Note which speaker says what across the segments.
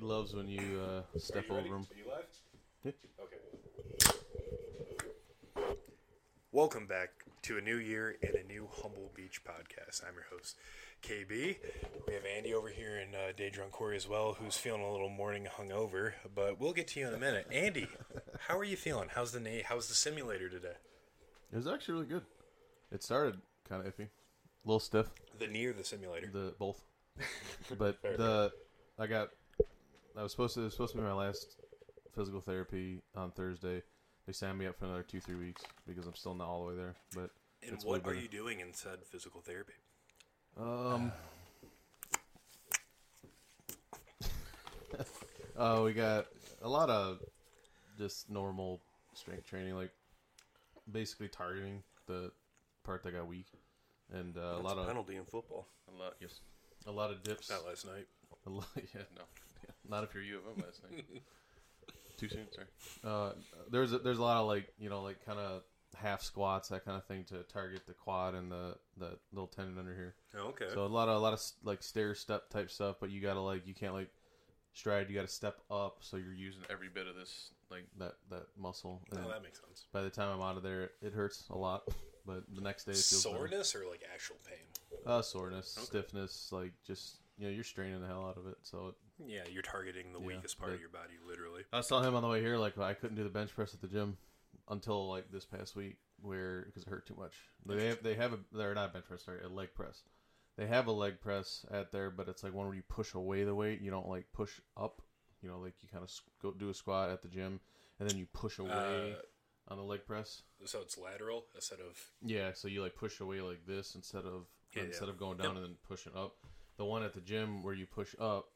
Speaker 1: loves when you uh, step over him.
Speaker 2: Are you live?
Speaker 1: Yeah.
Speaker 2: Okay.
Speaker 3: Welcome back to a new year and a new Humble Beach podcast. I'm your host, KB. We have Andy over here and uh, Day Drunk Corey as well, who's feeling a little morning hungover, but we'll get to you in a minute. Andy, how are you feeling? How's the na- how's the simulator today?
Speaker 1: It was actually really good. It started kind of iffy, a little stiff,
Speaker 3: The near the simulator.
Speaker 1: the both, but the I got. I was supposed to. It was supposed to be my last physical therapy on Thursday. They signed me up for another two, three weeks because I'm still not all the way there. But
Speaker 3: and
Speaker 1: it's way
Speaker 3: what are
Speaker 1: better.
Speaker 3: you doing inside physical therapy?
Speaker 1: Um. uh, we got a lot of just normal strength training, like basically targeting the part that got weak, and uh, a lot of
Speaker 3: penalty in football.
Speaker 1: a lot, yes, a lot of dips.
Speaker 3: Not last night.
Speaker 1: A lot, yeah, no, not if you're U of M last night. Too soon, sorry. Uh, there's a, there's a lot of like you know like kind of half squats that kind of thing to target the quad and the the little tendon under here.
Speaker 3: Oh, okay.
Speaker 1: So a lot of a lot of like stair step type stuff, but you gotta like you can't like stride. You gotta step up, so you're using every bit of this like that that muscle. And
Speaker 3: oh, that makes sense.
Speaker 1: by the time I'm out of there, it hurts a lot. But the next day, it feels better.
Speaker 3: Soreness or like actual pain?
Speaker 1: Uh, soreness, stiffness, like just you know you're straining the hell out of it. So it,
Speaker 3: Yeah, you're targeting the weakest part
Speaker 1: that-
Speaker 3: of your body, literally.
Speaker 1: I saw him on the way here. Like I couldn't do the bench press at the gym until like this past week, where because it hurt too much. They have they have a they're not bench press, sorry, a leg press. They have a leg press at there, but it's like one where you push away the weight. You don't like push up. You know, like you kind of go do a squat at the gym, and then you push away
Speaker 3: Uh,
Speaker 1: on the leg press.
Speaker 3: So it's lateral instead of
Speaker 1: Yeah, so you like push away like this instead of
Speaker 3: Yeah, yeah.
Speaker 1: instead of going down
Speaker 3: Yep.
Speaker 1: and then pushing up. The one at the gym where you push up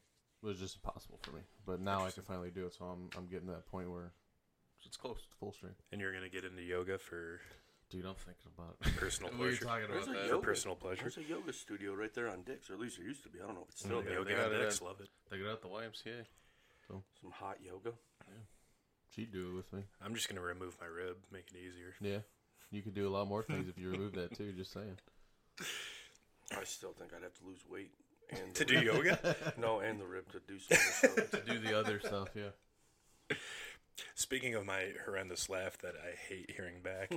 Speaker 1: was just impossible for me. But now I can finally do it, so I'm I'm getting to that point where it's close to full strength.
Speaker 3: and you're gonna get into yoga for
Speaker 1: Dude, I'm thinking about it.
Speaker 3: personal
Speaker 1: We were
Speaker 3: pleasure.
Speaker 1: talking about
Speaker 4: There's a
Speaker 1: that.
Speaker 3: For
Speaker 4: yoga.
Speaker 3: personal pleasure.
Speaker 4: There's a yoga studio right there on Dix, or at least there used to be. I don't know if it's still
Speaker 3: No,
Speaker 1: Yeah,
Speaker 4: there.
Speaker 1: they
Speaker 3: yoga
Speaker 1: got
Speaker 3: on
Speaker 1: it
Speaker 3: Dex,
Speaker 1: at-
Speaker 3: love it.
Speaker 1: They got out the YMCA.
Speaker 4: Some hot yoga.
Speaker 1: She'd do it with me.
Speaker 3: I'm just gonna remove my rib, make it easier.
Speaker 1: Yeah, you could do a lot more things if you remove that too. Just saying.
Speaker 4: I still think I'd have to lose weight. And
Speaker 3: To
Speaker 4: the
Speaker 3: do
Speaker 4: rib-
Speaker 3: yoga.
Speaker 4: No, and the rib to do some of the stuff.
Speaker 1: Do the other stuff. Yeah.
Speaker 3: Speaking of my horrendous laugh that I hate hearing back,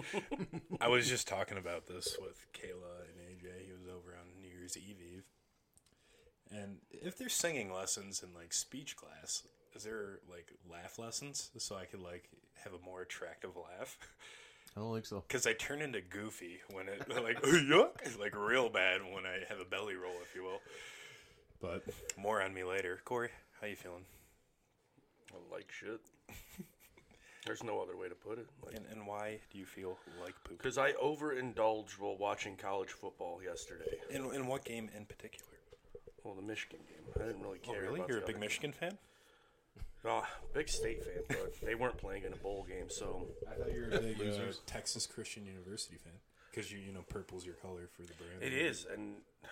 Speaker 3: I was just talking about this with Kayla and AJ. He was over on New Year's Eve Eve. And if there's singing lessons and like speech class, is there like laugh lessons so I could like have a more attractive laugh?
Speaker 1: I don't think so.
Speaker 3: Because I turn into Goofy when it like yuck, it's like real bad when I have a belly roll, if you will. But more on me later. Corey, how you feeling?
Speaker 4: I like shit. There's no other way to put it.
Speaker 3: And, and why do you feel like poop?
Speaker 4: Because I overindulged while watching college football yesterday.
Speaker 3: In, in what game in particular?
Speaker 4: Well, the Michigan game. I didn't really care.
Speaker 3: Oh, really,
Speaker 4: about
Speaker 3: you're a
Speaker 4: the
Speaker 3: big
Speaker 4: other-
Speaker 3: Michigan fan?
Speaker 4: Ah, big state fan, but they weren't playing in a bowl game, so
Speaker 3: I thought you were a big uh, Texas Christian University fan because you you know purple's your color for the brand.
Speaker 4: It is, and Mm.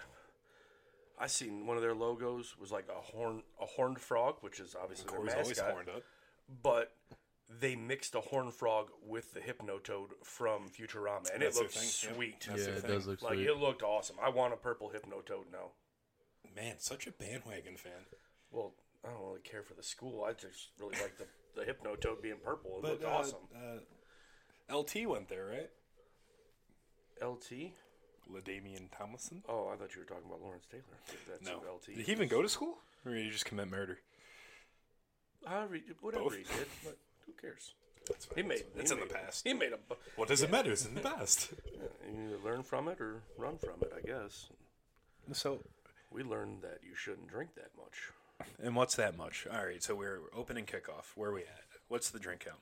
Speaker 4: I seen one of their logos was like a horn, a horned frog, which is obviously their
Speaker 3: Corey's always
Speaker 4: mascot.
Speaker 3: horned up.
Speaker 4: But they mixed a horned frog with the hypnotoad from Futurama, and
Speaker 3: That's
Speaker 4: it
Speaker 3: their
Speaker 4: looked
Speaker 3: thing, yeah.
Speaker 4: sweet.
Speaker 3: That's
Speaker 1: Yeah,
Speaker 3: the
Speaker 1: it
Speaker 3: thing.
Speaker 1: does look
Speaker 4: Like
Speaker 1: sweet.
Speaker 4: it looked awesome. I want a purple hypnotoad now.
Speaker 3: Man, such a bandwagon fan.
Speaker 4: Well, I don't really care for the school. I just really like the the hypnotoad being purple. It
Speaker 3: But
Speaker 4: looked
Speaker 3: uh,
Speaker 4: awesome.
Speaker 3: uh, LT went there, right?
Speaker 4: LT.
Speaker 3: Ladamian Tomlinson.
Speaker 4: Oh, I thought you were talking about Lawrence Taylor. That's
Speaker 3: No,
Speaker 4: who LT.
Speaker 3: did he even go to school, or did he just commit murder?
Speaker 4: However he did- whatever
Speaker 3: Both.
Speaker 4: he did. But who cares?
Speaker 3: That's fine.
Speaker 4: He made.
Speaker 3: It's
Speaker 4: he
Speaker 3: in the
Speaker 4: made a-
Speaker 3: past.
Speaker 4: He made a. bu-
Speaker 3: What does it matter? It's in the past.
Speaker 4: You either learn from it or run from it, I guess.
Speaker 3: So,
Speaker 4: We learned that you shouldn't drink that much.
Speaker 3: and what's that much? All right, so we're opening kickoff. Where are we at? What's the drink count?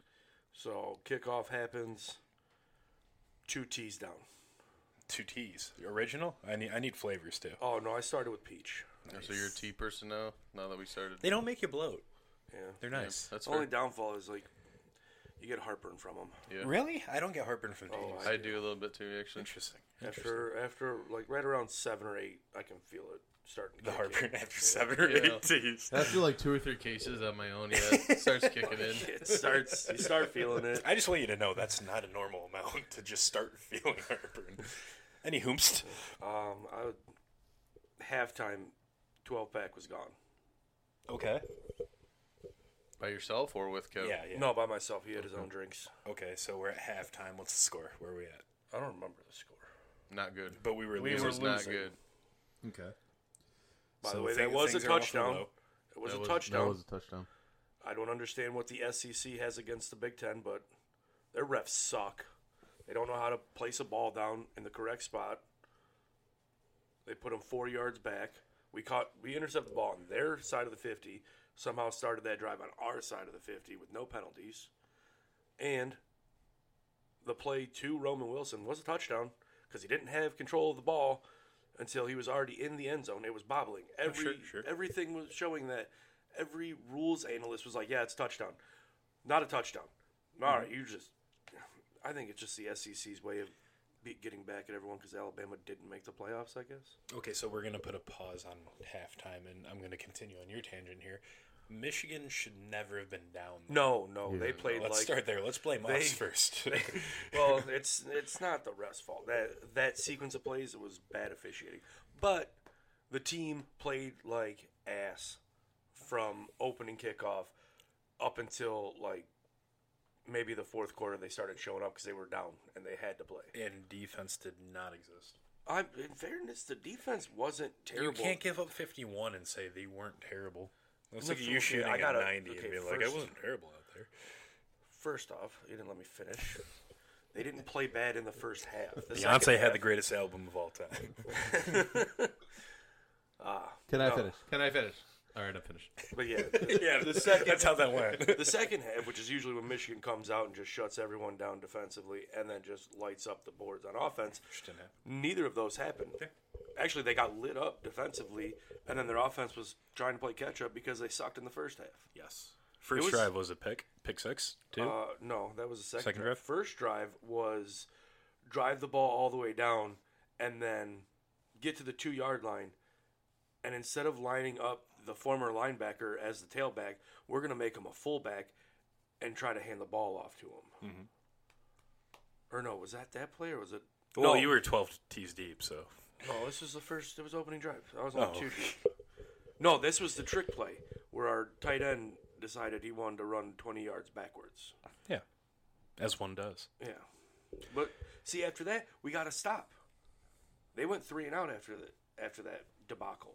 Speaker 4: So kickoff happens. Two teas down.
Speaker 3: Two teas. Original. I need. I need flavors too.
Speaker 4: Oh no, I started with peach.
Speaker 1: So you're a T person now. Now that we started,
Speaker 3: They don't make you bloat.
Speaker 4: Yeah.
Speaker 3: They're nice.
Speaker 1: that's
Speaker 4: The only
Speaker 1: fair.
Speaker 4: downfall is like you get heartburn from them
Speaker 1: Yeah.
Speaker 3: Really? I don't get heartburn from teas.
Speaker 4: Oh, I-
Speaker 1: I do a little bit too, actually.
Speaker 3: Interesting.
Speaker 4: after after like right around seven or eight. I can feel it starting. To
Speaker 3: The
Speaker 4: kick
Speaker 3: heartburn
Speaker 4: in.
Speaker 3: after seven or
Speaker 1: Yeah.
Speaker 3: eight teas.
Speaker 1: After like two or three cases on my own, yeah, it starts kicking in.
Speaker 4: It starts. You start feeling it.
Speaker 3: I just want you to know that's not a normal amount to just start feeling heartburn. Any hoomst?
Speaker 4: Um, I would, halftime, twelve pack was gone.
Speaker 3: Okay.
Speaker 2: By yourself or with Kev?
Speaker 3: Ah, Yeah, yeah.
Speaker 4: No, by myself. He had his own drinks.
Speaker 3: Okay, so we're at halftime. What's the score? Where are we at?
Speaker 4: I don't remember the score.
Speaker 2: Not good.
Speaker 3: But we were
Speaker 2: It
Speaker 3: losing.
Speaker 2: was not good.
Speaker 1: Okay.
Speaker 4: By
Speaker 3: So
Speaker 4: the way,
Speaker 3: thing-
Speaker 4: that was a
Speaker 3: things are awful
Speaker 4: touchdown.
Speaker 3: low.
Speaker 4: It was
Speaker 2: That
Speaker 4: a
Speaker 2: was- that
Speaker 1: That
Speaker 4: touchdown.
Speaker 1: was a touchdown.
Speaker 4: I don't understand what the SEC has against the Big Ten, but their refs suck. They don't know how to place a ball down in the correct spot. They put them four yards back. We caught, we intercepted the ball on their side of the fifty. Somehow started that drive on our side of the fifty with no penalties, and the play to Roman Wilson was a touchdown because he didn't have control of the ball until he was already in the end zone. It was bobbling. Every
Speaker 3: Oh, sure, sure.
Speaker 4: everything was showing that. Every rules analyst was like, "Yeah, it's touchdown, not a touchdown." All
Speaker 3: Mm-hmm.
Speaker 4: right, you just. I think it's just the SEC's way of be getting back at everyone because Alabama didn't make the playoffs. I guess.
Speaker 3: Okay, so we're gonna put a pause on halftime, and I'm gonna continue on your tangent here. Michigan should never have been down. there.
Speaker 4: No, no, they played
Speaker 3: Let's
Speaker 4: like.
Speaker 3: start there. Let's blame
Speaker 4: they-
Speaker 3: us first.
Speaker 4: well, it's it's not the refs' fault. That that sequence of plays was bad officiating, but the team played like ass from opening kickoff up until like maybe the fourth quarter. They started showing up because they were down and they had to play.
Speaker 3: and defense did not exist.
Speaker 4: I, in fairness, the defense wasn't
Speaker 3: You
Speaker 4: terrible.
Speaker 3: can't give up 51 and say they weren't terrible. That's
Speaker 4: No,
Speaker 3: like you
Speaker 4: okay,
Speaker 3: shooting
Speaker 4: I gotta-
Speaker 3: at 90
Speaker 4: okay,
Speaker 3: and be like, I
Speaker 4: first-
Speaker 3: wasn't terrible out there.
Speaker 4: First off, you didn't let me finish. They didn't play bad in the first half. The second
Speaker 3: Beyonce had the greatest album of all time.
Speaker 1: Can I
Speaker 4: No.
Speaker 1: finish?
Speaker 2: Can I finish? All right, I'm finished.
Speaker 4: But yeah, the,
Speaker 3: yeah, the second. That's how that went.
Speaker 4: the second half, which is usually when Michigan comes out and just shuts everyone down defensively and then just lights up the boards on offense, neither of those happened. Actually, they got lit up defensively, and then their offense was trying to play catch up because they sucked in the first half.
Speaker 3: Yes. First
Speaker 4: It was-
Speaker 3: drive was a pick. Pick six, too.
Speaker 4: Uh, no, that was the second,
Speaker 3: Second
Speaker 4: drive.
Speaker 3: drive?
Speaker 4: First drive was drive the ball all the way down and then get to the two yard line. And instead of lining up the former linebacker as the tailback, we're going to make him a fullback and try to hand the ball off to him. Or no, was that that play or was it?
Speaker 3: well,
Speaker 4: Mm-hmm. no,
Speaker 3: you were 12 tees deep, so.
Speaker 4: No, this was the first. It was opening drive. I was on two deep. No, this was the trick play where our tight end decided he wanted to run 20 yards backwards.
Speaker 3: Yeah. As one does.
Speaker 4: Yeah. But see, after that, we got to stop. They went three and out after the, after that debacle,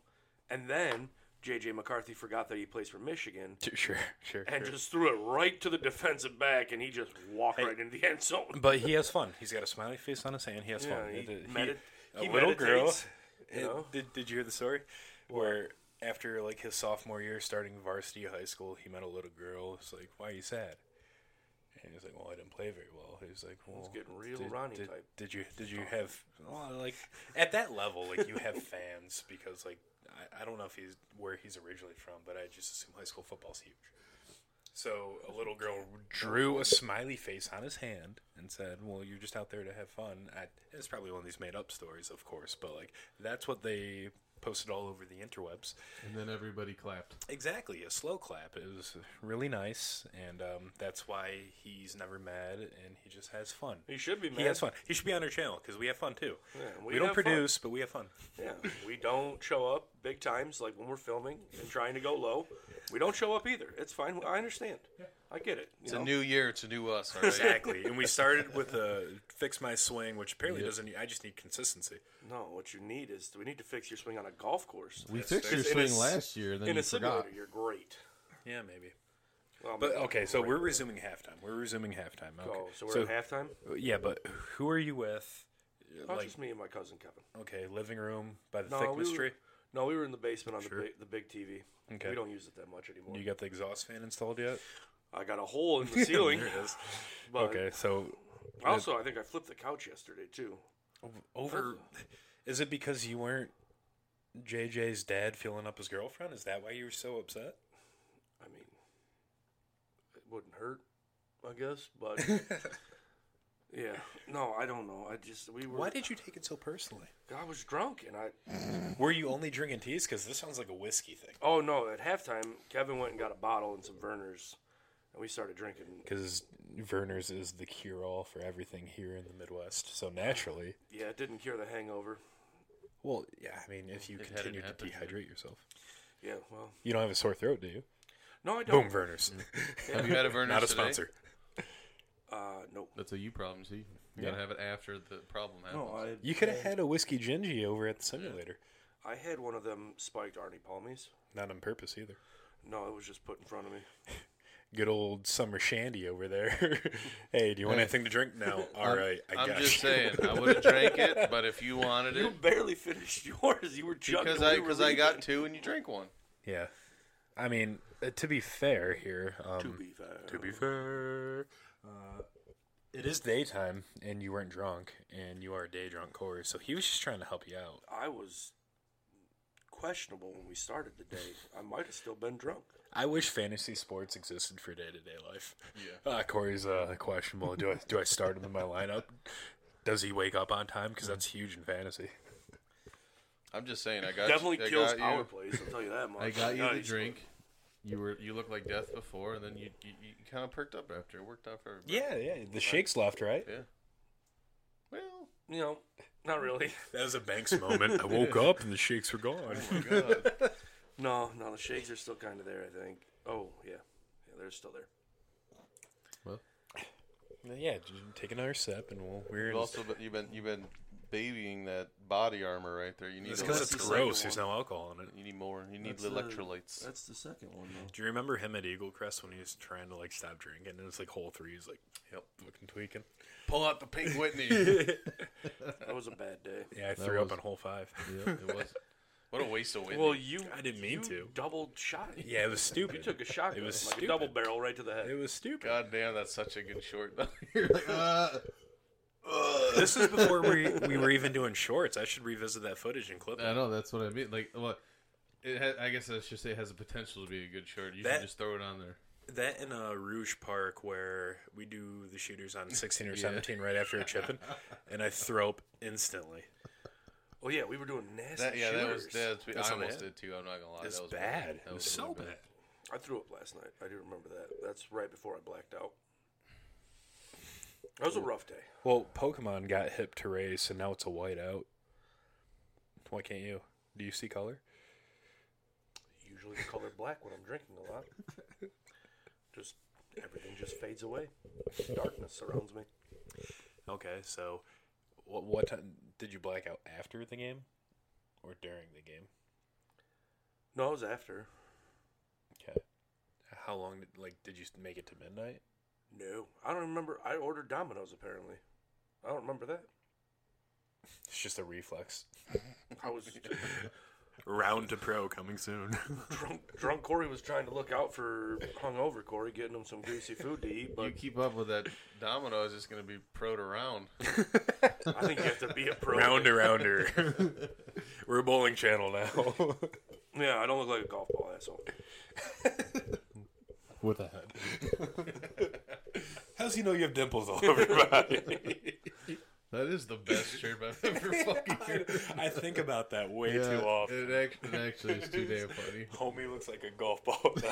Speaker 4: and then J.J. McCarthy forgot that he plays for Michigan
Speaker 3: Sure, sure.
Speaker 4: and just threw it right to the defensive back, and he just walked right into the end zone.
Speaker 3: But he has fun. He's got a smiley face on his hand. He has
Speaker 4: Yeah,
Speaker 3: fun.
Speaker 4: he
Speaker 3: It- it-
Speaker 4: medit-
Speaker 3: a
Speaker 4: he
Speaker 3: little girl.
Speaker 4: meditates,
Speaker 3: it-
Speaker 4: know?
Speaker 3: Did, did you hear the story? Where after like his sophomore year, starting varsity high school, he met a little girl. It's like, why are you sad? And he was like, well, I didn't play very well. He was like, well,
Speaker 4: getting real
Speaker 3: did,
Speaker 4: Ronnie
Speaker 3: did,
Speaker 4: type. Oh.
Speaker 3: Did you did you have well, like at that level, like you have fans because like I, I don't know if he's where he's originally from, but I just assume high school football's huge. So a little girl drew a smiley face on his hand and said, "Well, you're just out there to have fun." I, it's probably one of these made-up stories, of course, but like that's what they posted all over the interwebs.
Speaker 1: And then everybody clapped.
Speaker 3: Exactly, a slow clap. It was really nice, and um, that's why he's never mad, and he just has fun.
Speaker 4: He should be mad.
Speaker 3: He has fun. He should be on our channel because we have fun too. we,
Speaker 4: we
Speaker 3: don't
Speaker 4: have fun.
Speaker 3: produce, but we have fun.
Speaker 4: Yeah, we don't show up big times like when we're filming and trying to go low. We don't show up either. It's fine. I understand. I get it. you
Speaker 2: It's
Speaker 4: know?
Speaker 2: a new year. It's a new us. All right?
Speaker 3: Exactly. and we started with a fix my swing, which apparently doesn't. I just need consistency.
Speaker 4: No, what you need is we need to fix your swing on a golf course.
Speaker 1: We fixed your
Speaker 3: there's- in a
Speaker 1: swing
Speaker 3: s-
Speaker 1: last year, then
Speaker 4: In
Speaker 1: you
Speaker 4: a
Speaker 1: forgot.
Speaker 4: simulator, you're great.
Speaker 3: Yeah, maybe.
Speaker 4: Well,
Speaker 3: But okay, so we're resuming halftime. We're resuming halftime. Okay.
Speaker 4: oh, so we're at halftime.
Speaker 3: Yeah, but who are you with?
Speaker 4: Not
Speaker 3: Like
Speaker 4: Oh, just me and my cousin Kevin.
Speaker 3: okay, living room by the
Speaker 4: No, we
Speaker 3: thickness
Speaker 4: were-
Speaker 3: tree.
Speaker 4: No, we were in the basement on
Speaker 3: Sure.
Speaker 4: the big, the big TV.
Speaker 3: Okay.
Speaker 4: We don't use it that much anymore.
Speaker 3: You got the exhaust fan installed yet?
Speaker 4: I got a hole in the ceiling.
Speaker 3: There it is.
Speaker 4: But
Speaker 3: Okay, so
Speaker 4: Also, I think I flipped the couch yesterday too.
Speaker 3: over. Is it because you weren't JJ's dad filling up his girlfriend? Is that why you were so upset?
Speaker 4: I mean, it wouldn't hurt, I guess. But yeah, no, I don't know. I just we were.
Speaker 3: Why did you take it so personally?
Speaker 4: I was drunk and I.
Speaker 3: Were you only drinking teas? Because this sounds like a whiskey thing.
Speaker 4: Oh no! At halftime, Kevin went and got a bottle and some Verner's, and we started drinking.
Speaker 3: Because Verner's is the cure all for everything here in the Midwest. So naturally,
Speaker 4: Yeah, it didn't cure the hangover.
Speaker 3: well, yeah. I mean, if you
Speaker 2: It hadn't
Speaker 3: continue to
Speaker 2: happened yet.
Speaker 3: dehydrate yourself,
Speaker 4: Yeah, well,
Speaker 3: you don't have a sore throat, do you?
Speaker 4: No, I don't.
Speaker 3: Boom, Verners.
Speaker 2: Have you had a Verner's
Speaker 3: Not a
Speaker 2: Mm. today?
Speaker 3: sponsor.
Speaker 4: Uh, no.
Speaker 1: That's a you problem, see?
Speaker 2: You gotta have it after the problem happens.
Speaker 4: No, I,
Speaker 3: You could have had a whiskey gingy over at the simulator.
Speaker 4: I had one of them spiked Arnie Palmies.
Speaker 3: Not on purpose either.
Speaker 4: No, it was just put in front of me.
Speaker 3: Good old summer shandy over there. hey, do you want anything to drink? No. All right, I
Speaker 2: I'm
Speaker 3: got
Speaker 2: just
Speaker 3: you.
Speaker 2: saying, I would have drank it, but if you wanted
Speaker 4: You
Speaker 2: it,
Speaker 4: barely finished yours. You were chugging.
Speaker 2: because
Speaker 4: when
Speaker 2: I
Speaker 4: we were
Speaker 2: because I got
Speaker 4: leaving.
Speaker 2: two and you drank one.
Speaker 3: Yeah. I mean, uh, to be fair here, um,
Speaker 4: to be fair.
Speaker 3: fair, uh, it is daytime, and you weren't drunk, and you are a day drunk Corey, so he was just trying to help you out.
Speaker 4: I was questionable when we started the day. I might have still been drunk.
Speaker 3: I wish fantasy sports existed for day to day life.
Speaker 2: Yeah.
Speaker 3: Uh, Corey's uh, questionable. Do I do I start him in my lineup? Does he wake up on time? Because that's huge in fantasy.
Speaker 2: I'm just saying, I got
Speaker 4: Definitely
Speaker 2: I
Speaker 4: kills
Speaker 2: got you,
Speaker 4: our place. I'll tell you that much.
Speaker 1: I got you
Speaker 4: Nice.
Speaker 1: the drink. You were you looked like death before, and then you you, you kind of perked up after. It worked out for everybody.
Speaker 3: Yeah, yeah. The shakes left, right?
Speaker 2: Yeah. Well,
Speaker 4: You know, not really.
Speaker 3: That was a Banks moment. I woke up and the shakes were gone.
Speaker 4: No, no, the shakes are still kind of there. I think. Oh yeah, yeah, they're still there.
Speaker 1: Well,
Speaker 3: yeah, just take another sip and we'll we're
Speaker 2: you've
Speaker 3: in-
Speaker 2: also been, you've been you've been babying that body armor right there. You need
Speaker 3: It's because
Speaker 2: elec-
Speaker 3: it's
Speaker 4: the second
Speaker 3: gross. There's
Speaker 4: one.
Speaker 3: no alcohol in it.
Speaker 2: you need more. You need
Speaker 4: That's, uh,
Speaker 2: electrolytes.
Speaker 4: That's the second one though.
Speaker 3: Do you remember him at Eagle Crest when he was trying to like stop drinking? And it was like whole three. He's like, yep, fucking tweaking.
Speaker 2: Pull out the pink Whitney.
Speaker 4: That was a bad day.
Speaker 3: Yeah, I threw
Speaker 1: was-
Speaker 3: up on hole five.
Speaker 1: yeah, it was.
Speaker 2: what a waste of Whitney.
Speaker 4: Well, you.
Speaker 3: I didn't mean
Speaker 4: you
Speaker 3: to.
Speaker 4: Double shot. it.
Speaker 3: Yeah, it was stupid.
Speaker 4: You took a shot.
Speaker 3: It
Speaker 4: at
Speaker 3: was
Speaker 4: him, like
Speaker 3: stupid.
Speaker 4: a double barrel right to the head.
Speaker 3: It was stupid.
Speaker 2: God damn, that's such a good short.
Speaker 1: You're like, uh,
Speaker 3: This is before we we were even doing shorts. I should revisit that footage and clip
Speaker 1: I
Speaker 3: it.
Speaker 1: know that's what I mean. Like, well, it ha- I guess I should say it has a potential to be a good short. You
Speaker 3: That-
Speaker 1: should just throw it on there.
Speaker 3: That in uh, Rouge Park where we do the shooters on 16 or 17 right after a chipping, and I throw up instantly.
Speaker 4: Oh yeah, we were doing nasty
Speaker 2: That, yeah, that was
Speaker 4: shooters.
Speaker 2: that's,
Speaker 3: That's
Speaker 2: I
Speaker 3: on the
Speaker 2: almost
Speaker 3: head.
Speaker 2: did too. I'm not gonna lie.
Speaker 3: It's
Speaker 2: that was
Speaker 3: bad.
Speaker 2: That
Speaker 3: It Oh, was
Speaker 2: really
Speaker 3: so bad.
Speaker 4: I threw up last night. I do remember that. That's right before I blacked out. That was a rough day.
Speaker 3: Well, Pokemon got hip to raise, and now it's a whiteout. Why can't you? Do you see color?
Speaker 4: Usually the color black when I'm drinking a lot. Just everything just fades away. Darkness surrounds me.
Speaker 3: Okay, so what what time did you black out after the game or during the game?
Speaker 4: No, it was after.
Speaker 3: Okay. How long did like did you make it to midnight?
Speaker 4: No, I don't remember. I ordered Domino's apparently. I don't remember that.
Speaker 3: It's just a reflex.
Speaker 4: I was
Speaker 3: Round to pro coming soon.
Speaker 4: drunk. Drunk Corey was trying to look out for hungover Corey, getting him some greasy food to eat.
Speaker 2: You
Speaker 4: But
Speaker 2: keep up with that domino, it's just gonna be pro to round.
Speaker 4: I think you have to be a pro.
Speaker 3: Rounder rounder. We're a bowling channel now.
Speaker 4: Yeah, I don't look like a golf ball asshole.
Speaker 1: With a head.
Speaker 3: How's he know you have dimples all over your body?
Speaker 2: That is the best shirt I've ever fucking heard.
Speaker 3: I think about that way
Speaker 1: Yeah,
Speaker 3: too
Speaker 1: It,
Speaker 3: often.
Speaker 1: act- it actually is too damn funny.
Speaker 3: Homie looks like a golf ball.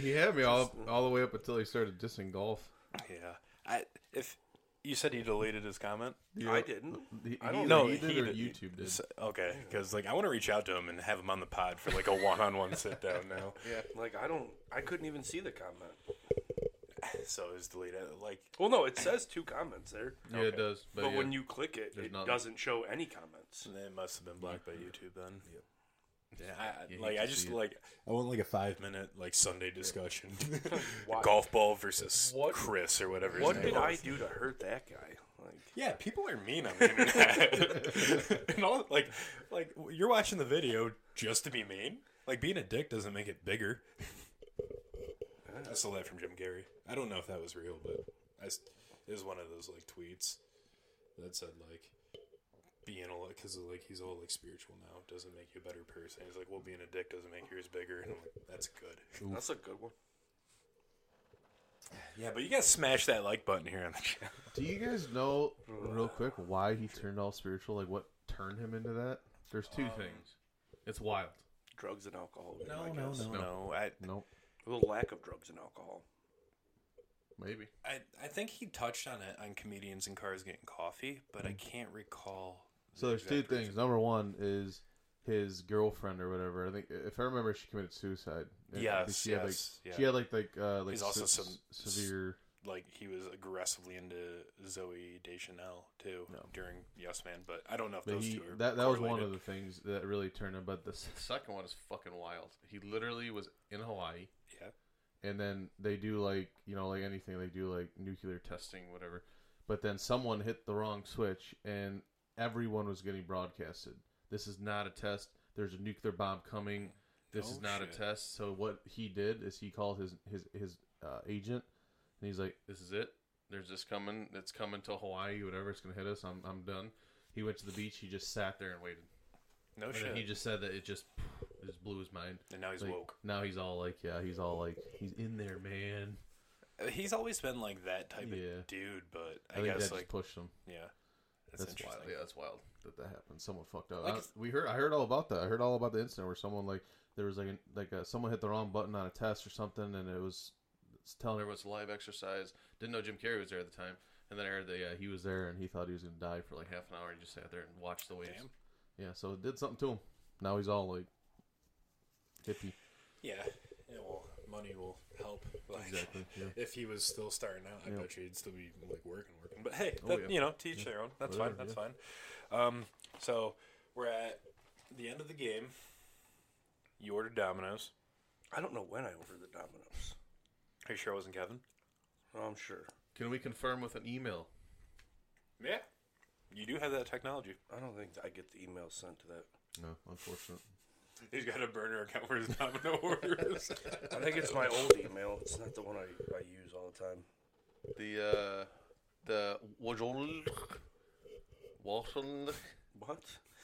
Speaker 1: He had me all all the way up until he started dissing golf.
Speaker 3: yeah. I if you said he deleted his comment?
Speaker 4: I didn't.
Speaker 1: He,
Speaker 3: I don't
Speaker 1: either
Speaker 3: know.
Speaker 1: He did
Speaker 3: He
Speaker 1: or
Speaker 3: did-
Speaker 1: YouTube did.
Speaker 3: S- Okay, because like I want to reach out to him and have him on the pod for like a one-on-one sit down now.
Speaker 4: Like I don't. I couldn't even see the comment.
Speaker 3: So it's deleted. Like
Speaker 4: Well, no, it says two comments there,
Speaker 1: Yeah, it does. But,
Speaker 4: but
Speaker 1: yeah.
Speaker 4: when you click it, it
Speaker 1: none.
Speaker 4: doesn't show any comments.
Speaker 3: it must have been blocked by YouTube then. Yeah, I- I,
Speaker 1: You hate
Speaker 3: like
Speaker 1: to
Speaker 3: I just
Speaker 1: see it.
Speaker 3: like I want like a five-minute like Sunday discussion,
Speaker 4: Why-
Speaker 3: golf ball versus
Speaker 4: What-
Speaker 3: Chris or whatever. his
Speaker 4: What
Speaker 3: name
Speaker 4: did
Speaker 3: was.
Speaker 4: I do to hurt that guy? Like,
Speaker 3: Yeah, people are mean on the internet. and all like like you're watching the video just to be mean. Like being a dick doesn't make it bigger. I stole that from Jim Gary. I don't know if that was real, but I s it was one of those like tweets that said like being a because like he's all like spiritual now doesn't make you a better person. He's like, well, being a dick doesn't make yours bigger, and I'm like, that's good.
Speaker 4: that's a good one.
Speaker 3: Yeah, but you gotta smash that like button here on the channel.
Speaker 1: Do you guys know real quick why he turned all spiritual? Like what turned him into that? There's two
Speaker 2: Um,
Speaker 1: things. It's wild.
Speaker 4: Drugs and alcohol. you know, I guess.
Speaker 3: no, no. I
Speaker 1: Nope.
Speaker 4: Well, lack of drugs and alcohol.
Speaker 1: Maybe.
Speaker 3: I, I think he touched on it on comedians
Speaker 1: Mm.
Speaker 3: in cars getting coffee, but I can't recall.
Speaker 1: So there's two things. Number one is his girlfriend or whatever. I think if I remember, she committed suicide. I think
Speaker 3: Yes,
Speaker 1: she had like
Speaker 3: yes, yeah.
Speaker 1: she had like like uh, like
Speaker 3: He's also
Speaker 1: se-
Speaker 3: some-
Speaker 1: severe.
Speaker 3: like he was aggressively into Zoe Deschanel too
Speaker 1: No.
Speaker 3: during Yes Man, but I don't know if
Speaker 1: But
Speaker 3: those
Speaker 1: he
Speaker 3: two are
Speaker 1: that that was one of
Speaker 3: correlated.
Speaker 1: the things that really turned him. But the s- second one is fucking wild. He literally was in Hawaii.
Speaker 3: Yeah.
Speaker 1: and then they do like you know like anything they do like nuclear testing whatever but then someone hit the wrong switch and everyone was getting broadcasted this is not a test there's a nuclear bomb coming this
Speaker 3: Oh,
Speaker 1: is not
Speaker 3: shit.
Speaker 1: a test so what he did is he called his his his uh, agent and he's like this is it there's this coming it's coming to hawaii whatever it's gonna hit us i'm, I'm done he went to the beach he just sat there and waited
Speaker 3: No
Speaker 1: and
Speaker 3: shit.
Speaker 1: then he just said that it just it just blew his mind
Speaker 3: and now he's
Speaker 1: like,
Speaker 3: woke.
Speaker 1: Now he's all like, yeah, he's all like, he's in there, man.
Speaker 3: He's always been like that type
Speaker 1: Yeah.
Speaker 3: of dude, but
Speaker 1: I,
Speaker 3: I,
Speaker 1: think
Speaker 3: guess
Speaker 1: that
Speaker 3: like
Speaker 1: just pushed him.
Speaker 3: yeah, that's,
Speaker 1: That's, wild.
Speaker 3: interesting.
Speaker 1: Yeah, that's wild that that happened. Someone fucked up.
Speaker 3: Like
Speaker 1: I-
Speaker 3: it's-
Speaker 1: we heard. I heard all about that. I heard all about the incident where someone like there was like an, like uh someone hit the wrong button on a test or something, and it was it's telling everyone it's live exercise. Didn't know Jim Carrey was there at the time. And then I heard that yeah, he was there and he thought he was gonna die for like half an hour. and He just sat there and watched the waves.
Speaker 3: Damn.
Speaker 1: Yeah, so it did something to him. Now he's all like hippie.
Speaker 3: Yeah. yeah, well, money will help. Like,
Speaker 1: Exactly. Yeah.
Speaker 3: If he was still starting out, I
Speaker 1: Yeah.
Speaker 3: bet you he'd still be like working, working. But hey,
Speaker 1: Oh,
Speaker 3: that,
Speaker 1: yeah.
Speaker 3: you know, teach their own. That's fine.
Speaker 1: Whatever,
Speaker 3: That's fine. Um, so we're at the end of the game. You ordered Domino's.
Speaker 4: I don't know when I ordered the Domino's.
Speaker 3: Are you sure it wasn't Kevin?
Speaker 4: I'm sure.
Speaker 1: Can we confirm with an email?
Speaker 3: Yeah. You do have that technology.
Speaker 4: I don't think I get the email sent to that.
Speaker 1: No, unfortunate.
Speaker 3: He's got a burner account for his Domino orders.
Speaker 4: I think it's my old email. It's not the one I, I use all the time.
Speaker 2: The uh, the Wajol Walton
Speaker 4: What?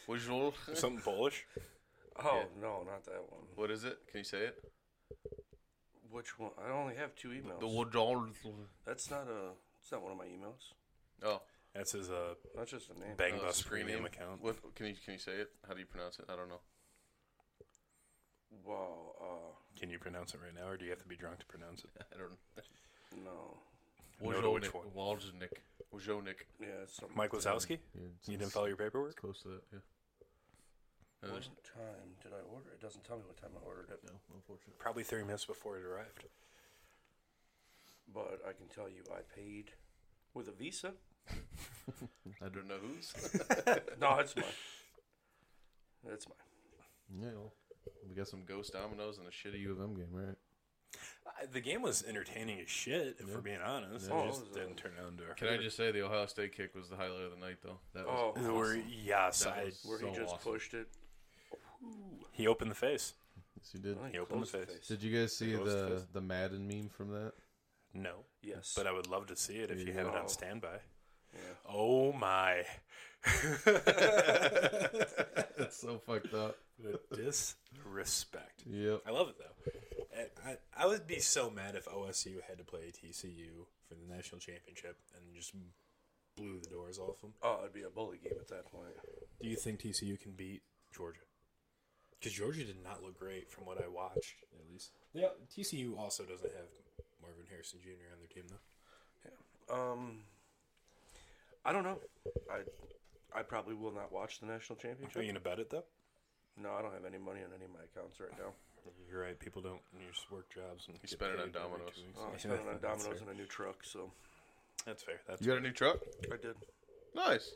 Speaker 2: Wajol.
Speaker 3: Something Polish?
Speaker 4: Oh no, not that one.
Speaker 2: What is it? Can you say it?
Speaker 4: Which one? I only have two emails.
Speaker 2: The Wajol.
Speaker 4: That's not a. It's not one of my emails.
Speaker 2: Oh,
Speaker 3: That's his uh,
Speaker 4: That's just a name.
Speaker 3: Bang
Speaker 2: oh,
Speaker 3: Bus
Speaker 2: screen
Speaker 3: premium
Speaker 2: name.
Speaker 3: account.
Speaker 2: What can you can you say it? How do you pronounce it? I don't know.
Speaker 4: Wow. Uh,
Speaker 3: Can you pronounce it right now, or do you have to be drunk to pronounce it?
Speaker 2: I don't know.
Speaker 4: no.
Speaker 3: No to which one.
Speaker 2: Wojnik. Wojnik.
Speaker 4: Yeah, it's something.
Speaker 3: Mike Wazowski?
Speaker 1: Yeah,
Speaker 3: You didn't follow your paperwork?
Speaker 1: close to that. Yeah.
Speaker 2: Uh,
Speaker 4: What
Speaker 2: there's-
Speaker 4: time did I order? It doesn't tell me what time I ordered it,
Speaker 1: No, unfortunate.
Speaker 3: Probably 30 minutes before it arrived.
Speaker 4: but I can tell you I paid with a Visa.
Speaker 2: I don't know who's.
Speaker 4: No, it's mine. That's mine.
Speaker 1: Yeah. well, we got some
Speaker 2: Ghost Dominoes and a shitty
Speaker 1: U of M game, right?
Speaker 3: I- The game was entertaining as shit, if we're being honest.
Speaker 4: Oh,
Speaker 3: It
Speaker 4: it
Speaker 3: just
Speaker 4: was, uh,
Speaker 3: didn't turn out into a
Speaker 2: Can I
Speaker 3: hurt.
Speaker 2: just say the Ohio State kick was the highlight of the night, though? That was
Speaker 4: Oh,
Speaker 3: There were- yes,
Speaker 2: That
Speaker 3: I-
Speaker 2: was-
Speaker 4: where
Speaker 2: so
Speaker 4: he just
Speaker 2: awesome.
Speaker 4: pushed it.
Speaker 3: he opened the face.
Speaker 1: Yes, you did.
Speaker 4: I think
Speaker 3: He opened the
Speaker 4: closed the
Speaker 3: face.
Speaker 4: face.
Speaker 1: Did you guys see
Speaker 3: Ghost
Speaker 1: the
Speaker 3: fist.
Speaker 1: the Madden meme from that?
Speaker 3: No,
Speaker 4: Yes.
Speaker 3: but uh, I would love to see it if you have it
Speaker 4: Oh.
Speaker 3: on standby.
Speaker 4: Yeah.
Speaker 3: Oh my!
Speaker 1: That's so fucked up.
Speaker 3: The disrespect.
Speaker 1: Yep.
Speaker 3: I love it though. And I, I would be so mad if OSU had to play TCU for the national championship and just blew the doors off them.
Speaker 4: Oh, it'd be a bully game at that point.
Speaker 3: Do you think TCU can beat Georgia? Because Georgia did not look great from what I watched, at least. Yeah, TCU also doesn't have Marvin Harrison Jr. on their team though.
Speaker 4: Um, I don't know. I I probably will not watch the national championship.
Speaker 3: Are you gonna bet it though?
Speaker 4: no, I don't have any money on any of my accounts right now.
Speaker 3: You're right. People don't. You just work jobs and
Speaker 2: You
Speaker 3: get
Speaker 2: spend it
Speaker 3: paid
Speaker 2: on
Speaker 3: every
Speaker 2: Domino's.
Speaker 3: two weeks.
Speaker 4: Oh, I
Speaker 3: Yeah,
Speaker 4: spent it on
Speaker 3: that's
Speaker 4: Domino's
Speaker 3: fair.
Speaker 4: and a new truck, so
Speaker 3: That's fair. That's
Speaker 2: You got a new truck?
Speaker 4: I did.
Speaker 2: Nice.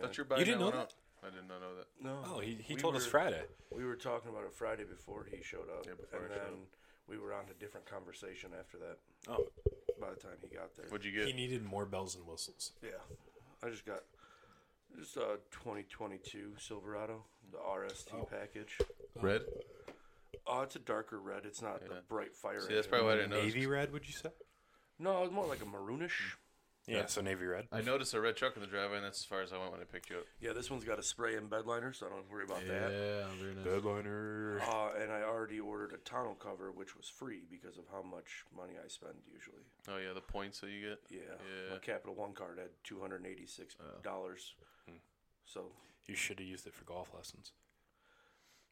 Speaker 2: That's your bike.
Speaker 3: You didn't know that?
Speaker 2: I did not know that.
Speaker 4: No.
Speaker 3: Oh, he, he
Speaker 4: we
Speaker 3: told us
Speaker 4: were-
Speaker 3: Friday.
Speaker 4: We were talking about it Friday before he showed up,
Speaker 2: Yeah, before
Speaker 4: and
Speaker 2: I
Speaker 4: then
Speaker 2: showed
Speaker 4: we were on a different conversation after that.
Speaker 3: Oh,
Speaker 4: By the time he got there,
Speaker 2: What'd you
Speaker 3: he
Speaker 2: get?
Speaker 3: needed more bells and whistles.
Speaker 4: yeah, I just got just a 2022 Silverado, the RST
Speaker 2: Oh.
Speaker 4: package.
Speaker 1: Red.
Speaker 4: Oh, it's a darker red. It's not the bright fire.
Speaker 2: See, that's
Speaker 4: engine.
Speaker 2: probably why I didn't notice.
Speaker 3: Navy red, would you say?
Speaker 4: no, it's more like a maroonish.
Speaker 3: Yeah, so navy red.
Speaker 2: I noticed a red truck in the driveway, and that's as far as I went when I picked you up.
Speaker 4: Yeah, this one's got a spray and bed liner, so I don't worry about
Speaker 1: Yeah.
Speaker 4: that.
Speaker 1: Very nice.
Speaker 3: Bedliner.
Speaker 4: Uh, and I already ordered a tonneau cover, which was free because of how much money I spend usually.
Speaker 2: Oh yeah, the points that you get.
Speaker 4: Yeah,
Speaker 2: Yeah.
Speaker 4: my Capital One card had two hundred eighty-six
Speaker 3: Oh.
Speaker 4: dollars.
Speaker 3: Hmm.
Speaker 4: So
Speaker 3: You should have used it for golf lessons.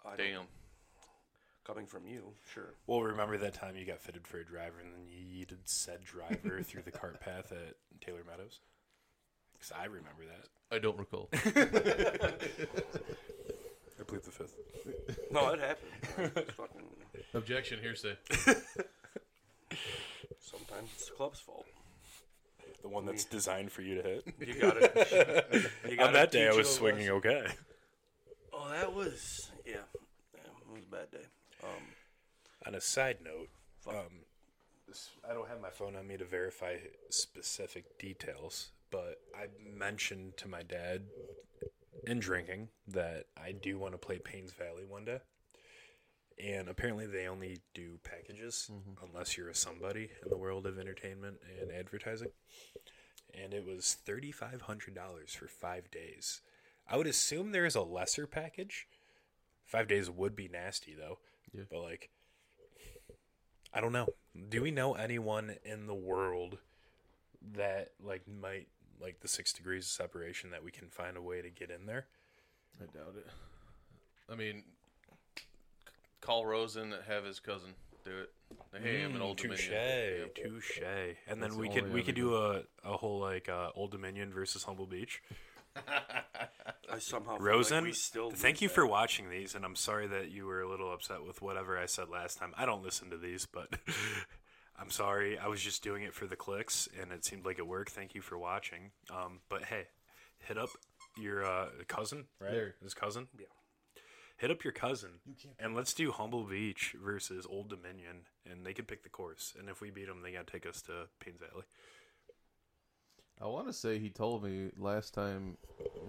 Speaker 4: I don't-
Speaker 2: Damn.
Speaker 4: coming from you, sure.
Speaker 3: Well, remember that time you got fitted for a driver and then you yeeted said driver through the cart path at Taylor Meadows? Because I remember that.
Speaker 2: I don't recall.
Speaker 3: Or plead the fifth.
Speaker 4: No, it happened. It's fucking-
Speaker 1: Objection, hearsay.
Speaker 4: Sometimes it's the club's fault.
Speaker 3: The one that's designed for you to hit.
Speaker 4: You gotta. You gotta
Speaker 3: On that day, I
Speaker 4: teach
Speaker 3: was
Speaker 4: it a
Speaker 3: swinging
Speaker 4: lesson.
Speaker 3: okay.
Speaker 4: Oh, that was yeah. yeah. It was a bad day. Um,
Speaker 3: On a side note, um, s- I don't have my phone on me to verify specific details, but I mentioned to my dad in drinking that I do want to play Paynes Valley one day. And apparently, they only do packages unless you're a somebody in the world of entertainment and advertising. And it was $3,500 for five days. I would assume there is a lesser package. Five days would be nasty, though.
Speaker 1: Yeah.
Speaker 3: But, like, I don't know. Do we know anyone in the world that like might like the six degrees of separation that we can find a way to get in there?
Speaker 1: I doubt it. I mean,
Speaker 2: Call Rosen, have his cousin do it. Hey, I'm an old
Speaker 3: Mm, touche,
Speaker 2: Dominion. Yeah.
Speaker 3: touche. And then
Speaker 1: That's
Speaker 3: we
Speaker 1: the
Speaker 3: could
Speaker 1: only
Speaker 3: we
Speaker 1: other
Speaker 3: could do a, a whole like uh, Old Dominion versus Humble Beach.
Speaker 4: I somehow feel like
Speaker 3: Rosen,
Speaker 4: we still
Speaker 3: thank
Speaker 4: lose
Speaker 3: you
Speaker 4: that.
Speaker 3: for watching these, and I'm sorry that you were a little upset with whatever I said last time. I don't listen to these, but I'm sorry. I was just doing it for the clicks, and it seemed like it worked. Thank you for watching. Um, but hey, hit up your uh, cousin, right?
Speaker 1: Larry.
Speaker 3: His cousin, yeah. Hit up your cousin, and let's do Humble Beach versus Old Dominion, and they can pick the course. And if we beat them, they gotta take us to Payne's Valley.
Speaker 1: I want to say he told me last time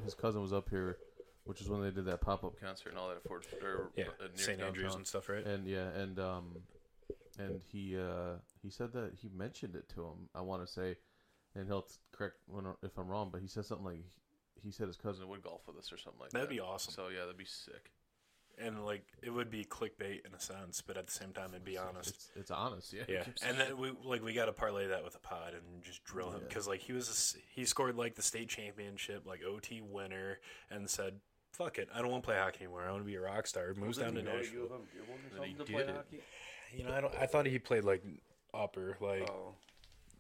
Speaker 1: his cousin was up here, which is when they did that pop up
Speaker 2: Concert and all that at Fort or uh, near
Speaker 3: St. Andrews
Speaker 2: downtown.
Speaker 3: and stuff, right?
Speaker 1: and yeah, and um, and he uh he said that he mentioned it to him. I want to say, and he'll correct when if I'm wrong, but he said something like he said his cousin
Speaker 2: would golf with us or something like
Speaker 3: That'd
Speaker 2: that.
Speaker 3: be awesome.
Speaker 2: So yeah, that'd be sick.
Speaker 3: and like it would be clickbait in a sense, but at the same time, it'd be honest.
Speaker 1: It's, it's honest, yeah.
Speaker 3: Yeah, and then we like we got to parlay that with a pod and just drill him because like he was a s he scored like the state championship like OT winner and said fuck it I don't want to play hockey anymore I want to be a rock star moves down to
Speaker 4: Go to U
Speaker 3: Nashville
Speaker 4: of M, get one or
Speaker 2: he
Speaker 4: something to
Speaker 2: did
Speaker 4: play
Speaker 2: it.
Speaker 4: hockey.
Speaker 3: you know I don't I thought he played like upper like
Speaker 4: Oh,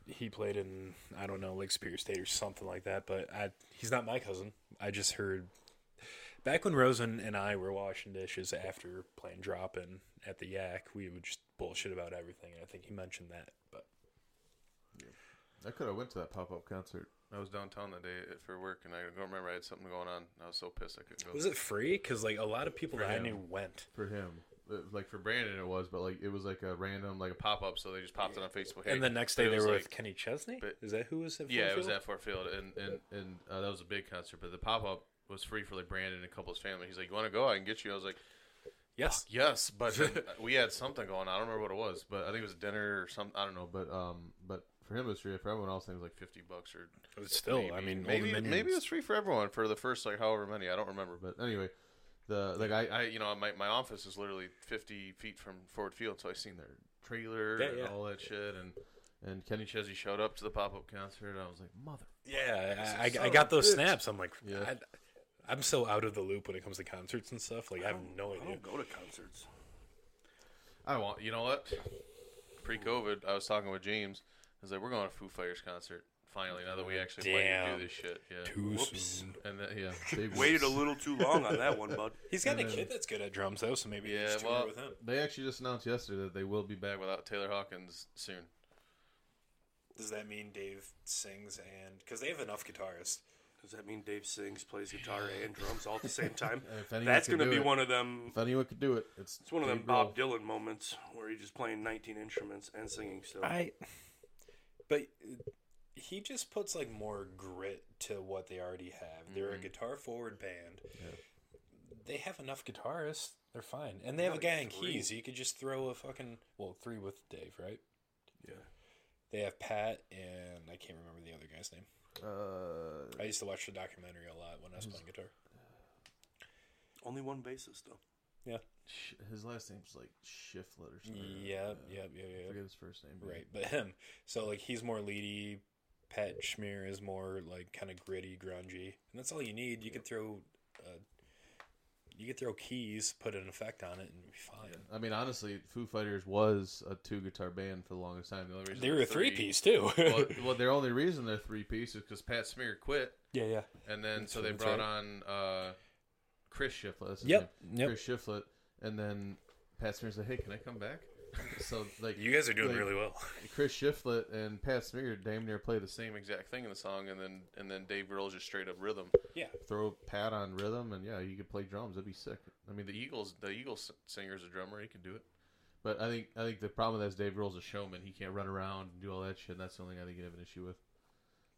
Speaker 3: he played in I don't know Lake Superior State or something like that. But I he's not my cousin. I just heard back when Rosen and I were washing dishes after playing drop in at the Yak, we would just bullshit about everything. And I think he mentioned that. But
Speaker 1: I could have went to that pop up concert.
Speaker 2: I was downtown that day for work, and I don't remember I had something going on. I was so pissed I couldn't go.
Speaker 3: was it free? Because like a lot of people that I
Speaker 1: him.
Speaker 3: knew went.
Speaker 1: for him. Uh, Like for Brandon, it was, but like it was like a random, like a pop.
Speaker 2: pop up, so they just popped it on Facebook. Hey,
Speaker 3: and the next
Speaker 2: but
Speaker 3: day
Speaker 2: it
Speaker 3: they
Speaker 2: was
Speaker 3: were
Speaker 2: like,
Speaker 3: with Kenny Chesney.
Speaker 2: but-
Speaker 3: Is that who was at?
Speaker 2: yeah, it was
Speaker 3: Fairfield?
Speaker 2: at Fort Field, and and and uh, that was a big concert. But the pop up was free for like Brandon and a couple of his family. He's like, "You want to go? I can get you." I was like,
Speaker 3: Yes.
Speaker 2: "Yes," but then we had something going. on. I don't remember what it was, but I think it was dinner or something. I don't know.
Speaker 1: No, but um, but for him it was free. For everyone else, it was like
Speaker 2: Fifty bucks or
Speaker 3: But Still, I mean,
Speaker 2: maybe
Speaker 3: Old
Speaker 2: maybe it was free for everyone for the first like however many. I don't remember, but
Speaker 1: But anyway, the like I,
Speaker 2: I you know my, my office is literally fifty feet from Ford Field, so I seen their trailer
Speaker 3: Yeah,
Speaker 2: and
Speaker 3: yeah.
Speaker 2: all that shit and. And Kenny Chesney showed up to the pop up concert, and I was like, "Mother,
Speaker 3: Yeah, I, I,
Speaker 2: son
Speaker 3: I
Speaker 2: of
Speaker 3: got
Speaker 2: a
Speaker 3: those
Speaker 2: bitch.
Speaker 3: snaps. I'm like,
Speaker 1: Yeah.
Speaker 3: I, I'm so out of the loop when it comes to concerts and stuff. Like, I have no
Speaker 2: Oh,
Speaker 4: I
Speaker 3: idea.
Speaker 4: don't go to concerts.
Speaker 2: I want." You know what? Pre-COVID, I was talking with James. I was like, "We're going to a Foo Fighters concert finally. Now that we actually plan to
Speaker 3: Damn.
Speaker 2: do this shit, yeah."
Speaker 3: Too
Speaker 4: Whoops.
Speaker 3: soon.
Speaker 2: And then, yeah,
Speaker 1: they,
Speaker 4: Waited a little too long on that one, bud.
Speaker 3: He's got a kid that's good at drums though, so maybe
Speaker 2: Yeah,
Speaker 3: he's touring
Speaker 2: well-
Speaker 3: with him.
Speaker 1: they actually just announced yesterday that they will be back.
Speaker 2: back without Taylor Hawkins soon.
Speaker 3: Does that mean Dave sings and because they have enough guitarists?
Speaker 4: Does that mean Dave sings, plays guitar, and drums all at the same time?
Speaker 1: If anyone
Speaker 4: That's
Speaker 1: can
Speaker 4: gonna
Speaker 1: do
Speaker 4: be
Speaker 1: it.
Speaker 4: one of them.
Speaker 1: If anyone could do it, it's
Speaker 4: It's one of them
Speaker 1: Dave
Speaker 4: Bob
Speaker 1: Grohl.
Speaker 4: Dylan moments where he's just playing 19 instruments and singing still.
Speaker 3: I, but he just puts like more grit to what they already have. They're a guitar forward band. They have enough guitarists. They're fine, and they have a guy in keys. You could just throw a fucking well three with Dave, right?
Speaker 4: yeah.
Speaker 3: They have Pat and I can't remember the other guy's name.
Speaker 1: Uh,
Speaker 3: I used to watch the documentary a lot when I was playing guitar.
Speaker 4: Only one bassist though.
Speaker 3: Yeah.
Speaker 1: Sh- his last name's like Shiflet
Speaker 3: uh,
Speaker 1: or something.
Speaker 3: Yep, yep, yep,
Speaker 1: I
Speaker 3: yep.
Speaker 1: forget his first name. but-
Speaker 3: Right, but him. So like he's more leady. Pat Schmier is more like kind of gritty, grungy, and that's all you need. You could throw, uh, you could throw keys, put an effect on it, and it'd be fine.
Speaker 1: I mean, honestly, Foo Fighters was a two guitar band for the longest time. The only reason
Speaker 3: They were a three piece too.
Speaker 2: well,
Speaker 1: well, their only reason they're three piece is
Speaker 2: because
Speaker 1: because
Speaker 2: Pat Smear quit,
Speaker 3: yeah, yeah.
Speaker 2: and then so they
Speaker 3: That's
Speaker 2: brought
Speaker 3: right.
Speaker 2: on uh,
Speaker 1: Chris Shiflett. That's his
Speaker 5: Yep,
Speaker 1: name.
Speaker 5: yep.
Speaker 1: Chris Shiflett. And then Pat Smear said, "Hey, can I come back?" so like
Speaker 3: You guys are doing
Speaker 1: like,
Speaker 3: really well.
Speaker 1: Chris Shiflett and Pat Smear damn near play the same.
Speaker 2: Same exact thing in the song, and then and then Dave Grohl's just straight up rhythm.
Speaker 5: Yeah.
Speaker 1: Throw Pat on rhythm, and yeah, you could play drums. That'd be sick.
Speaker 2: I mean, the Eagles, the Eagles singer's a drummer. He can do it.
Speaker 1: But I think I think the problem is Dave Grohl's a showman. He can't run around and do all that shit. And that's the only thing I think you have an issue with.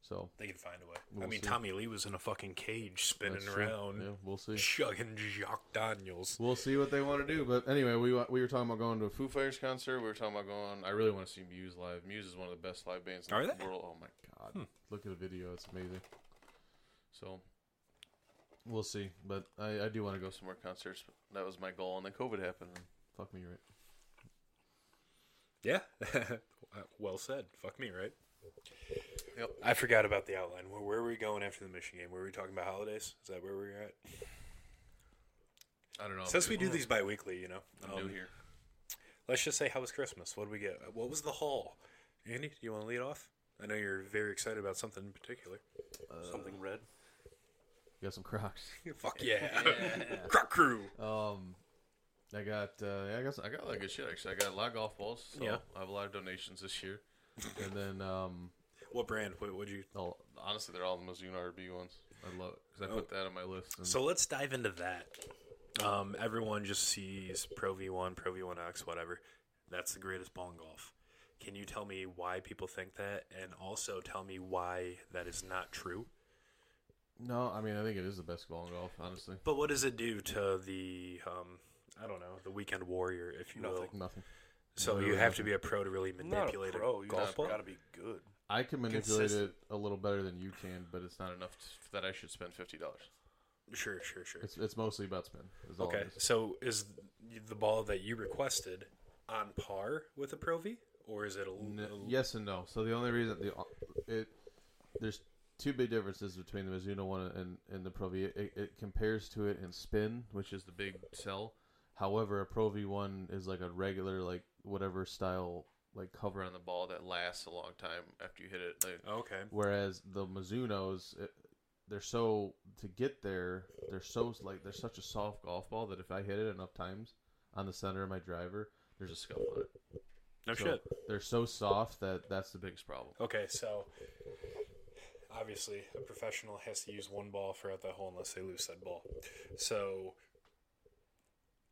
Speaker 1: So
Speaker 3: They can find a way. I
Speaker 1: We'll
Speaker 3: mean,
Speaker 1: see.
Speaker 3: Tommy Lee was in a fucking cage spinning
Speaker 1: that's true.
Speaker 3: around,
Speaker 1: Yeah, we'll see.
Speaker 3: chugging Jacques Daniels.
Speaker 1: We'll see what they want to do. But anyway, we wa- we were talking about going to a
Speaker 2: Foo
Speaker 1: food.
Speaker 2: Fighters concert. We were talking about going. I really want to see Muse live. Muse is one of the best live bands in
Speaker 3: Are
Speaker 2: the
Speaker 3: they?
Speaker 2: world. Oh my god!
Speaker 1: God, look at the video. It's amazing.
Speaker 2: So
Speaker 1: We'll see. But I, I do want
Speaker 2: I
Speaker 1: to
Speaker 2: go
Speaker 1: go.
Speaker 2: some more concerts. That was my goal, and then COVID happened.
Speaker 1: Fuck me, you're right?
Speaker 3: Yeah. well said. Fuck me, right?
Speaker 2: Yep.
Speaker 3: I forgot about the outline. Where, where were we going after the Michigan game? Were we talking about holidays? Is that where we were at?
Speaker 2: I don't know.
Speaker 3: Since we do these bi weekly, you know,
Speaker 2: I'm new
Speaker 3: um,
Speaker 2: here.
Speaker 3: let's just say, how was Christmas? What did we get? Uh, What was the haul? Andy, do you want to lead off? I know you're very excited about something in particular. Uh,
Speaker 4: Something red.
Speaker 1: You got some Crocs.
Speaker 3: Fuck yeah. Croc crew.
Speaker 1: Um, I got uh, yeah, I got some,
Speaker 2: I got a lot of good shit actually. I got a lot of golf balls. So
Speaker 3: Yeah.
Speaker 2: I have a lot of donations this year.
Speaker 1: and then um,
Speaker 3: What brand? What would you?
Speaker 1: oh,
Speaker 2: Honestly, they're all the Mizzou RB ones. I love it because I put that on my list. And
Speaker 3: Oh. So let's dive into that. Um, everyone just sees Pro V1, Pro V1X, whatever. That's the greatest ball in golf. Can you tell me why people think that, and also tell me why that is not true?
Speaker 1: no, I mean I think it is the best ball in golf, honestly.
Speaker 3: But what does it do to the, um, I don't know, the weekend warrior, if you will?
Speaker 1: Nothing.
Speaker 3: So you have to be a pro to really manipulate
Speaker 4: Not a pro. You
Speaker 3: golf
Speaker 4: just
Speaker 3: ball.
Speaker 4: gotta be good.
Speaker 1: I can manipulate
Speaker 3: Consistent.
Speaker 1: it a little better than you can, but it's not
Speaker 2: not
Speaker 1: enough.
Speaker 2: enough t- that I should spend fifty dollars.
Speaker 3: Sure, sure, sure.
Speaker 1: It's it's mostly about spin. Is all
Speaker 3: Okay,
Speaker 1: It is.
Speaker 3: so is the ball that you requested on par with a pro V, or is it a?
Speaker 1: N-
Speaker 3: little
Speaker 1: yes and no. So the only reason the it there's two big differences between the Mizuno one and and the Pro V. It, it compares to it in spin, which is the big sell. However, a Pro V one is like a regular like whatever style like cover
Speaker 2: Cover on the ball that lasts a long time after you hit it. Like,
Speaker 3: Okay.
Speaker 1: Whereas the Mizunos, it, they're so to get there, they're so like they're such a soft golf ball that if I hit it enough times on the center of my driver, there's a scuff on it.
Speaker 3: No
Speaker 1: So
Speaker 3: shit.
Speaker 1: They're so soft that that's the biggest problem.
Speaker 3: Okay, so obviously a professional has to use one ball throughout that hole unless they lose that ball. So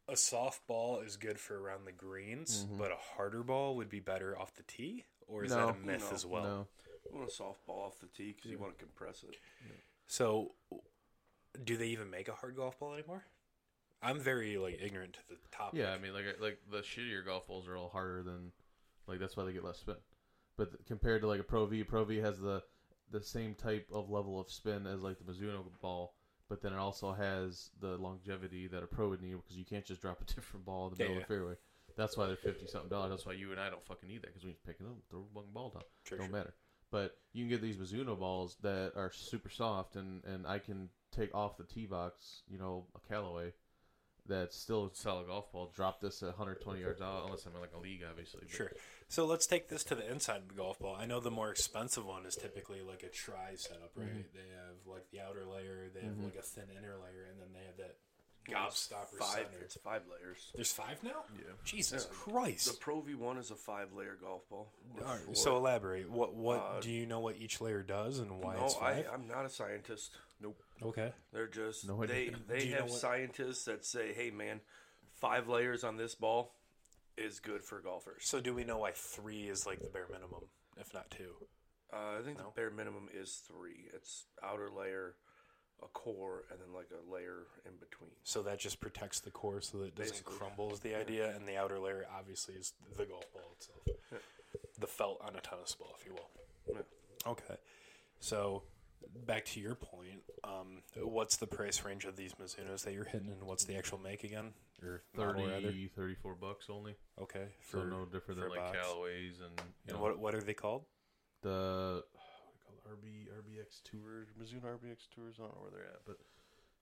Speaker 3: a soft ball is good for around the greens, but a harder ball would be better off the tee, or is that a
Speaker 1: No.
Speaker 3: myth
Speaker 4: No.
Speaker 3: as well?
Speaker 1: no,
Speaker 4: You want a softball off the tee because you want to compress it.
Speaker 3: So do they even make a hard golf ball anymore? I'm very like ignorant to the topic.
Speaker 1: Yeah,
Speaker 2: I mean, like like the shittier golf balls are all harder than
Speaker 1: like that's why they get less spin. But th- compared to like a Pro V, Pro V has the the same type of level of spin as like the Mizuno ball, but then it also has the longevity that a pro would need because you can't just drop a different ball in the
Speaker 3: Yeah,
Speaker 1: middle of the fairway. That's why they're fifty something dollars.
Speaker 2: That's why you and I don't fucking need that because we just pick it up, throw a fucking ball down.
Speaker 3: Sure,
Speaker 1: don't
Speaker 3: sure.
Speaker 1: matter. But you can get these Mizuno balls that are super soft, and and I can take off the tee box, you know, a Callaway that's still a solid golf ball. Drop this at 120 yards out, unless I'm in like a league, obviously. but-
Speaker 3: Sure. So let's take this to the inside of the golf ball. I know the more expensive one is typically like a tri setup, right?
Speaker 2: Mm-hmm.
Speaker 3: They have like the outer layer, they have like a thin inner layer, and then they have that gobstopper
Speaker 4: Five.
Speaker 3: center.
Speaker 4: It's five layers.
Speaker 3: There's five now.
Speaker 2: Yeah.
Speaker 3: Jesus
Speaker 4: The
Speaker 3: Christ.
Speaker 4: Pro V1 is a five layer golf ball. Or
Speaker 3: All right,
Speaker 4: four.
Speaker 3: so elaborate. What what
Speaker 4: Uh,
Speaker 3: do you know what each layer does and why
Speaker 4: no,
Speaker 3: it's
Speaker 4: I,
Speaker 3: five?
Speaker 4: I'm not a scientist. Nope.
Speaker 3: okay.
Speaker 4: They're just
Speaker 1: No
Speaker 4: they
Speaker 1: idea.
Speaker 4: they
Speaker 3: Do you know
Speaker 4: have
Speaker 3: what-
Speaker 4: scientists that say, "Hey, man, five layers on this ball is good for golfers."
Speaker 3: So do we know why three is like the bare minimum, if not two?
Speaker 4: Uh, I think the bare minimum is three. It's outer layer, a core, and then like a layer in between.
Speaker 3: So that just protects the core so that it doesn't
Speaker 4: Basically.
Speaker 3: crumble is the idea, and the outer layer obviously is the golf ball itself. The felt on a tennis ball, if you will.
Speaker 4: Yeah.
Speaker 3: Okay. So back to your point, um, what's the price range of these Mizunos that you're hitting, and what's the actual make again? Or model, rather?
Speaker 2: 30, 34 bucks only.
Speaker 3: Okay.
Speaker 2: so no different
Speaker 3: for
Speaker 2: than
Speaker 3: a
Speaker 2: like
Speaker 3: box.
Speaker 2: Callaway's and you
Speaker 3: And
Speaker 2: know,
Speaker 3: what what are they called?
Speaker 1: The
Speaker 2: what do you call it? RB RBX Tours, Mizuno RBX Tours. I don't know where they're at, but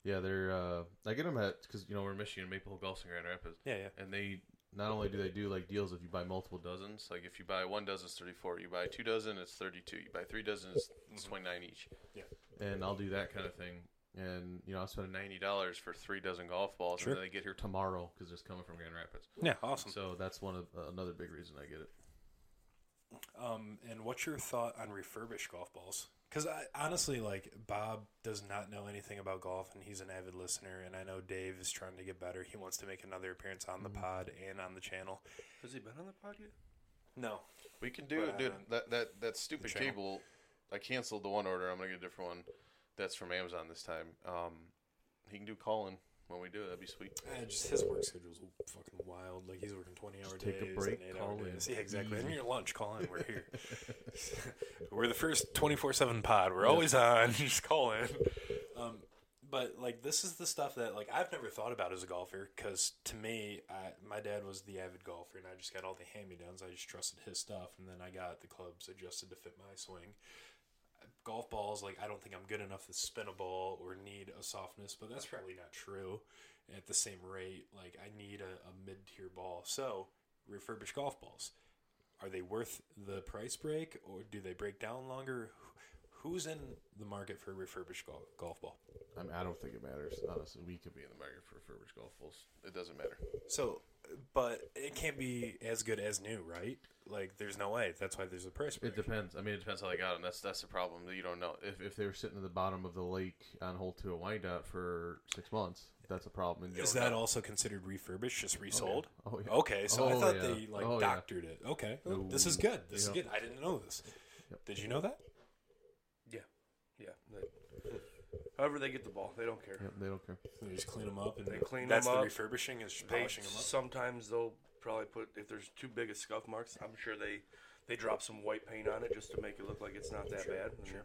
Speaker 1: yeah, they're uh, I get them at because
Speaker 2: because you know we're in Michigan, Maple Hill Golf in Grand Rapids,
Speaker 3: Yeah, yeah.
Speaker 2: and they
Speaker 1: not only do they do like deals if you buy multiple dozen,
Speaker 2: dozens. Like if you buy one dozen, it's thirty four. You buy two dozen, it's thirty two. You buy three dozen, it's, it's twenty nine each.
Speaker 1: and I'll do that kind of thing. and you know I spent
Speaker 2: Ninety dollars for three dozen golf balls,
Speaker 3: Sure.
Speaker 2: and then they get here tomorrow
Speaker 1: tomorrow because it's coming from Grand Rapids.
Speaker 3: Yeah,
Speaker 2: Hmm.
Speaker 3: awesome.
Speaker 1: So that's one of uh, another big reason I get it.
Speaker 3: Um, and what's your thought on refurbished golf balls? Because I honestly like Bob does not know anything about golf, and he's an avid listener. And I know Dave is trying to get better. He wants to make another appearance on the pod and on the channel.
Speaker 4: Has he been on the pod yet?
Speaker 3: No,
Speaker 2: We can do
Speaker 3: But,
Speaker 2: it, dude.
Speaker 3: uh,
Speaker 2: That that that stupid
Speaker 3: channel.
Speaker 2: cable. I canceled the one order. I'm gonna get a different one. That's from Amazon this time. Um, he can do calling when we do it. That'd be sweet.
Speaker 1: Uh,
Speaker 3: Yeah, just his work schedule's fucking wild. Like he's working twenty hour
Speaker 1: take a
Speaker 3: days,
Speaker 1: break,
Speaker 3: and eight hour
Speaker 1: call in.
Speaker 3: days. Yeah, exactly. And your lunch, call in. We're here. we're the first twenty four seven pod. We're always on. just call in. Um, but like this is the stuff that like I've never thought about as a golfer because to me, I, my dad was the avid golfer, and I just got all the hand me downs. I just trusted his stuff, and then I got the clubs adjusted to fit my swing golf balls like i don't think i'm good enough to spin a ball or need a softness but that's probably not true at the same rate like i need a, a mid-tier ball so refurbished golf balls are they worth the price break or do they break down longer Wh- who's in the market for a refurbished golf, golf ball
Speaker 1: I mean I don't think it matters honestly. We could be in
Speaker 2: The market for refurbished golf balls. It doesn't matter.
Speaker 3: so but it can't be as good as new right like there's no way that's why there's a price
Speaker 1: the. It
Speaker 3: break
Speaker 1: depends. I mean
Speaker 2: It depends how they got them. That's that's the problem that you don't know.
Speaker 1: if, if they were sitting at the bottom of the lake on hole two of Wyandotte for six months, that's a problem. And you
Speaker 3: is
Speaker 1: don't
Speaker 3: that
Speaker 1: know.
Speaker 3: also considered refurbished, just resold?
Speaker 1: Oh, yeah.
Speaker 3: Okay, so I
Speaker 1: Oh,
Speaker 3: thought
Speaker 1: yeah.
Speaker 3: they like
Speaker 1: Oh, yeah.
Speaker 3: doctored it. Okay, well, this is
Speaker 1: No.
Speaker 3: good. This
Speaker 1: Yep.
Speaker 3: is good. I didn't know this.
Speaker 1: Yep.
Speaker 3: Did you know that?
Speaker 4: Yeah. Yeah. they- however they get the ball, they don't care.
Speaker 1: Yep, they don't care.
Speaker 3: They just clean them up and
Speaker 4: They clean
Speaker 3: That's
Speaker 4: 'em
Speaker 3: the
Speaker 4: up.
Speaker 3: refurbishing is just
Speaker 4: They
Speaker 3: polishing them up.
Speaker 4: sometimes they'll probably put if there's too big of scuff marks. I'm sure they they drop some white paint on it just to make it look like it's not that bad. Sure.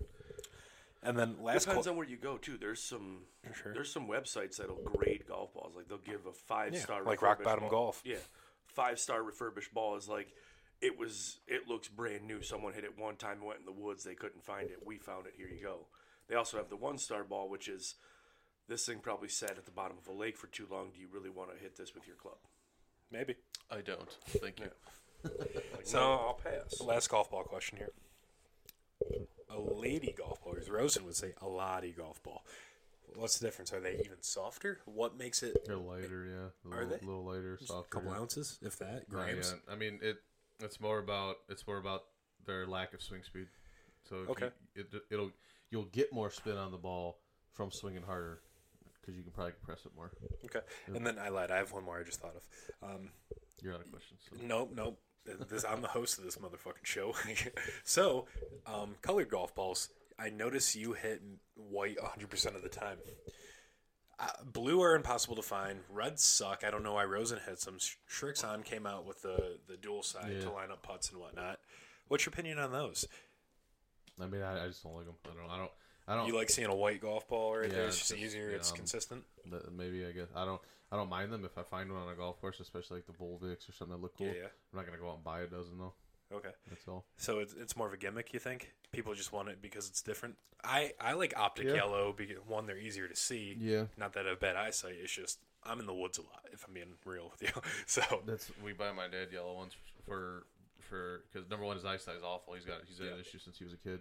Speaker 3: And then last
Speaker 4: Depends
Speaker 3: call,
Speaker 4: on where you go too. There's some
Speaker 3: Sure.
Speaker 4: there's some websites that'll grade golf balls. Like they'll give a five star
Speaker 3: like Rock Bottom Golf.
Speaker 4: Yeah, five star refurbished ball is like it was. It looks brand new. Someone hit it one time and went in the woods. They couldn't find it. We found it. Here you go. They also have the one star ball, which is this thing probably sat at the bottom of a lake for too long. Do you really want to hit this with your club?
Speaker 3: maybe.
Speaker 2: I don't. Thank you.
Speaker 4: Like, no, I'll pass.
Speaker 3: Last golf ball question here. A lady golf ball, as Rosen would say, a lottie golf ball. What's the difference? Are they even softer? What makes it
Speaker 1: They're lighter, yeah. A
Speaker 3: Are
Speaker 1: little,
Speaker 3: they?
Speaker 1: little lighter,
Speaker 3: a
Speaker 1: softer.
Speaker 3: couple ounces, if that?
Speaker 1: Not
Speaker 3: Grams.
Speaker 1: yet. I mean, it. It's more about it's more about their lack of swing speed. So if
Speaker 3: Okay.
Speaker 1: you, it, it'll you'll get more spin on the ball from swinging harder because you can probably compress it more.
Speaker 3: Okay. And then I lied. I have one more. I just thought of. Um,
Speaker 1: You're out of question. So.
Speaker 3: Nope, nope. This, I'm the host of this motherfucking show. so, um, colored golf balls. I notice you hit white 100% of the time. Uh, blue are impossible to find. Reds suck. I don't know why Rosen hits them. Sh- Shrixon came out with the, the dual side
Speaker 1: Yeah.
Speaker 3: to line up putts and whatnot. What's your opinion on those?
Speaker 1: I mean, I, I just don't like them. I don't. I don't. I don't.
Speaker 3: You like seeing a white golf ball right
Speaker 1: Yeah,
Speaker 3: there? It's
Speaker 1: it's
Speaker 3: just
Speaker 1: just-
Speaker 3: easier.
Speaker 1: yeah,
Speaker 3: it's
Speaker 1: um,
Speaker 3: consistent.
Speaker 1: th- maybe I guess I don't. I don't mind them if I find one on a golf course, especially like the Volvix or something that look cool.
Speaker 3: Yeah, yeah.
Speaker 1: I'm not gonna go out and buy a dozen though.
Speaker 3: Okay.
Speaker 1: That's all.
Speaker 3: So it's, it's more of a gimmick, you think? People just want it because it's different. I, I like optic
Speaker 1: Yeah.
Speaker 3: yellow because one, they're easier to see.
Speaker 1: Yeah,
Speaker 3: Not that I have bad eyesight. It's just I'm in the woods a lot. If I'm being real with you, so
Speaker 1: that's
Speaker 2: We buy my dad yellow ones for for because number one his eyesight is awful. He's got he's had
Speaker 1: Yeah.
Speaker 2: an
Speaker 1: issue since he was a kid.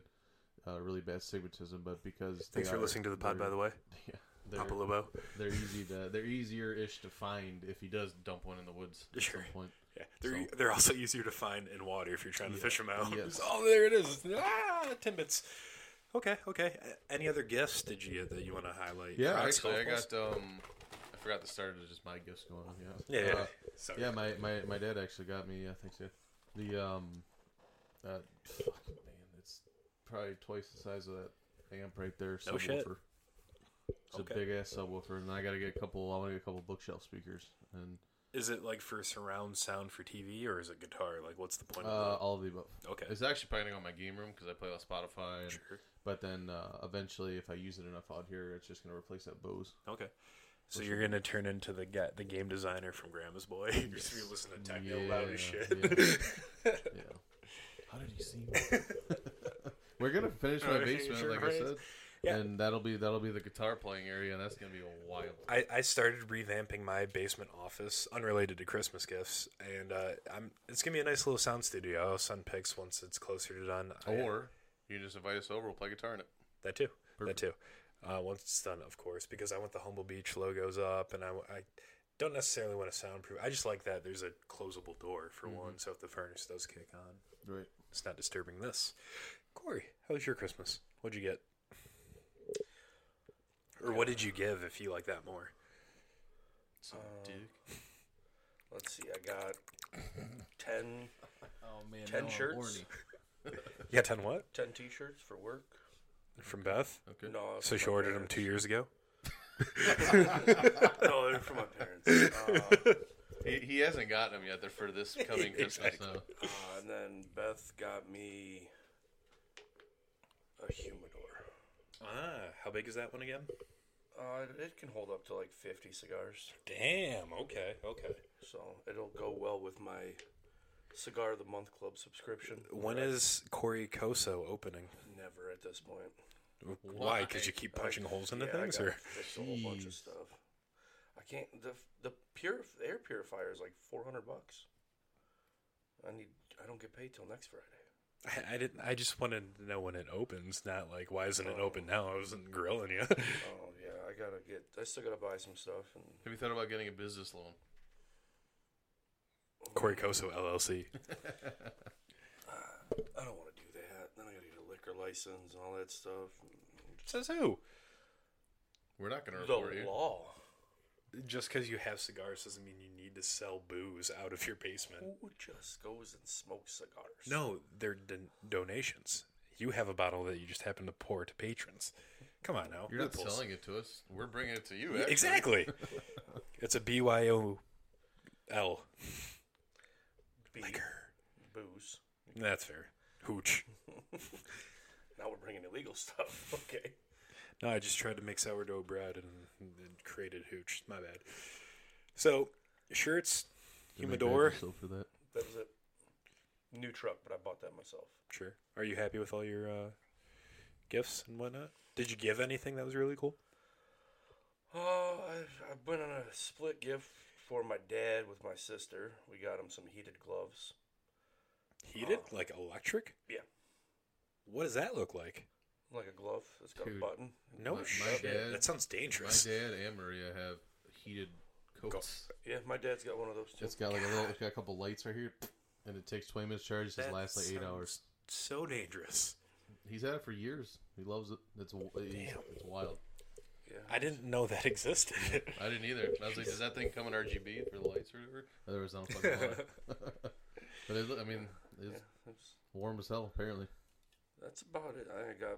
Speaker 1: Uh, really bad astigmatism, but because
Speaker 3: thanks
Speaker 1: they
Speaker 3: for
Speaker 1: are-
Speaker 3: listening to the pod, by
Speaker 1: they're-
Speaker 3: the way,
Speaker 1: Yeah,
Speaker 3: Papa
Speaker 1: they're,
Speaker 3: Lobo.
Speaker 1: they're easy to they're easier ish to find if he does dump one in the woods at
Speaker 3: Sure.
Speaker 1: some point.
Speaker 3: Yeah, they're they're also easier to find in water if you're trying to fish 'em fish them out.
Speaker 1: Yes.
Speaker 3: Oh, there it is. Ah, timbits. Okay, okay. Uh, Any other gifts did you get that you want to highlight?
Speaker 1: Yeah,
Speaker 3: Rocks,
Speaker 2: Actually, I
Speaker 3: golf balls?
Speaker 2: got um, I forgot the start of just my gifts going on. Yeah.
Speaker 3: Yeah, yeah.
Speaker 1: uh,
Speaker 3: Sorry.
Speaker 1: Yeah, my, my, my dad actually got me. Yeah, thanks, Dad. The um, uh, fucking man, it's probably twice the size of that amp right there.
Speaker 3: No shit.
Speaker 1: subwoofer. It's
Speaker 3: Okay.
Speaker 1: a big ass subwoofer, and I gotta get a couple. I want to get a couple bookshelf speakers, and
Speaker 3: Is it like for surround sound for TV or is it guitar? Like, what's the point?
Speaker 1: uh, all of the above.
Speaker 3: of that? Okay.
Speaker 2: It's actually probably gonna go in my game room because I play on Spotify. And,
Speaker 3: Sure.
Speaker 1: But then uh, eventually, if I use it enough out here, it's just gonna replace that Bose.
Speaker 3: Okay. So you're gonna turn into the ga- the game designer from Grandma's Boy. you're just gonna listen to techno loud as
Speaker 1: Yeah,
Speaker 3: shit.
Speaker 1: Yeah. How did you see me? We're gonna finish my
Speaker 3: Alright,
Speaker 1: basement,
Speaker 3: sure,
Speaker 1: like
Speaker 3: right.
Speaker 1: I said,
Speaker 3: Yeah.
Speaker 1: and that'll be that'll be the guitar playing area, and that's gonna be wild.
Speaker 3: I, I started revamping my basement office, unrelated to Christmas gifts, and uh, I'm it's gonna be a nice little sound studio. I'll send pics once it's closer to done. I-
Speaker 2: Or you can just invite us over. We'll play guitar in it.
Speaker 3: that too, that too. uh, once it's done, of course, because I want the Humble Beach logos up, and I, I don't necessarily want to soundproof. I just like that there's a closable door for one, so if the furnace does kick on,
Speaker 1: Right.
Speaker 3: it's not disturbing this. Corey, how was your Christmas? What'd you get? Or what did you give if you like that more?
Speaker 1: Oh.
Speaker 2: Duke.
Speaker 4: Let's see, I got 10,
Speaker 1: Oh man.
Speaker 4: 10 shirts.
Speaker 3: You got 10 what?
Speaker 4: 10 t shirts for work.
Speaker 3: From Beth?
Speaker 1: Okay.
Speaker 4: No,
Speaker 3: So she
Speaker 4: from my
Speaker 3: ordered them
Speaker 4: parents.
Speaker 3: two years ago?
Speaker 4: No, they're for my parents. Uh,
Speaker 2: He, he hasn't gotten them yet. They're for this coming Christmas.
Speaker 3: Exactly.
Speaker 2: now.
Speaker 4: uh, and then Beth got me a humidor.
Speaker 3: Ah, how big is that one again?
Speaker 4: Uh, it can hold up to like 50 cigars,
Speaker 3: Damn, okay, okay.
Speaker 4: so it'll go well with my Cigar of the Month Club subscription.
Speaker 3: When is Corey Koso opening?
Speaker 4: Never at this point.
Speaker 3: Why? Because you keep punching holes into
Speaker 4: Yeah,
Speaker 3: things?
Speaker 4: I got
Speaker 3: Or?
Speaker 4: just a whole bunch of stuff. I can't. The the pure air purifier is like four hundred bucks. I need. I don't get paid till next Friday.
Speaker 3: I, I didn't. I just wanted to know when it opens, not like why isn't it open now? I wasn't grilling you.
Speaker 4: Oh yeah, I gotta get. I still gotta buy some stuff. And
Speaker 2: Have you thought about getting a business loan?
Speaker 3: Corey Koso LLC.
Speaker 4: I don't want to do that. Then I gotta get a liquor license and all that stuff.
Speaker 3: Says who?
Speaker 2: We're not going to
Speaker 4: The
Speaker 2: report you.
Speaker 4: law.
Speaker 3: Just because you have cigars doesn't mean you need to sell booze out of your basement.
Speaker 4: Who just goes and smokes cigars?
Speaker 3: No, they're don- donations. You have a bottle that you just happen to pour to patrons. Come on now.
Speaker 2: You're not
Speaker 3: loopholes.
Speaker 2: selling it to us. We're bringing it to you. Actually.
Speaker 3: Exactly. it's a BYOL.
Speaker 4: Beer, booze.
Speaker 3: That's fair. Hooch.
Speaker 4: Now we're bringing illegal stuff. Okay.
Speaker 3: No, I just tried to make sourdough bread and, and created hooch. My bad. So, shirts, humidor.
Speaker 1: Still for that.
Speaker 4: That was it. New truck, but I bought that myself.
Speaker 3: Sure. Are you happy with all your uh, gifts and whatnot? Did you give anything that was really cool?
Speaker 4: Oh, I, I went on a split gift for my dad with my sister. We got him some heated gloves.
Speaker 3: Heated?
Speaker 1: Oh.
Speaker 3: like electric?
Speaker 4: Yeah,
Speaker 3: What does that look like?
Speaker 4: like a glove. It's got
Speaker 1: Dude.
Speaker 4: a button.
Speaker 3: No
Speaker 2: My- my
Speaker 3: shit.
Speaker 2: dad-
Speaker 3: that sounds
Speaker 1: My
Speaker 3: dangerous.
Speaker 1: dad and Maria have heated coats.
Speaker 4: Yeah, my dad's got one of those too.
Speaker 1: It's got like a little. It's got a couple lights right here, and it takes twenty minutes to charge. It just
Speaker 3: That
Speaker 1: lasts like eight
Speaker 3: sounds
Speaker 1: hours.
Speaker 3: So dangerous.
Speaker 1: He's had it for years. He loves it. It's it's, it's wild.
Speaker 4: yeah,
Speaker 3: I didn't know that existed.
Speaker 2: I didn't either. I was like, does that thing come in RGB for the lights or whatever?
Speaker 1: Otherwise, I don't fucking want it. But it, I mean, it's
Speaker 4: that's,
Speaker 1: warm as hell. Apparently,
Speaker 4: that's about it. I got,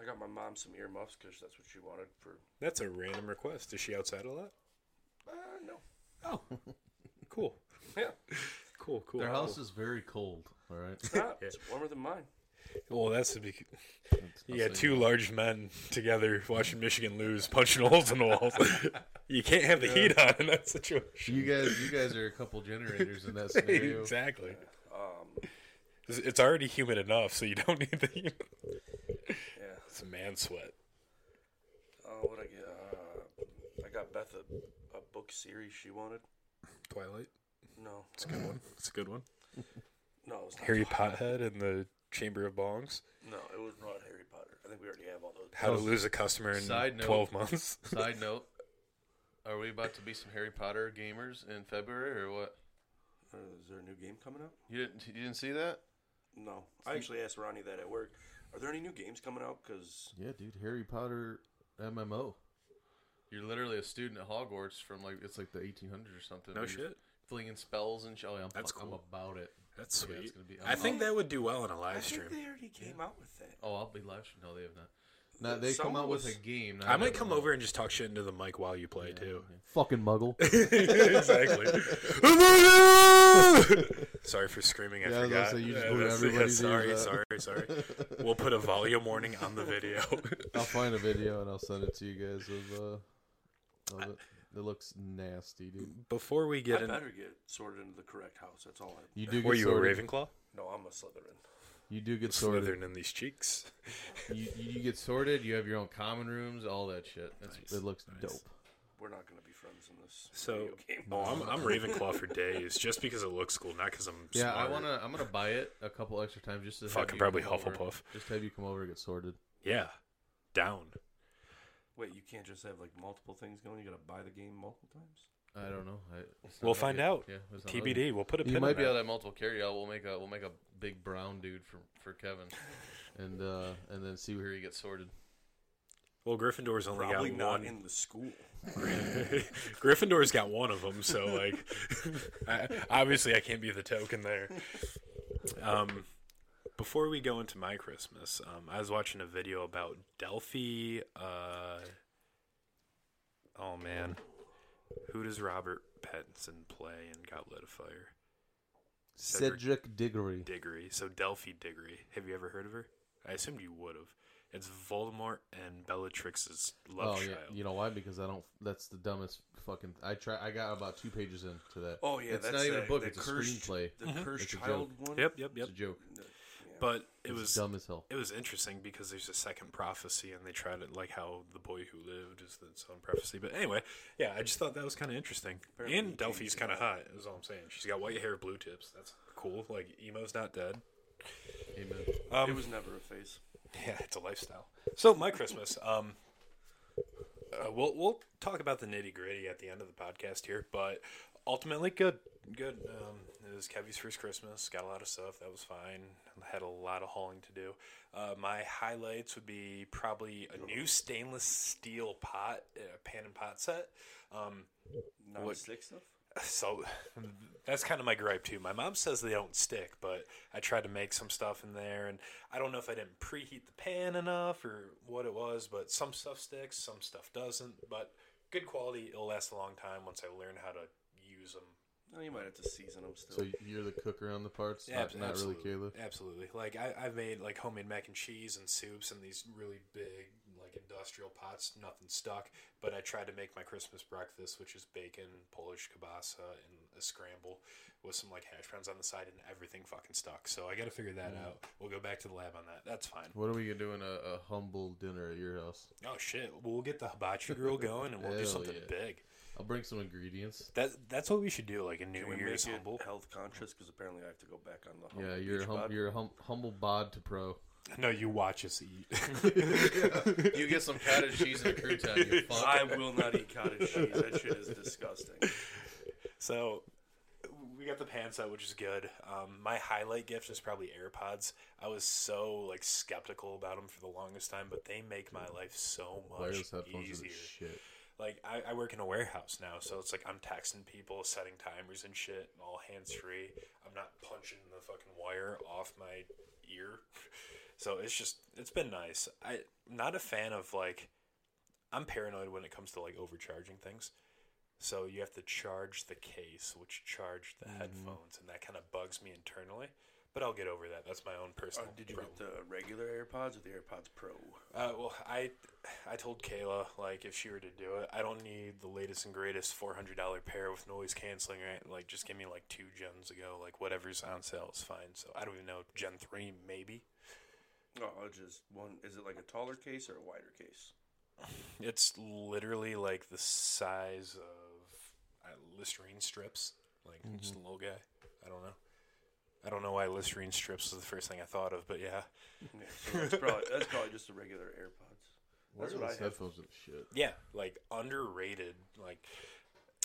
Speaker 4: I got my mom some earmuffs because that's what she wanted for.
Speaker 3: That's a random request. Is she outside a lot?
Speaker 4: Uh, no.
Speaker 3: Oh, cool,
Speaker 4: Yeah,
Speaker 3: cool, cool.
Speaker 1: their house is very cold. All right.
Speaker 4: it's not. It's warmer than mine.
Speaker 3: Oh. Well, that's to be.
Speaker 1: I'll
Speaker 3: You got
Speaker 1: say
Speaker 3: two large men together watching Michigan lose, punching holes in the walls. you can't have the heat on in that situation.
Speaker 1: You guys, you guys are a couple generators in that scenario.
Speaker 3: exactly.
Speaker 4: Um,
Speaker 3: It's- It's already humid enough, so you don't need the.
Speaker 4: yeah.
Speaker 3: It's a man sweat.
Speaker 4: Uh, what I get? Uh, I got Beth a, a book series she wanted.
Speaker 3: Twilight.
Speaker 4: No,
Speaker 3: It's a good one. It's a good one.
Speaker 4: no, it was not
Speaker 3: Harry Pothead and the Chamber of Bongs.
Speaker 4: No, it was not Harry Potter. I think we already have all those.
Speaker 3: How to lose a customer in
Speaker 2: Side note.
Speaker 3: twelve months.
Speaker 2: Side note. Are we about to be some Harry Potter gamers in February or what?
Speaker 4: Uh, is there a new game coming out?
Speaker 2: You didn't you didn't see that?
Speaker 4: No, I actually asked Ronnie that at work. Are there any new games coming out? Because
Speaker 1: Yeah, dude. Harry Potter MMO.
Speaker 2: You're literally a student at Hogwarts from like it's like the 1800s or something.
Speaker 3: No
Speaker 2: You're
Speaker 3: shit.
Speaker 2: Flinging spells and shit. Oh, yeah, I'm,
Speaker 3: That's
Speaker 2: fuck- I'm
Speaker 3: cool.
Speaker 2: about it.
Speaker 3: That's
Speaker 2: Yeah,
Speaker 3: sweet.
Speaker 2: it's gonna be-
Speaker 3: I think that would do well in a
Speaker 4: I
Speaker 3: live
Speaker 4: think
Speaker 3: stream.
Speaker 4: they already came out with that.
Speaker 2: Oh, I'll be live. No, they have not.
Speaker 1: Now they come
Speaker 4: Someone
Speaker 1: out with
Speaker 4: was-
Speaker 1: a game. not
Speaker 3: I
Speaker 1: an
Speaker 3: might come
Speaker 1: MMO.
Speaker 3: over and just talk shit into the mic while you play too.
Speaker 1: Fucking muggle.
Speaker 3: exactly. sorry for screaming. I
Speaker 1: Yeah, I was gonna
Speaker 3: forgot.
Speaker 1: say, you just
Speaker 3: Yeah,
Speaker 1: blew
Speaker 3: that's-
Speaker 1: everybody's
Speaker 3: sorry,
Speaker 1: ears
Speaker 3: sorry,
Speaker 1: out.
Speaker 3: sorry. We'll put a volume warning on the video.
Speaker 1: I'll find a video and I'll send it to you guys of uh of it. It looks nasty, dude.
Speaker 3: Before we
Speaker 4: I
Speaker 3: get in,
Speaker 4: better get sorted into the correct house. That's all. I...
Speaker 1: You do
Speaker 3: were
Speaker 1: get
Speaker 3: you a
Speaker 1: sorted.
Speaker 3: Ravenclaw?
Speaker 4: No, I'm a Slytherin.
Speaker 1: You do get sorted.
Speaker 3: Slithering in these cheeks.
Speaker 1: You, you you get
Speaker 2: Sorted. You have your own common rooms. All that shit. That's
Speaker 1: it looks dope.
Speaker 4: We're not going to be friends in this
Speaker 3: So,
Speaker 4: video game.
Speaker 3: no, Oh, I'm, I'm Ravenclaw for days, just because it looks cool, not because I'm.
Speaker 2: Yeah, I
Speaker 3: smart.
Speaker 2: wanna. I'm gonna buy it a couple extra times just to have
Speaker 3: Fucking
Speaker 2: you
Speaker 3: probably
Speaker 2: come over.
Speaker 3: Hufflepuff.
Speaker 1: Just have you come over and get sorted.
Speaker 3: Yeah, down.
Speaker 4: Wait, you can't just have like multiple things going. You got to buy the game multiple times.
Speaker 2: I don't know. I, it's not
Speaker 3: We'll
Speaker 2: done
Speaker 3: find
Speaker 2: yet.
Speaker 3: out.
Speaker 2: Yeah, it's not done yet.
Speaker 3: TBD. We'll put a pin
Speaker 2: You
Speaker 3: in
Speaker 2: might be
Speaker 3: that.
Speaker 2: able to have multiple carry out. We'll make a we'll make a big brown dude for for Kevin, and uh and then see where he gets sorted.
Speaker 3: Well, Gryffindor's only
Speaker 4: Probably
Speaker 3: got
Speaker 4: not
Speaker 3: one.
Speaker 4: in the school.
Speaker 3: Gryffindor's got one of them, so like, I, obviously I can't be the token there. Um, before we go into my Christmas, um, I was watching a video about Delphi. Uh, oh man, who does Robert Pattinson play in Goblet of Fire? Cedric
Speaker 1: Cedric Diggory.
Speaker 3: Diggory. So Delphi Diggory. Have you ever heard of her? I assumed you would have. It's Voldemort and Bellatrix's love
Speaker 1: Oh yeah,
Speaker 3: child.
Speaker 1: you know why? Because I don't. That's the dumbest fucking. I try. I got about two pages into that.
Speaker 4: Oh yeah,
Speaker 1: it's
Speaker 4: that's
Speaker 1: not even
Speaker 4: the-
Speaker 1: a book.
Speaker 4: the
Speaker 1: It's a
Speaker 4: cursed,
Speaker 1: screenplay.
Speaker 4: The cursed
Speaker 1: It's a joke.
Speaker 4: child one.
Speaker 3: Uh-huh. Yep, yep, yep.
Speaker 1: It's a joke.
Speaker 3: But it
Speaker 1: It's
Speaker 3: was
Speaker 1: dumb as hell.
Speaker 3: it was interesting because there's a second prophecy and they tried it like how the boy who lived is its own prophecy but anyway yeah i just thought that was kind of interesting
Speaker 4: Apparently
Speaker 3: and
Speaker 4: you
Speaker 3: delphi's
Speaker 4: changed
Speaker 3: kind of hot is all i'm saying she's got white hair blue tips that's cool like emo's not dead
Speaker 1: Amen.
Speaker 3: um,
Speaker 4: It was never a face.
Speaker 3: yeah it's a lifestyle so my christmas um uh, we'll, we'll talk about the nitty gritty at the end of the podcast here but ultimately good good um, it was kevy's first christmas got a lot of stuff that was fine had a lot of hauling to do uh, my highlights would be probably a new stainless steel pot uh, pan and pot set um,
Speaker 4: Non stick stuff.
Speaker 3: so that's kind of my gripe too. My mom says they don't stick, but I tried to make some stuff in there, and I don't know if I didn't preheat the pan enough or what it was, but some stuff sticks, some stuff doesn't. But good quality, it'll last a long time once I learn how to use them.
Speaker 4: No, you might have to season them
Speaker 1: So
Speaker 4: still.
Speaker 1: you're the cooker on the parts, not, not really Caleb.
Speaker 3: Absolutely. Like I, I've made like homemade mac and cheese and soups and these really big like industrial pots. Nothing stuck. But I tried to make my Christmas breakfast, which is bacon, Polish kielbasa, and a scramble with some like hash browns on the side, and everything fucking stuck. So I got to figure that out. We'll go back to the lab on that. That's fine.
Speaker 1: What are we gonna do in a, a humble dinner at your house?
Speaker 3: Oh shit! We'll get the hibachi grill going, and we'll do
Speaker 1: Hell
Speaker 3: something
Speaker 1: yeah.
Speaker 3: big.
Speaker 1: I'll bring some ingredients.
Speaker 3: That that's what we should do, like a New
Speaker 4: Can we make
Speaker 3: Year's
Speaker 4: it
Speaker 3: humble.
Speaker 4: health conscious? Because apparently I have to go back on the
Speaker 1: Yeah,
Speaker 4: humble
Speaker 1: you're a
Speaker 4: beach
Speaker 1: hum,
Speaker 4: bod.
Speaker 1: you're a hum, humble bod to pro.
Speaker 3: No, you watch us eat.
Speaker 2: You get some cottage cheese and a crouton. You fuck.
Speaker 4: I will not eat cottage cheese. That shit is disgusting. Uh,
Speaker 3: So we got the pan set, which is good. Um, my highlight gift is probably AirPods. I was so like skeptical about them for the longest time, but they make my life so much
Speaker 1: Wireless headphones
Speaker 3: easier.
Speaker 1: are the shit.
Speaker 3: Like I, I work in a warehouse now, so it's like I'm texting people, setting timers and shit, all hands free. I'm not punching the fucking wire off my ear. So it's just it's been nice. I I'm not a fan of like I'm paranoid when it comes to like overcharging things. So you have to charge the case, which charge the
Speaker 4: Mm-hmm.
Speaker 3: headphones, and that kind of bugs me internally. But I'll get over that. That's my own
Speaker 4: Uh,
Speaker 3: personal.
Speaker 4: did you
Speaker 3: problem.
Speaker 4: get the regular AirPods or the AirPods Pro?
Speaker 3: Uh, well, I I told Kayla like if she were to do it, I don't need the latest and greatest four hundred dollar pair with noise canceling. Right? Like, just give me like two gens ago. Like, whatever's on sale is fine. So I don't even know Gen three maybe.
Speaker 4: Oh, it's just one. Is it like a taller case or a wider case?
Speaker 3: It's literally like the size of uh, Listerine strips. Like just a little guy. I don't know. I don't know why Listerine strips was the first thing I thought of, but yeah,
Speaker 4: Yeah, so that's probably that's probably just the regular AirPods. That's what I
Speaker 1: Wireless
Speaker 4: have.
Speaker 1: headphones are the shit.
Speaker 3: yeah, like underrated. Like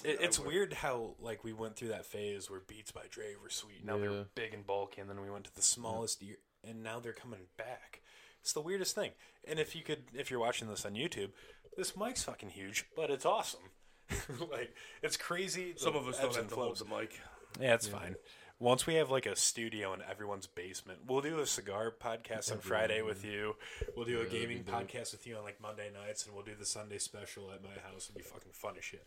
Speaker 3: it,
Speaker 4: I
Speaker 3: it's
Speaker 4: would-
Speaker 3: weird how like we went through that phase where Beats by Dre were sweet. Now
Speaker 1: Yeah.
Speaker 3: they're big and bulky, and then we went to the smallest, ear, and now they're coming back. It's the weirdest thing. And if you could, if you're watching this on YouTube, this mic's fucking huge, but it's awesome. like it's crazy.
Speaker 4: Some of us don't
Speaker 3: Ebbs
Speaker 4: have
Speaker 3: and
Speaker 4: to hold
Speaker 3: flows.
Speaker 4: the mic.
Speaker 3: Yeah, it's fine. Once we have like a studio in everyone's basement, we'll do a cigar podcast on Friday with you. We'll do a gaming podcast with you on like Monday nights, and we'll do the Sunday special at my house. It'll be fucking fun as shit.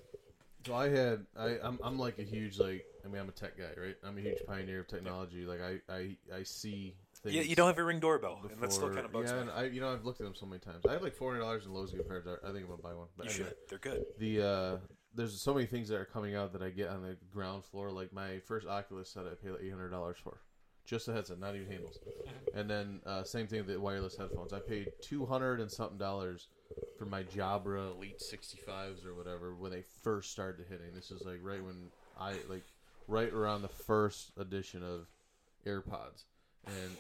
Speaker 1: So I had I I'm, I'm like a huge like I mean I'm a tech guy right I'm a huge pioneer of technology like I I, I see things
Speaker 3: Yeah, you don't have a ring doorbell,
Speaker 1: before
Speaker 3: and that still kind of bugs
Speaker 1: yeah
Speaker 3: me.
Speaker 1: and I you know I've looked at them so many times I have like four hundred dollars in Lowe's gift cards I I think I'm gonna buy one but
Speaker 3: You
Speaker 1: anyway
Speaker 3: should. They're good.
Speaker 1: the uh there's so many things that are coming out that I get on the ground floor like my first Oculus set I paid like eight hundred dollars for just a headset not even handles and then uh, same thing with the wireless headphones I paid two hundred and something dollars for my Jabra Elite 65s or whatever when they first started hitting. This is like right when I like right around the first edition of AirPods. And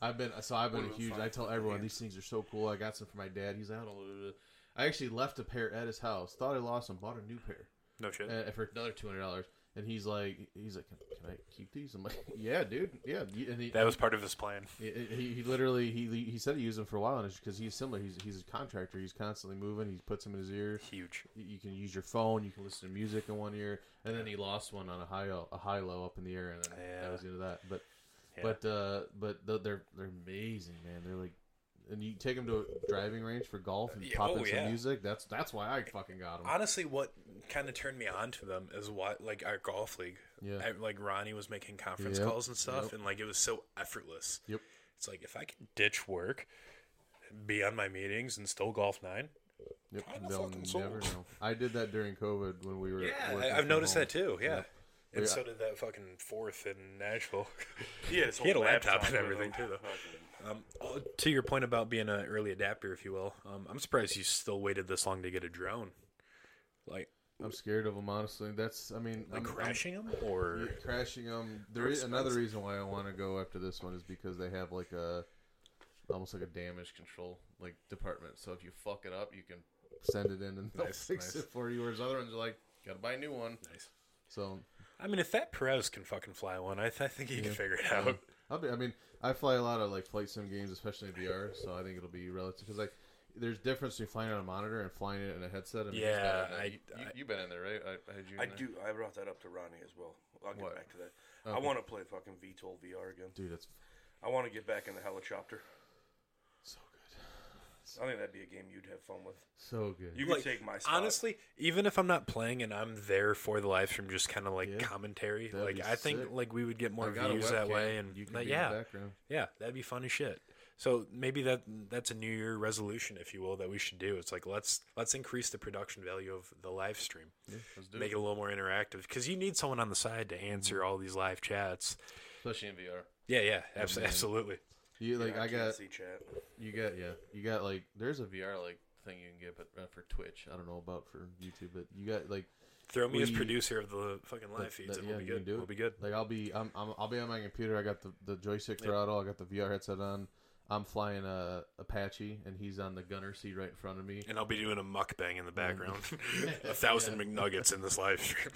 Speaker 1: I've been so I've been a huge I tell everyone these things are so cool. I got some for my dad. He's like, I don't know. I actually left a pair at his house. Thought I lost them. Bought a new pair
Speaker 3: No shit.
Speaker 1: uh, for another two hundred dollars. And he's like, he's like, can, can I keep these? I'm like, yeah, dude, yeah. you- And he,
Speaker 3: that was part of his plan.
Speaker 1: he, he, he literally he he said he used them for a while, and it's because he's similar. He's he's a contractor. He's constantly moving. He puts them in his ear.
Speaker 3: Huge.
Speaker 1: You- You can use your phone. You can listen to music in one ear, and then he lost one on a high a high low up in the air, and then
Speaker 3: Yeah.
Speaker 1: that was the end of that. But
Speaker 3: Yeah.
Speaker 1: but uh, but th- they're they're amazing, man. They're like, and you take them to a driving range for golf and
Speaker 3: Yeah,
Speaker 1: pop
Speaker 3: oh,
Speaker 1: in some
Speaker 3: yeah.
Speaker 1: music. That's that's why I fucking got them.
Speaker 3: Honestly, what kind of turned me on to them is what like our golf league.
Speaker 1: Yeah.
Speaker 3: I- like Ronnie was making conference
Speaker 1: Yep,
Speaker 3: calls and stuff,
Speaker 1: yep.
Speaker 3: and like it was so effortless.
Speaker 1: Yep.
Speaker 3: It's like if I could ditch work, be on my meetings, and still golf nine.
Speaker 1: Yep,
Speaker 3: Kinda
Speaker 1: they'll
Speaker 3: fucking
Speaker 1: never
Speaker 3: sold.
Speaker 1: know. I did that during COVID when we were.
Speaker 3: Yeah,
Speaker 1: working
Speaker 3: I, I've
Speaker 1: from
Speaker 3: noticed
Speaker 1: home.
Speaker 3: that too. Yeah. And
Speaker 1: Yeah.
Speaker 3: so did that fucking fourth in Nashville.
Speaker 4: He had, his
Speaker 3: He had
Speaker 4: whole
Speaker 3: a laptop and
Speaker 4: with
Speaker 3: everything,
Speaker 4: him.
Speaker 3: too, Um, oh, to your point about being an early adapter, if you will, um, I'm surprised you still waited this long to get a drone. Like,
Speaker 1: I'm scared of them, honestly. That's, I mean,
Speaker 3: like
Speaker 1: I'm,
Speaker 3: crashing them or
Speaker 1: I'm crashing them. There
Speaker 3: They're
Speaker 1: is another
Speaker 3: expensive.
Speaker 1: reason why I want to go after this one is because they have like a, almost like a damage control like department. So if you fuck it up, you can send it in and they'll
Speaker 3: Nice,
Speaker 1: fix
Speaker 3: nice.
Speaker 1: it for you. Whereas other ones are like, gotta buy a new one.
Speaker 3: nice.
Speaker 1: So
Speaker 3: I mean, if that Perez can fucking fly one, I, th- I think he can figure it out.
Speaker 1: I'll be, I mean, I fly a lot of like flight sim games, especially in VR. So I think it'll be relative because like. There's difference between flying on a monitor and flying it in a headset. I mean, there's
Speaker 3: Yeah,
Speaker 1: not-
Speaker 3: I,
Speaker 2: you, you, you've been in there, right? I, I, had you in
Speaker 4: I
Speaker 2: there.
Speaker 4: do. I brought that up to Ronnie as well. I'll get
Speaker 1: What?
Speaker 4: back to that. I want to play fucking VTOL VR again.
Speaker 1: dude, it's
Speaker 4: I want to get back in the helicopter.
Speaker 1: so good,
Speaker 4: I think that'd be a game you'd have fun with.
Speaker 1: so good.
Speaker 4: You
Speaker 3: like,
Speaker 4: could take my spot.
Speaker 3: honestly, even if I'm not playing and I'm there for the live stream, just kind of like
Speaker 1: Yeah.
Speaker 3: commentary,
Speaker 1: That'd
Speaker 3: like
Speaker 1: be
Speaker 3: I think
Speaker 1: sick.
Speaker 3: like we would get more
Speaker 1: I got a
Speaker 3: views that
Speaker 1: webcam,
Speaker 3: way, and
Speaker 1: you can
Speaker 3: like,
Speaker 1: be in the
Speaker 3: yeah,
Speaker 1: background.
Speaker 3: yeah, that'd be fun as shit. So maybe that that's a New Year resolution, if you will, that we should do. It's like let's let's increase the production value of the live stream,
Speaker 2: Let's do
Speaker 3: make
Speaker 2: it.
Speaker 3: it a little more interactive, because you need someone on the side to
Speaker 1: Mm-hmm.
Speaker 3: answer all these live chats.
Speaker 2: Especially in VR.
Speaker 3: Yeah, yeah, abso- absolutely.
Speaker 1: You like
Speaker 4: I,
Speaker 1: I
Speaker 4: can't
Speaker 1: got
Speaker 4: see chat.
Speaker 1: you got yeah you got like there's a VR
Speaker 2: VR like thing you can get, but uh, for Twitch.
Speaker 1: I don't know about for YouTube but you got like
Speaker 3: Throw me as
Speaker 1: We-
Speaker 3: producer of the fucking live feeds,
Speaker 1: that-
Speaker 3: and
Speaker 1: yeah,
Speaker 3: we'll be
Speaker 1: you can
Speaker 3: good.
Speaker 1: do it.
Speaker 3: We'll be good.
Speaker 1: like I'll be I'm, I'm I'll be on my computer I got the the joystick throttle I got the VR headset on I'm flying a Apache and he's on the gunner seat right in front of me
Speaker 3: And I'll be doing a mukbang in the background. a thousand McNuggets in this live stream.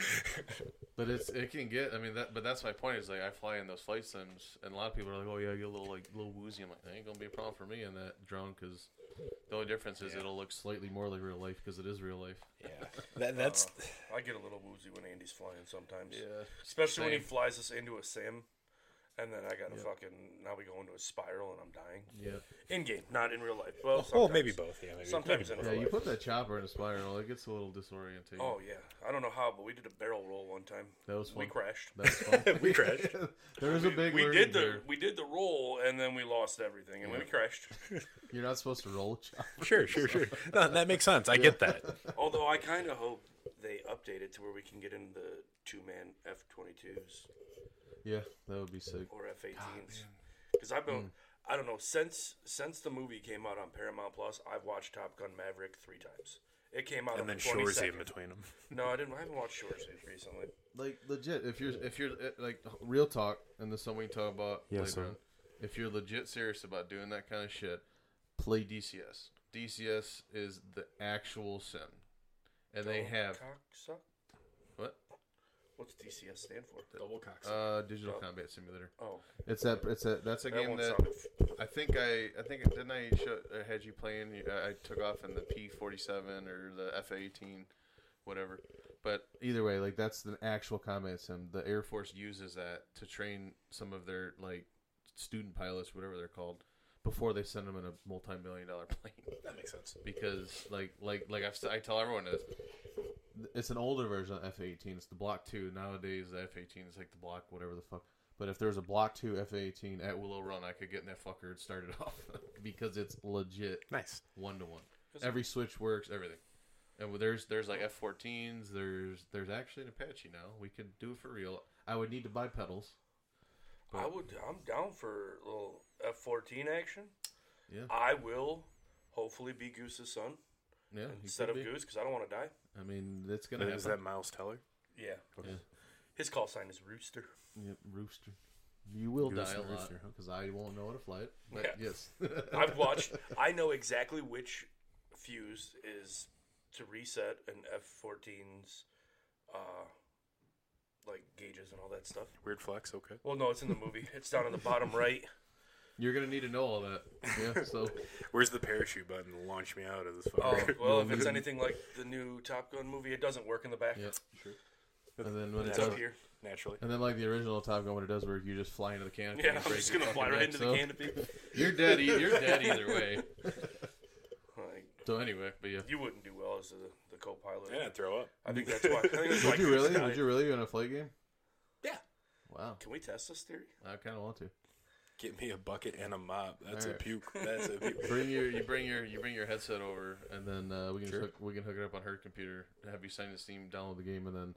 Speaker 2: But it's it can get. I mean, that. But that's my point. Is like I fly in those flight sims, and a lot of people are like, "Oh yeah, I get a little like little woozy." I'm like, that ain't gonna be a problem for me in that drone because the only difference is it'll look slightly more like real life because it is real life.
Speaker 3: yeah. That, that's
Speaker 4: I get a little woozy when Andy's flying sometimes.
Speaker 2: Yeah.
Speaker 4: Especially when he
Speaker 2: Same.
Speaker 4: flies us into a sim. And then I got to fucking. Now we go into a spiral and I'm dying.
Speaker 1: yeah
Speaker 4: In game, not in real life.
Speaker 1: Oh,
Speaker 4: Well,
Speaker 3: well,
Speaker 4: sometimes.
Speaker 3: maybe both. Yeah, maybe,
Speaker 4: Sometimes
Speaker 3: maybe
Speaker 4: in
Speaker 1: yeah
Speaker 4: real
Speaker 1: you
Speaker 4: life.
Speaker 1: put that chopper in a spiral it gets a little disorienting
Speaker 4: Oh, yeah. I don't know how, but we did a barrel roll one time.
Speaker 1: That was
Speaker 4: We
Speaker 1: fun.
Speaker 4: crashed.
Speaker 1: that's fun
Speaker 3: we crashed.
Speaker 1: there was a big
Speaker 4: we
Speaker 1: learning
Speaker 4: did the
Speaker 1: there.
Speaker 4: we did the roll and then we lost everything and we crashed.
Speaker 1: you're not supposed to roll a chopper
Speaker 3: Sure, sure, sure. No, that makes sense. I get that.
Speaker 4: Although I kind of hope they update it to where we can get in the two man F twenty twos
Speaker 1: yeah that would be sick
Speaker 4: or F eighteens because I've been
Speaker 1: Hmm.
Speaker 4: I don't know since since the movie came out on Paramount Plus I've watched Top Gun Maverick three times. It came out on
Speaker 3: And then
Speaker 4: the 22nd.
Speaker 3: Shorzy in between them.
Speaker 4: No, I didn't. I haven't watched Shorzy recently.
Speaker 1: like legit if you're if you're eh, like real talk and this is something we talk about
Speaker 3: Yeah,
Speaker 1: later
Speaker 3: so-
Speaker 1: on, if you're legit serious about doing that kind of shit play dcs dcs is the actual sim and they have
Speaker 4: Oh, Cocksuck?
Speaker 1: what
Speaker 4: What's DCS stand for?
Speaker 3: Double cocks.
Speaker 1: uh digital combat simulator
Speaker 4: Oh,
Speaker 1: it's that it's a that's a
Speaker 4: that
Speaker 1: game
Speaker 4: one
Speaker 1: that
Speaker 4: sounded
Speaker 2: I think I I think didn't I show, I had you playing? You- I I took off in the P47 or the F18, whatever. But
Speaker 1: either way like that's an actual combat sim the air
Speaker 2: Air Force uses that to train some of their like student pilots, whatever they're called, before they send them in a multi-million dollar plane.
Speaker 3: that makes sense.
Speaker 2: Because like like like I've, si tell everyone this,
Speaker 1: it's an older version of F-18. It's the Block 2. Nowadays, the F-18 is like the Block whatever the fuck. But if there was a Block 2 F-18 at Willow Run, I could get in that fucker and start it off because it's legit
Speaker 3: Nice.
Speaker 1: one to one. Every switch works, everything. And there's there's like F-14s. There's there's actually an Apache now. We could do it for real. I would need to buy pedals. Oh.
Speaker 4: I would. I'm down for a little F14 action.
Speaker 1: Yeah.
Speaker 4: I will hopefully be Goose's son
Speaker 1: Yeah, you
Speaker 4: instead
Speaker 1: could
Speaker 4: of
Speaker 1: be.
Speaker 4: Goose because I don't want to die.
Speaker 1: I mean, that's gonna
Speaker 3: Is that
Speaker 1: happen.
Speaker 3: Miles Teller?
Speaker 4: Yeah.
Speaker 1: Yeah.
Speaker 4: His call sign is Rooster.
Speaker 1: Yep, rooster. You will
Speaker 3: Goose
Speaker 1: die a
Speaker 3: and
Speaker 1: lot
Speaker 3: rooster, huh?
Speaker 1: because I won't know how to fly it. But
Speaker 4: Yeah.
Speaker 1: yes,
Speaker 4: I've watched. I know exactly which confused is to reset an F14's uh, like gauges and all that stuff.
Speaker 3: Weird flex, okay.
Speaker 4: Well, no, it's in the movie. It's down on the bottom right.
Speaker 1: You're gonna need to know all that. Yeah. So
Speaker 3: Where's the parachute button to launch me out of this
Speaker 4: Oh
Speaker 3: fucker?
Speaker 4: well, if it's anything like the new Top Gun movie, it doesn't work in the back.
Speaker 1: yeah.
Speaker 3: Sure.
Speaker 1: And then when
Speaker 4: It's
Speaker 1: it's
Speaker 4: up
Speaker 1: over,
Speaker 4: here.
Speaker 3: Naturally.
Speaker 1: and then like the original Top Gun, when it does work, you just fly into the canopy.
Speaker 4: Yeah,
Speaker 1: and
Speaker 4: I'm
Speaker 1: break
Speaker 4: just
Speaker 1: your
Speaker 4: gonna
Speaker 1: fucking
Speaker 4: fly right
Speaker 1: neck,
Speaker 4: into the
Speaker 1: so
Speaker 4: canopy.
Speaker 1: You're dead. e- You're dead either way.
Speaker 4: Like,
Speaker 1: So anyway, but yeah.
Speaker 4: you wouldn't do well as the, the co-pilot.
Speaker 3: Yeah, throw up.
Speaker 4: I think that's why. I think that's why
Speaker 1: Would you really?
Speaker 4: Scott-
Speaker 1: Would you really in a flight game?
Speaker 3: Yeah.
Speaker 1: Wow.
Speaker 4: Can we test this theory?
Speaker 1: I kind of want to.
Speaker 3: Get me a bucket and a mop. That's a
Speaker 1: Alright.
Speaker 3: puke. That's a puke.
Speaker 2: Bring your you bring your you bring your headset over, and then uh, we can hook, we can hook it up on her computer. Have you sign the Steam, download the game, and then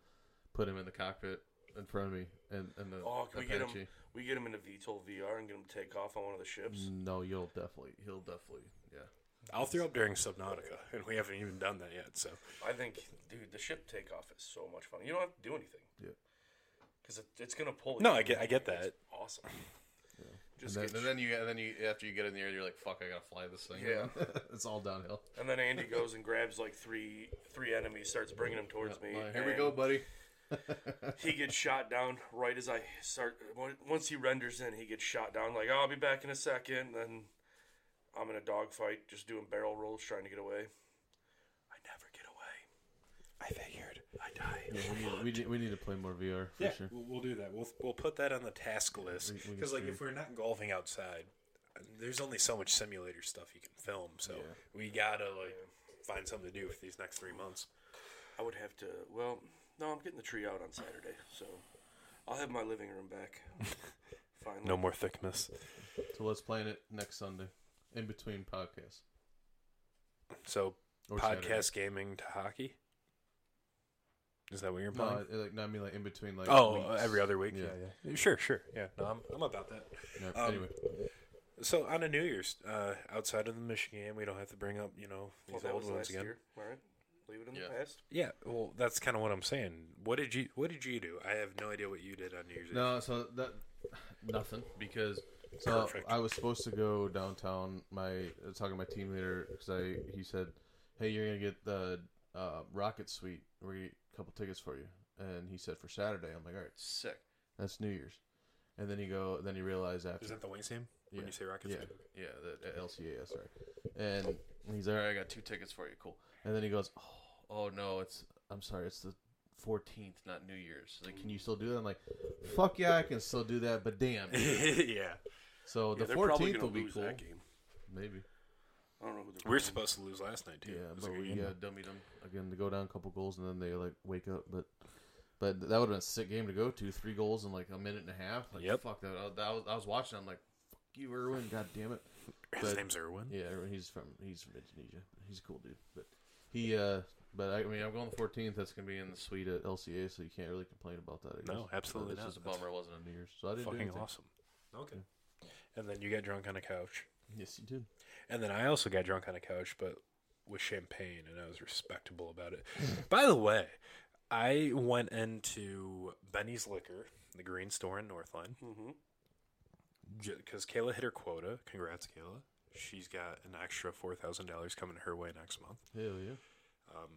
Speaker 2: put him in the cockpit in front of me and and the
Speaker 4: Oh, can we get him?
Speaker 2: Apache.
Speaker 4: We get him into VTOL VR and get him to take off on one of the ships.
Speaker 1: No, you'll definitely. He'll definitely. Yeah.
Speaker 3: I'll throw up during Subnautica, and we haven't even done that yet. So
Speaker 4: I think, dude, the ship takeoff is so much fun. You don't have to do anything.
Speaker 1: Yeah.
Speaker 4: Because it, it's gonna pull.
Speaker 3: no,
Speaker 4: you.
Speaker 3: I get, I get that.
Speaker 4: Awesome.
Speaker 2: And
Speaker 4: Just
Speaker 2: then,
Speaker 4: get,
Speaker 2: and then you and then you after you get in the air, you're like, fuck, I gotta fly this thing.
Speaker 4: yeah.
Speaker 1: it's all downhill.
Speaker 4: And then Andy goes and grabs like three three enemies, starts bringing them towards me.
Speaker 2: Like, Here we
Speaker 4: and
Speaker 2: go, buddy.
Speaker 4: He gets shot down right as I start. on- Once he renders in, he gets shot down. Like I'll be back in a second. Then I'm in a dogfight, just doing barrel rolls, trying to get away. I never get away.
Speaker 3: I figured.
Speaker 4: I die.
Speaker 1: Yeah, we, need, we, need, we need to play more VR for
Speaker 3: yeah,
Speaker 1: sure.
Speaker 3: we'll, we'll do that. We'll we'll put that on the task list
Speaker 1: We- we
Speaker 3: because like
Speaker 1: can-
Speaker 3: if we're not golfing outside, there's only so much simulator stuff you can film. So
Speaker 1: Yeah.
Speaker 3: we gotta like find something to do for these next three months.
Speaker 4: I would have to. Well, no, I'm getting the tree out on Saturday, so I'll have my living room back. Finally.
Speaker 3: more thickness.
Speaker 1: So let's plan it next Sunday, in between podcasts.
Speaker 3: So
Speaker 1: Or
Speaker 3: podcast gaming to hockey. Is that what you're
Speaker 1: Saturday.
Speaker 3: implying?
Speaker 1: No, I- like no, I mean like in between like.
Speaker 3: oh,
Speaker 1: weeks.
Speaker 3: every other week.
Speaker 1: Yeah.
Speaker 3: yeah. Sure, sure. Yeah, no, I'm, I'm about that.
Speaker 1: Yeah,
Speaker 3: Um,
Speaker 1: anyway,
Speaker 3: So on a New Year's, uh, outside of the Michigan game, we don't have to bring up you know
Speaker 4: Well,
Speaker 3: these
Speaker 4: that
Speaker 3: old
Speaker 4: was
Speaker 3: ones
Speaker 4: last
Speaker 3: again.
Speaker 4: year. All right. Leave it in
Speaker 2: Yeah.
Speaker 4: the past.
Speaker 3: Yeah, well, that's kind of what I'm saying. What did you What did you do? I have no idea what you did on New Year's. Eve.
Speaker 1: no, so that nothing
Speaker 2: Because
Speaker 1: So
Speaker 3: Perfect.
Speaker 1: I was supposed to go downtown. My I was talking to my team leader because I he said, "Hey, you're gonna get the uh, Rocket Suite. We're gonna get a couple tickets for you." And he said for Saturday. I'm like, "All right,
Speaker 2: sick.
Speaker 1: that's New Year's." And then you go. Then you realize after
Speaker 3: Is that the Wayne team? When
Speaker 1: Yeah.
Speaker 3: you say Rockets?
Speaker 1: Yeah.
Speaker 2: Yeah, the,
Speaker 1: uh, LCA, sorry. And he's
Speaker 2: all
Speaker 1: like,
Speaker 2: right. I got two tickets for you. Cool.
Speaker 1: and then he goes,
Speaker 2: Oh no, it's
Speaker 1: "I'm sorry, it's the."
Speaker 2: 14th, not New Year's. Like,
Speaker 1: Can you still do that? I'm like, fuck yeah, I can still do that, but damn.
Speaker 3: yeah.
Speaker 1: So
Speaker 4: Yeah,
Speaker 1: the
Speaker 4: they're probably
Speaker 1: 14th
Speaker 4: gonna
Speaker 1: will be
Speaker 4: lose
Speaker 1: cool.
Speaker 4: that game.
Speaker 1: Maybe.
Speaker 4: I don't know who they're
Speaker 3: We were
Speaker 4: playing.
Speaker 3: supposed to lose last night too.
Speaker 1: Yeah,
Speaker 3: It was
Speaker 1: but
Speaker 3: like,
Speaker 1: we
Speaker 3: you know,
Speaker 1: uh,
Speaker 2: dummy dum.
Speaker 1: again to go down a couple goals and then they like wake up but but that would have been a sick game to go to three goals in like a minute and a half like
Speaker 3: Yep.
Speaker 1: fuck that I, was- I was, I was watching I'm like fuck you Irwin god damn it
Speaker 3: his
Speaker 1: but-
Speaker 3: name's Irwin.
Speaker 1: yeah Irwin, he's from he's from Indonesia he's a cool dude but he uh but I, I mean I'm going the 14th that's gonna be in the suite at LCA so you can't really complain about that I guess.
Speaker 3: No, absolutely
Speaker 1: But
Speaker 3: not.
Speaker 1: it's
Speaker 2: It's a bummer. It wasn't
Speaker 1: just New Year's so I didn't do
Speaker 3: Fucking
Speaker 1: anything.
Speaker 3: awesome. Okay. And then you got drunk on a couch,
Speaker 1: yes you did
Speaker 3: and then I also got drunk on a couch, but with champagne, and I was respectable about it. By the way, I went into Benny's Liquor, the green store in Northline.
Speaker 4: Mhm.
Speaker 3: because Kayla hit her quota. Congrats, Kayla. She's got an extra four thousand dollars coming her way next month,
Speaker 1: hell yeah
Speaker 3: Um,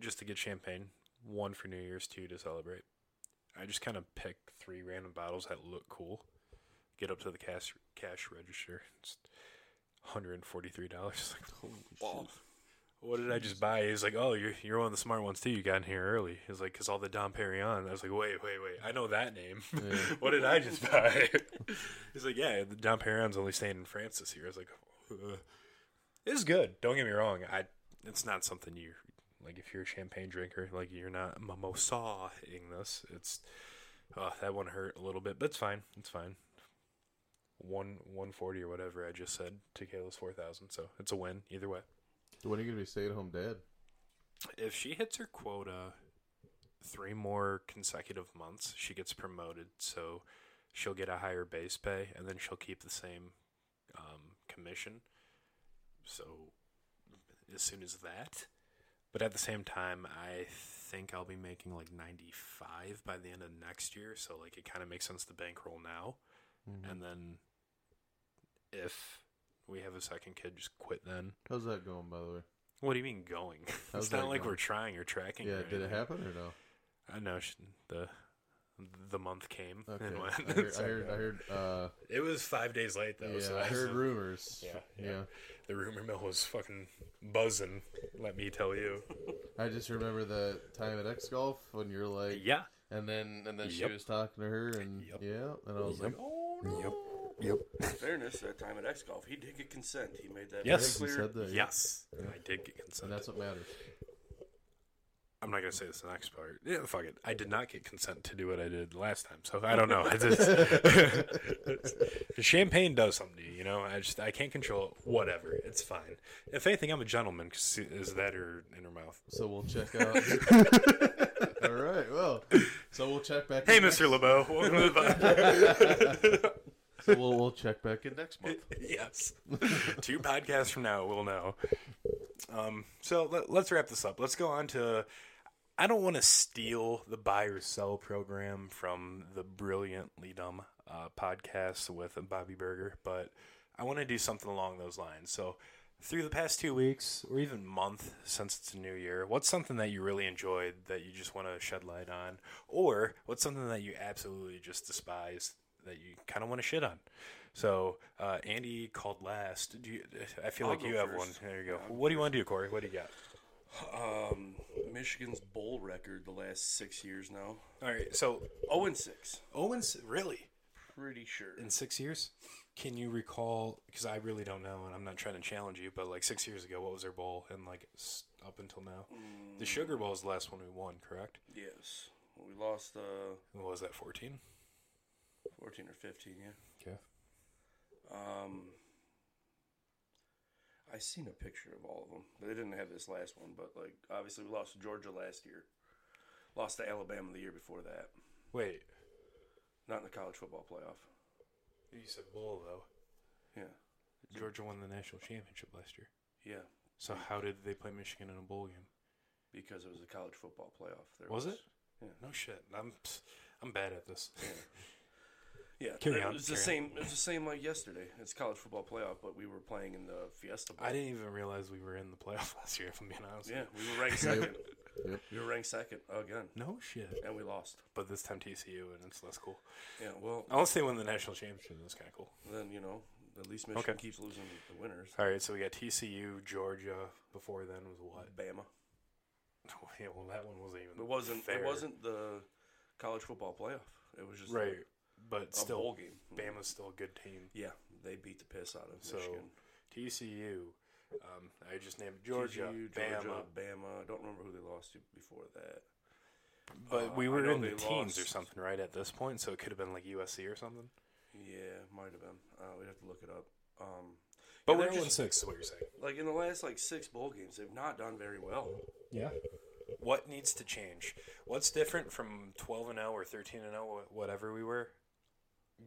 Speaker 3: just to get champagne. One for New Year's, two to celebrate. I just kind of pick three random bottles that look cool. Get up to the cash cash register. It's hundred and forty three dollars. Like,
Speaker 4: Wow.
Speaker 3: what did I just buy? He's like, oh, you're you're one of the smart ones too. You got in here early. He's like, cause all the Dom Perignon. I was like, wait, wait, wait. I know that name. what did I just buy? He's like, yeah, the Dom Perignon's only staying in France this year. I was like, Ugh. it's good. Don't get me wrong. I it's not something you like. If you're a champagne drinker, like you're not mimosa-ing this. It's oh, that one hurt a little bit, but it's fine. It's fine. One one forty or whatever I just said to Kayla's four thousand, so it's a win either way
Speaker 1: so when are you gonna be stay at home dad
Speaker 3: if she hits her quota three more consecutive months, she gets promoted. So she'll get a higher base pay and then she'll keep the same um, commission. So as soon as that. But at the same time, I think I'll be making like 95 by the end of next year. So Mm-hmm. like it kind of makes sense to bankroll now. And then if we have a second kid, just quit then.
Speaker 1: How's that going, by the way?
Speaker 3: What do you mean going?
Speaker 1: How's
Speaker 3: it's not
Speaker 1: that
Speaker 3: like
Speaker 1: going?
Speaker 3: we're trying or tracking.
Speaker 1: Yeah,
Speaker 3: or
Speaker 1: did it
Speaker 3: anything.
Speaker 1: happen or no?
Speaker 3: I know sh- the the month came
Speaker 1: Okay.
Speaker 3: and
Speaker 1: I
Speaker 3: went.
Speaker 1: heard, I
Speaker 3: so-
Speaker 1: heard, I heard, uh,
Speaker 3: It was five days late though.
Speaker 1: yeah,
Speaker 3: so
Speaker 1: I
Speaker 3: that's-
Speaker 1: heard rumors.
Speaker 3: Yeah,
Speaker 1: yeah,
Speaker 3: yeah. the rumor mill was fucking buzzing. Let me tell you.
Speaker 1: I just remember the time at X Golf when you're like,
Speaker 3: Yeah.
Speaker 1: and then and then she
Speaker 3: Yep.
Speaker 1: was talking to her, and
Speaker 3: Yep.
Speaker 1: yeah, and I was like,
Speaker 3: Yep.
Speaker 1: oh no,
Speaker 3: Yep. Yep.
Speaker 4: In fairness, that time at X Golf, he did get consent. He made that
Speaker 3: Yes.
Speaker 1: She
Speaker 4: very clear.
Speaker 1: said that.
Speaker 3: Yes. I did get
Speaker 1: and
Speaker 3: consent.
Speaker 1: that's what matters.
Speaker 3: I'm not gonna say this next part. Yeah, fuck it. I did not get consent to do what I did last time, so I don't know. I just champagne does something to you, you know. I just I can't control it. Whatever, it's fine. If anything, I'm a gentleman. 'cause is that her in her mouth?
Speaker 1: So we'll check out. All right, well, so we'll check back.
Speaker 3: Hey,
Speaker 1: in
Speaker 3: Mr. LeBeau. Welcome to the
Speaker 1: Next, so we'll we'll check back in.
Speaker 2: Get next month.
Speaker 3: yes. Two podcasts from now, we'll know. Um, so let, let's wrap this up. Let's go on to. I don't want to steal the buy or sell program from the brilliantly dumb uh, podcast with Bobby Berger, but I want to do something along those lines. So through the past two weeks or even month since it's a new year, what's something that you really enjoyed that you just want to shed light on, or what's something that you absolutely just despise that you kind of want to shit on? So uh, Andy called last. Do you, I feel
Speaker 4: I'll
Speaker 3: like
Speaker 4: go
Speaker 3: you have
Speaker 4: first.
Speaker 3: one. There you go. What do you want to do, Corey? What do you got?
Speaker 4: Um, Michigan's bowl record the last six years now.
Speaker 3: All right. So
Speaker 4: Oh and six.
Speaker 3: Owens really
Speaker 4: Pretty sure.
Speaker 3: in six years? Can you recall? Because I really don't know, and I'm not trying to challenge you, but like six years ago, what was their bowl? And like s- up until now, the Sugar Bowl is the last one we won, correct?
Speaker 4: Yes. We lost uh,
Speaker 3: And What was that? 14.
Speaker 4: 14 or 15, yeah.
Speaker 3: Okay.
Speaker 4: Um, I seen a picture of all of them. They didn't have this last one, but like obviously we lost to Georgia last year. Lost to Alabama the year before that.
Speaker 3: Wait,
Speaker 4: Not in the college football playoff.
Speaker 3: you said bowl though.
Speaker 4: Yeah.
Speaker 3: Georgia won the national championship last year.
Speaker 4: Yeah.
Speaker 3: So how did they play Michigan in a bowl game?
Speaker 4: Because it was a college football playoff. There
Speaker 3: Was it?
Speaker 4: Yeah.
Speaker 3: No shit. I'm I'm bad at this.
Speaker 4: Yeah,
Speaker 3: Carry
Speaker 4: it
Speaker 3: on,
Speaker 4: was the
Speaker 3: carry on.
Speaker 4: same. It was the same like yesterday. It's college football playoff, but we were playing in the Fiesta Bowl.
Speaker 3: I didn't even realize we were in the playoff last year. If I'm being honest.
Speaker 4: Yeah, we were ranked second.
Speaker 1: Yep.
Speaker 4: We were ranked second again,
Speaker 3: No shit.
Speaker 4: and we lost.
Speaker 3: But this time TCU and it's less cool.
Speaker 4: Yeah, well,
Speaker 3: Unless they win the national championship, that's kind of cool.
Speaker 4: then you know, at least Michigan
Speaker 3: Okay.
Speaker 4: keeps losing the winners.
Speaker 3: All right, so we got TCU, Georgia. Before then was what?
Speaker 4: Bama.
Speaker 3: Yeah, well, that one wasn't even.
Speaker 4: It wasn't.
Speaker 3: fair.
Speaker 4: It wasn't the college football playoff. It was just
Speaker 3: right, but
Speaker 4: a bowl
Speaker 3: still,
Speaker 4: game.
Speaker 3: Bama's still a good team.
Speaker 4: Yeah, they beat the piss out of
Speaker 3: So
Speaker 4: Michigan.
Speaker 3: TCU, um, I just named Georgia,
Speaker 4: TCU,
Speaker 3: Bama,
Speaker 4: Georgia, Bama. I don't remember who they lost to before that.
Speaker 3: but
Speaker 4: Uh,
Speaker 3: we
Speaker 4: I
Speaker 3: were
Speaker 4: know
Speaker 3: in the
Speaker 4: they
Speaker 3: teens
Speaker 4: lost.
Speaker 3: or something, right? At this point, so it could have been like USC or something.
Speaker 4: Yeah, might have been. Uh, we'd have to look it up. Um,
Speaker 3: But
Speaker 4: Yeah,
Speaker 3: we're
Speaker 4: they're
Speaker 3: one
Speaker 4: just-
Speaker 3: six. Is what you're saying?
Speaker 4: like in the last like six bowl games, they've not done very well.
Speaker 3: Yeah. What needs to change? What's different from 12 and 0 or 13 and 0 wh- whatever we were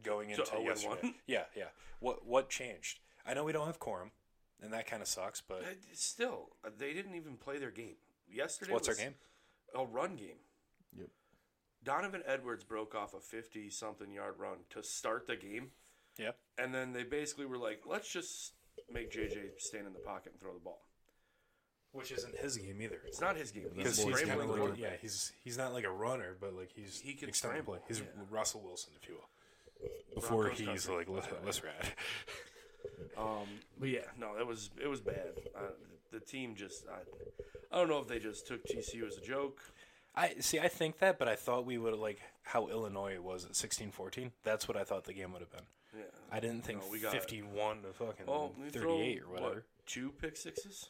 Speaker 3: going
Speaker 4: To
Speaker 3: into
Speaker 4: 0 and
Speaker 3: yesterday?
Speaker 4: 1?
Speaker 3: Yeah, yeah. What what changed? I know we don't have quorum and that kind of sucks, but
Speaker 4: Uh, Still, uh, they didn't even play their game yesterday.
Speaker 3: what's our
Speaker 4: was
Speaker 3: game?
Speaker 4: A run game.
Speaker 1: Yep.
Speaker 4: Donovan Edwards broke off a fifty-something yard run to start the game,
Speaker 3: Yeah.
Speaker 4: and then they basically were like, "Let's just make JJ stand in the pocket and throw the ball."
Speaker 3: Which isn't his game either.
Speaker 4: It's not his game.
Speaker 1: That's
Speaker 3: Because
Speaker 4: He's
Speaker 3: he's
Speaker 1: Boyd's
Speaker 3: kind
Speaker 4: scrambling.
Speaker 1: game.
Speaker 3: of
Speaker 4: the
Speaker 3: like,
Speaker 4: ball.
Speaker 3: yeah, he's he's not like a runner, but like he's
Speaker 4: He can
Speaker 3: extended
Speaker 4: scramble,
Speaker 3: play. He's
Speaker 4: yeah.
Speaker 3: Russell Wilson, if you will. Before
Speaker 4: Broncos
Speaker 3: he's
Speaker 4: country.
Speaker 3: like, let's, let's ride.
Speaker 4: Um, but yeah, no, that was it was bad. Uh, the team just, I, I don't know if they just took TCU as a joke.
Speaker 3: I see. I think that, but I thought we would have like how Illinois was at sixteen fourteen. That's what I thought the game would have been.
Speaker 4: Yeah.
Speaker 3: I didn't think
Speaker 4: No, we got-
Speaker 3: 51 to fucking
Speaker 4: Well, they throw,
Speaker 3: 38 or whatever.
Speaker 4: What, two pick sixes.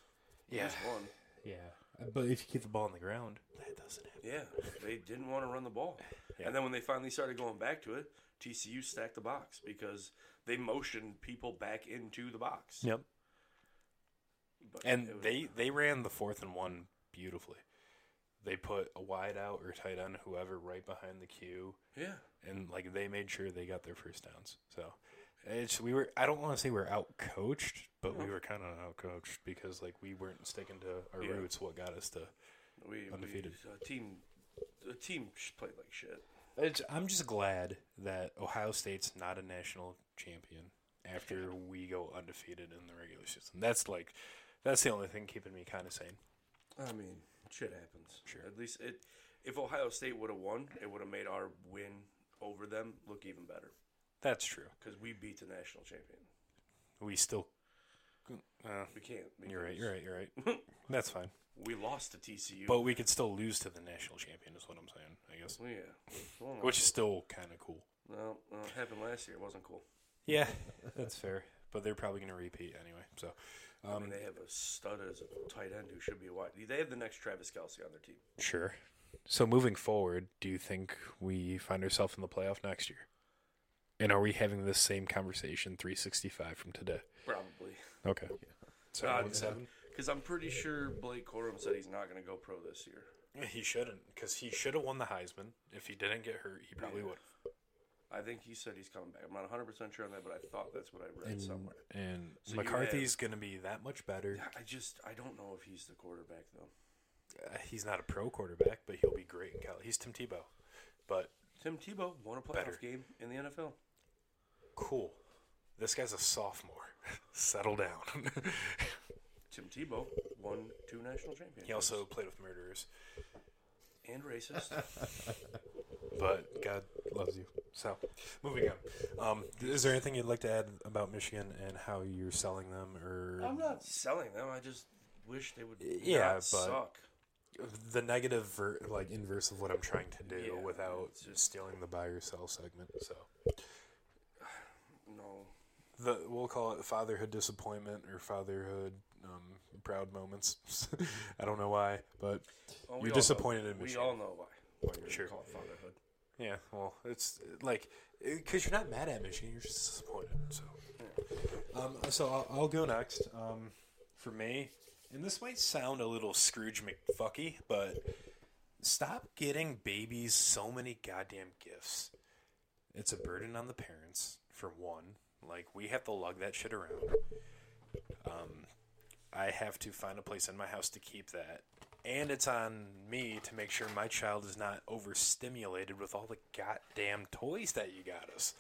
Speaker 3: Yeah.
Speaker 4: Just one.
Speaker 3: Yeah. Uh, But if you keep the ball on the ground, that doesn't happen.
Speaker 4: Yeah, they didn't want to run the ball.
Speaker 3: Yeah.
Speaker 4: And then when they finally started going back to it, TCU stacked the box because they motioned people back into the box.
Speaker 3: Yep.
Speaker 4: But
Speaker 3: And
Speaker 4: it was-
Speaker 3: they they ran the fourth and one beautifully. They put a wide out or tight end, whoever, right behind the queue,
Speaker 4: yeah,
Speaker 3: and like they made sure they got their first downs. So it's we were I don't want to say we're out coached, but we were kind of out coached because like we weren't sticking to our
Speaker 4: Yeah.
Speaker 3: roots. What got us to
Speaker 4: we
Speaker 3: Undefeated.
Speaker 4: We, a team, a team sh- played like shit.
Speaker 3: It's, I'm just glad that Ohio State's not a national champion after we go undefeated in the regular season. That's like, that's the only thing keeping me kind of sane.
Speaker 4: I mean, shit happens.
Speaker 3: Sure.
Speaker 4: At least it. If Ohio State would have won, it would have made our win over them look even better
Speaker 3: That's true.
Speaker 4: because we beat the national champion.
Speaker 3: We still. Uh,
Speaker 4: We can't. Because
Speaker 3: you're right. You're right. You're right. that's fine.
Speaker 4: We lost to TCU.
Speaker 3: But we could still lose to the national champion, is what I'm saying. I guess,
Speaker 4: Well, yeah. Well,
Speaker 3: which is still kind of cool.
Speaker 4: no, no, it happened last year. It wasn't cool.
Speaker 3: Yeah, that's fair. But they're probably going to repeat anyway. So,
Speaker 4: I
Speaker 3: Um,
Speaker 4: mean, they have a stud as a tight end who should be a wide. They have the next Travis Kelsey on their team.
Speaker 3: Sure. So moving forward, do you think we find ourselves in the playoff next year? And are we having this same conversation 365 from today?
Speaker 4: Probably.
Speaker 3: Okay. So
Speaker 4: God,
Speaker 3: one
Speaker 4: yeah.
Speaker 3: seven.
Speaker 4: Because I'm pretty sure Blake Corum said he's not going to go pro this year.
Speaker 3: He shouldn't, because he should have won the Heisman. If he didn't get hurt, he probably would.
Speaker 4: I think he said he's coming back. I'm not 100% sure on that, but I thought that's what I read somewhere.
Speaker 3: And
Speaker 4: So you
Speaker 3: McCarthy's going to be that much better.
Speaker 4: I just, I don't know if he's the quarterback, though.
Speaker 3: Uh, he's not a pro quarterback, but he'll be great in college. He's Tim Tebow, but
Speaker 4: Tim Tebow won a playoff
Speaker 3: Better.
Speaker 4: game in the NFL.
Speaker 3: cool. This guy's a sophomore. Settle down.
Speaker 4: Tim Tebow won two national championships.
Speaker 3: he also played with murderers.
Speaker 4: And racist.
Speaker 3: but God loves you. So, moving on. Um, is there anything you'd like to add about Michigan and how you're selling them, or
Speaker 4: I'm not selling them. I just wish they would
Speaker 3: Yeah,
Speaker 4: not
Speaker 3: but-
Speaker 4: suck.
Speaker 3: the negative, ver- like inverse of what I'm trying to do,
Speaker 4: Yeah,
Speaker 3: without
Speaker 4: it's just-
Speaker 3: stealing the buy or sell segment? So,
Speaker 4: No.
Speaker 3: the we'll call it fatherhood disappointment or fatherhood um, proud moments. I don't know why, but
Speaker 4: Well, we
Speaker 3: you're
Speaker 4: all
Speaker 3: disappointed
Speaker 4: know-
Speaker 3: in
Speaker 4: We
Speaker 3: Michigan.
Speaker 4: all know why. Why you're
Speaker 3: Sure.
Speaker 4: sure. call it fatherhood.
Speaker 3: Yeah, well, it's uh, like because you're not mad at Michigan, you're just disappointed. So, um, so I'll, I'll go next. Um, for me, and this might sound a little Scrooge McFucky, but stop getting babies so many goddamn gifts. It's a burden on the parents for one. Like we have to lug that shit around. Um, I have to find a place in my house to keep that. And it's on me to make sure my child is not overstimulated with all the goddamn toys that you got us.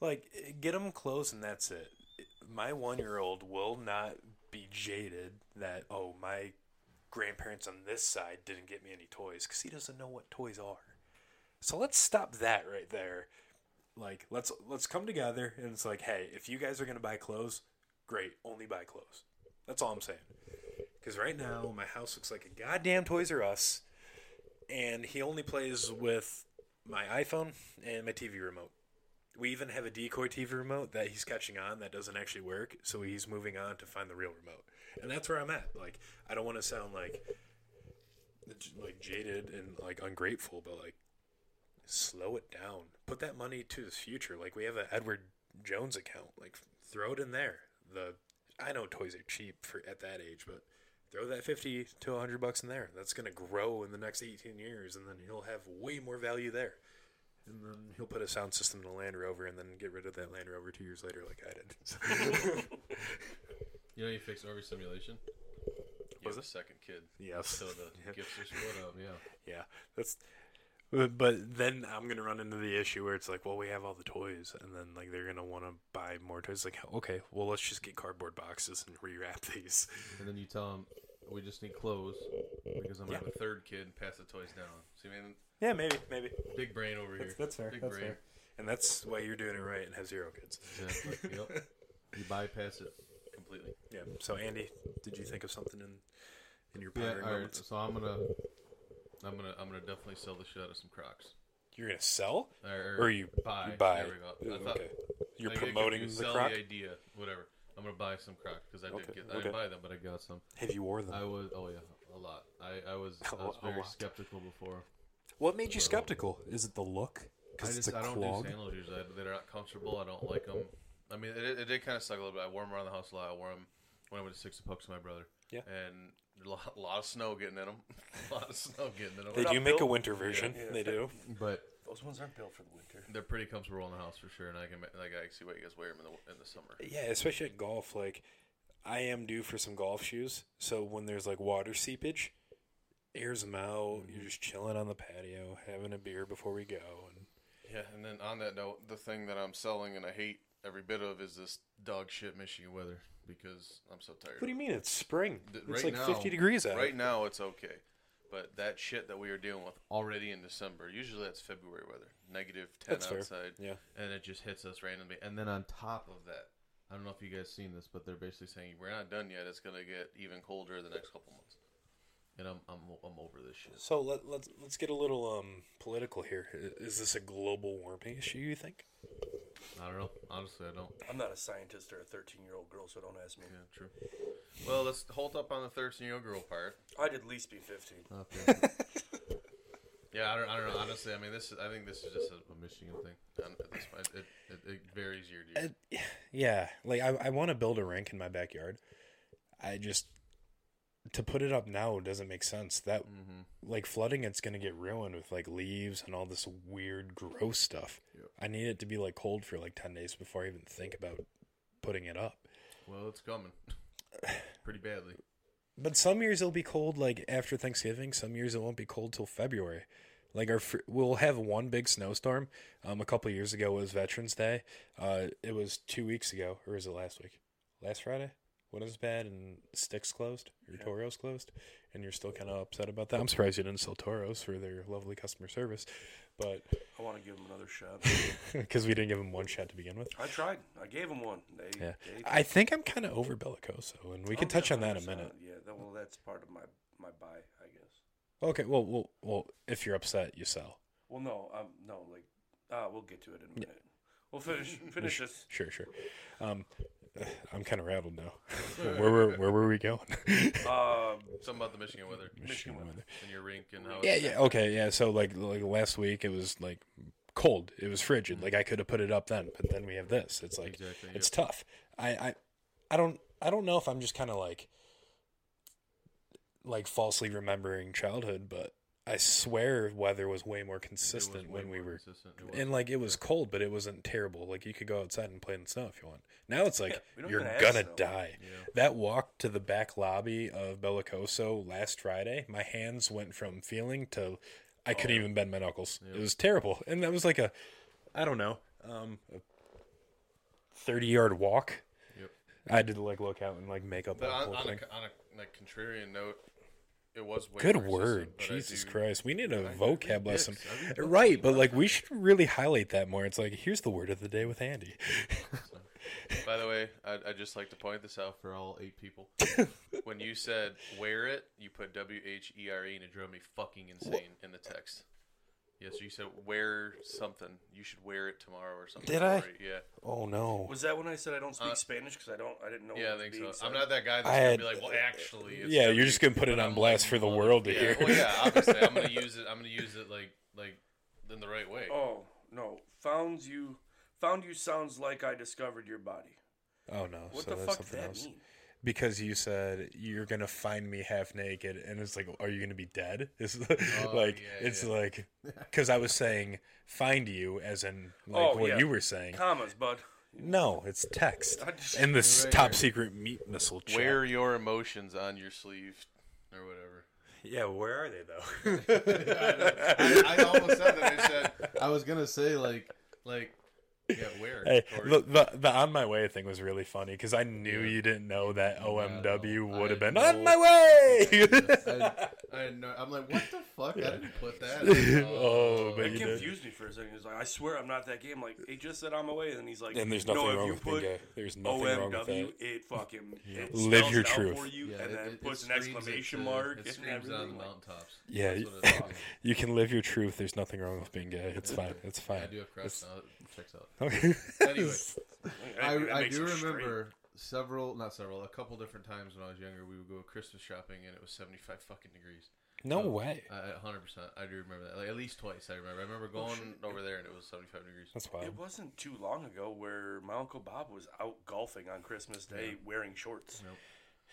Speaker 3: Like, get them clothes and that's it. My one year old will not be jaded that, oh, my grandparents on this side didn't get me any toys because he doesn't know what toys are. So let's stop that right there. Like, let's let's come together and it's like, hey, if you guys are gonna buy clothes, great, only buy clothes. That's all I'm saying. Because right now my house looks like a goddamn Toys R Us, and he only plays with my iPhone and my TV remote. We even have a decoy TV remote that he's catching on that doesn't actually work, so he's moving on to find the real remote. And that's where I'm at. Like, I don't want to sound like like jaded and like ungrateful, but like slow it down. Put that money to the future. Like we have an Edward Jones account. Like throw it in there. The I know toys are cheap for at that age, but throw that 50 to 100 bucks in there. That's going to grow in the next 18 years and then he'll have way more value there. And then he'll put a sound system in a Land Rover and then get rid of that Land Rover 2 years later like I did.
Speaker 2: You know, you fix overstimulation. You
Speaker 3: Was
Speaker 2: have a second kid,
Speaker 3: yes.
Speaker 2: so the gifts are split up. Yeah.
Speaker 3: Yeah, that's. But but then I'm gonna run into the issue where it's like, well, we have all the toys, and then like they're gonna want to buy more toys. Like, okay, well, let's just get cardboard boxes and rewrap these.
Speaker 1: And then you tell them, we just need clothes because I'm
Speaker 2: I'm
Speaker 1: yeah.
Speaker 2: gonna have a third kid and pass the toys down. See, man,
Speaker 3: Yeah, maybe, maybe
Speaker 2: big brain over here. Big brain.
Speaker 3: And that's why you're doing it right and have zero kids.
Speaker 1: Exactly. yep. You bypass it
Speaker 2: Completely.
Speaker 3: Yeah. So Andy, did you think of something in in your
Speaker 1: Yeah,
Speaker 3: pondering
Speaker 1: all right.
Speaker 3: moments?
Speaker 1: So I'm gonna.
Speaker 2: I'm gonna, I'm gonna definitely sell the shit out of some Crocs.
Speaker 3: You're gonna sell
Speaker 2: Or,
Speaker 3: or you
Speaker 2: buy?
Speaker 3: You buy.
Speaker 2: There we go. I
Speaker 3: Ooh,
Speaker 2: thought-
Speaker 3: okay. You're
Speaker 2: I get
Speaker 3: promoting
Speaker 2: confused.
Speaker 3: the
Speaker 2: sell
Speaker 3: croc.
Speaker 2: the idea, whatever. I'm gonna buy some Crocs because I
Speaker 3: Okay,
Speaker 2: did get, I
Speaker 3: okay.
Speaker 2: didn't buy them, but I got some.
Speaker 3: Have you wore them?
Speaker 1: I was. Oh yeah, a lot. I, I was.
Speaker 3: A
Speaker 1: I was
Speaker 3: lo- a
Speaker 1: very
Speaker 3: lot.
Speaker 1: skeptical before.
Speaker 3: what made you skeptical? Is it the look?
Speaker 1: I
Speaker 3: Because it's
Speaker 1: just
Speaker 3: a
Speaker 1: I don't
Speaker 3: clog.
Speaker 2: do sandals usually. I- They're not comfortable. I don't like them. I mean, it, it did kind of suck a little bit. I wore them around the house a lot. I wore them when I went to Six of Pucks with my brother.
Speaker 3: Yeah.
Speaker 2: And a lot, lot of snow getting in them. a lot of snow getting in them.
Speaker 3: They
Speaker 4: not
Speaker 3: do make a
Speaker 4: built-
Speaker 3: winter version. They do.
Speaker 1: But
Speaker 4: Those ones aren't built for the winter.
Speaker 2: They're pretty comfortable in the house for sure, and I can ma- like I can see why you guys wear them in the in the summer.
Speaker 3: Yeah, especially at golf. Like, I am due for some golf shoes. So when there's like water seepage, airs them
Speaker 1: Mm-hmm.
Speaker 3: out. You're just chilling on the patio, having a beer before we go. And
Speaker 2: Yeah, and then on that note, the thing that I'm selling and I hate
Speaker 1: every bit of is this dog shit Michigan weather because I'm so tired.
Speaker 3: What do you mean? It's spring.
Speaker 1: Th-
Speaker 3: it's like 50 degrees out.
Speaker 1: Right now, it's okay. But that shit that we are dealing with already in December, usually that's February weather, negative 10
Speaker 3: That's fair.
Speaker 1: outside,
Speaker 3: Yeah.
Speaker 1: and it just hits us randomly. And
Speaker 6: And then on top of that, I don't know if you guys seen this, but they're basically saying
Speaker 1: then we're not done yet. It's going to get even colder the next couple months. And I'm, I'm, I'm over this shit.
Speaker 3: So let, let's let's get a little um political here. I- Is this a global warming issue? You think?
Speaker 6: I don't know. Honestly, I don't.
Speaker 4: I'm not a scientist or a 13 year old girl, so don't ask me.
Speaker 1: Yeah, true. Well, let's hold up on the thirsty year girl part.
Speaker 4: I'd at least be 15.
Speaker 6: Okay.
Speaker 1: Yeah, I don't, I don't know. Honestly, I mean, this is, I think this is just a,
Speaker 6: a Michigan thing.
Speaker 1: um, at this point, it, it, it varies year to year.
Speaker 3: It- yeah, like I, I want to build a rink in my backyard. I just to put it up now doesn't make sense. That like flooding, it's gonna get ruined with like leaves and all this weird, gross stuff.
Speaker 6: Yep.
Speaker 3: I need it to be like cold for like ten days before I even think about putting it up.
Speaker 1: Well, it's coming pretty badly.
Speaker 3: But some years it'll be cold like after Thanksgiving. Some years it won't be cold till February. Like our fr- we'll have one big snowstorm. Um, a couple of years ago was Veterans Day. Uh, it was two weeks ago, or is it last week? Last Friday. When it was bad and sticks closed, your Toros closed, and you're still kind of upset about that. I'm surprised you didn't sell Toros for their lovely customer service, but
Speaker 4: I want to give him another shot.
Speaker 3: because we didn't give them one shot to begin with.
Speaker 4: I tried. I gave him one. They,
Speaker 3: Yeah,
Speaker 4: they-
Speaker 3: I think I'm kind of over Bellicoso, and we can
Speaker 4: Oh,
Speaker 3: touch
Speaker 4: yeah,
Speaker 3: on that in a
Speaker 4: 100%.
Speaker 3: minute.
Speaker 4: Yeah, that, well, that's part of my my buy, I guess.
Speaker 3: Okay, well, well, well, if you're upset, you sell.
Speaker 4: Well, no, um, no, like, uh, we'll get to it in a minute. We'll finish finish this.
Speaker 3: Sure, sure. Um, I'm kind of rattled now. where were where were we going?
Speaker 4: Um,
Speaker 1: Something about the Michigan weather
Speaker 3: Michigan weather.
Speaker 1: and your rink and how
Speaker 3: Yeah,
Speaker 1: it's
Speaker 3: yeah, okay, yeah. So like like last week, it was like cold. It was frigid. Like I could have put it up then, but then we have this. It's like
Speaker 6: Mm-hmm. Exactly,
Speaker 3: it's tough. I, I I don't I don't know if I'm just kind of like like falsely remembering childhood, but I swear weather was way more consistent
Speaker 6: way
Speaker 3: when we
Speaker 6: more
Speaker 3: were
Speaker 6: consistent. It was-
Speaker 3: and like it was cold, but it wasn't terrible. Like you could go outside and play in the snow if you want. Now it's like
Speaker 4: we don't
Speaker 3: you're
Speaker 4: even ask,
Speaker 3: gonna
Speaker 4: though.
Speaker 3: die. That walk to the back lobby of Bellicoso last Friday, my hands went from feeling to I couldn't even bend my knuckles. It was terrible, and that was like a I don't know um a thirty yard walk.
Speaker 6: Yep.
Speaker 3: I had to like look out and like make up
Speaker 1: But
Speaker 3: that
Speaker 1: on,
Speaker 3: whole
Speaker 1: on,
Speaker 3: thing.
Speaker 1: a, on a like, contrarian note, it was way
Speaker 3: Good
Speaker 1: more consistent,
Speaker 3: word,
Speaker 1: but I
Speaker 3: Jesus
Speaker 1: do-
Speaker 3: Christ. We need a
Speaker 1: I-
Speaker 3: vocab
Speaker 1: dicks.
Speaker 3: lesson,
Speaker 1: I think that's
Speaker 3: right? But like, we should really highlight that more. It's like, here's the word of the day with Andy.
Speaker 1: By the way, I'd, I'd just like to point this out for all eight people. when you said wear it, you put W H E R E and it drove me fucking insane in the text. Yes, you said wear something. You should wear it tomorrow or something.
Speaker 3: Did I?
Speaker 1: Or- Yeah,
Speaker 3: Oh no.
Speaker 4: was that when I said I don't speak
Speaker 1: Uh,
Speaker 4: Spanish because I don't I didn't know?
Speaker 1: yeah, I
Speaker 4: what was
Speaker 1: think
Speaker 4: being
Speaker 1: so. I'm
Speaker 4: said.
Speaker 1: not that guy that's
Speaker 3: I
Speaker 1: gonna
Speaker 3: had-
Speaker 1: be like, well, actually, it's
Speaker 3: Yeah, you're just gonna put it
Speaker 1: but
Speaker 3: on
Speaker 1: E I'm
Speaker 3: blast
Speaker 1: like,
Speaker 3: for the
Speaker 1: mother-
Speaker 3: world to
Speaker 1: yeah,
Speaker 3: hear.
Speaker 1: Well, yeah, obviously, I'm gonna use it. I'm gonna use it like like in the right way.
Speaker 4: Oh no, found you. Found you sounds like I discovered your body.
Speaker 3: Oh no.
Speaker 4: What
Speaker 3: so
Speaker 4: the
Speaker 3: that's
Speaker 4: fuck does
Speaker 3: something
Speaker 4: that
Speaker 3: else.
Speaker 4: mean?
Speaker 3: Because you said you're gonna find me half naked, and it's like, are you gonna be dead? It's
Speaker 4: Oh,
Speaker 3: like,
Speaker 1: yeah,
Speaker 3: it's
Speaker 1: yeah.
Speaker 3: like, because I was saying find you as in like
Speaker 4: Oh,
Speaker 3: what
Speaker 4: yeah.
Speaker 3: you were saying.
Speaker 4: Commas, bud.
Speaker 3: No, it's text
Speaker 4: I just-
Speaker 3: and this top secret meat missile. Chip.
Speaker 1: Wear your emotions on your sleeve or whatever.
Speaker 3: Yeah, where are they though?
Speaker 6: I almost said that. I said I was gonna say like like
Speaker 1: Yeah, where?
Speaker 3: Hey,
Speaker 1: Or-
Speaker 3: the, the the on my way thing was really funny because I knew you didn't know that OMW
Speaker 6: no,
Speaker 3: would have
Speaker 6: I
Speaker 3: been
Speaker 6: know.
Speaker 3: on my way.
Speaker 6: I, I had no, I'm like what the fuck I didn't put that. in.
Speaker 3: oh, but
Speaker 4: It
Speaker 3: you did.
Speaker 4: confused me for a second. He's like, I swear I'm not that gay. I'm like, he just said I'm away. And he's like,
Speaker 3: And there's
Speaker 4: no,
Speaker 3: nothing
Speaker 4: if
Speaker 3: wrong
Speaker 4: you
Speaker 3: with
Speaker 4: put
Speaker 3: being gay. There's nothing wrong with
Speaker 4: OMW,
Speaker 3: that.
Speaker 4: it fucking it
Speaker 3: Live
Speaker 4: spells
Speaker 3: your
Speaker 4: out
Speaker 3: truth.
Speaker 4: for you,
Speaker 6: Yeah,
Speaker 4: and
Speaker 6: it-
Speaker 4: then
Speaker 6: it- it
Speaker 4: puts an
Speaker 6: screams
Speaker 4: exclamation
Speaker 6: it, uh,
Speaker 4: mark.
Speaker 6: It
Speaker 4: and
Speaker 6: screams down the
Speaker 4: everything.
Speaker 6: mountaintops.
Speaker 3: Yeah,
Speaker 6: That's
Speaker 3: you,
Speaker 6: what it's called.
Speaker 3: you can live your truth. There's nothing wrong with being gay. It's fine. It's fine.
Speaker 6: I do have crush now. It checks out.
Speaker 3: Okay.
Speaker 6: Anyway,
Speaker 4: I,
Speaker 6: I,
Speaker 4: that
Speaker 6: I
Speaker 4: makes
Speaker 6: do
Speaker 4: him straight.
Speaker 6: remember several, not several, a couple different times when I was younger, we would go Christmas shopping and it was 75 fucking degrees.
Speaker 3: no way.
Speaker 1: I- I- 100%. I do remember that. Like, at least twice I remember. I remember
Speaker 4: Oh,
Speaker 1: going over there and it was 75 degrees.
Speaker 3: That's wild.
Speaker 4: It wasn't too long ago where my uncle Bob was out golfing on Christmas Day wearing shorts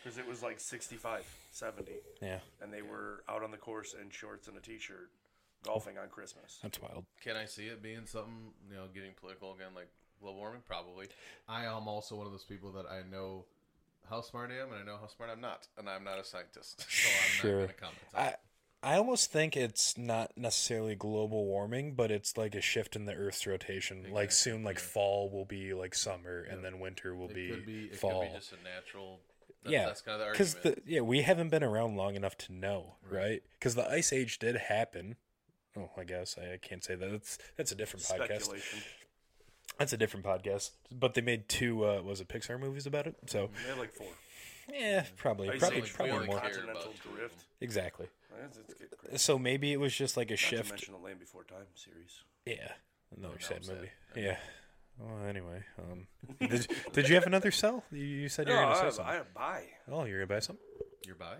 Speaker 4: because it was like 65, 70,
Speaker 3: Yeah,
Speaker 4: and they were out on the course in shorts and a t-shirt golfing on Christmas.
Speaker 3: that's wild.
Speaker 1: Can I see it being something, you know, getting political again, like global warming? Probably.
Speaker 6: I am also one of those people that I know.
Speaker 1: How smart I am and I know how smart I'm not. And I'm not a scientist. So I'm
Speaker 3: Sure.
Speaker 1: not going to comment.
Speaker 3: I I almost think it's not necessarily global warming, but it's like a shift in the Earth's rotation. like
Speaker 2: Exactly,
Speaker 3: soon, like
Speaker 2: yeah.
Speaker 3: fall will be like summer, and then winter will
Speaker 1: It
Speaker 3: be,
Speaker 1: could be- it could be
Speaker 3: fall.
Speaker 2: Could be just a natural. That,
Speaker 3: Yeah,
Speaker 2: that's kind of the
Speaker 3: Because
Speaker 2: argument.
Speaker 3: the yeah, we haven't been around long enough to know, right? Because the ice age did happen. Oh, I guess I, I can't say that. That's that's a different podcast.
Speaker 4: Speculation.
Speaker 3: That's a different podcast. But they made two. Uh, was it Pixar movies about it? So
Speaker 4: They had like four.
Speaker 3: yeah, probably,
Speaker 4: Mm-hmm. Ice
Speaker 3: probably,
Speaker 4: Age,
Speaker 3: probably
Speaker 2: really
Speaker 3: more.
Speaker 2: care
Speaker 4: Continental
Speaker 2: about
Speaker 4: drift.
Speaker 3: Exactly.
Speaker 4: That's- it's get crazy.
Speaker 3: So maybe it was just like a
Speaker 4: Not
Speaker 3: shift.
Speaker 4: to mention the Land Before Time series.
Speaker 3: Yeah,
Speaker 2: now
Speaker 3: another
Speaker 2: I'm
Speaker 3: sad
Speaker 2: sad.
Speaker 3: movie. Yeah. Well, anyway, um, did, did you have another sell? You, you said you were
Speaker 4: No,
Speaker 3: gonna
Speaker 4: I,
Speaker 3: sell
Speaker 4: have- I
Speaker 3: something.
Speaker 4: have buy.
Speaker 3: Oh, you're gonna buy some?
Speaker 2: You're by.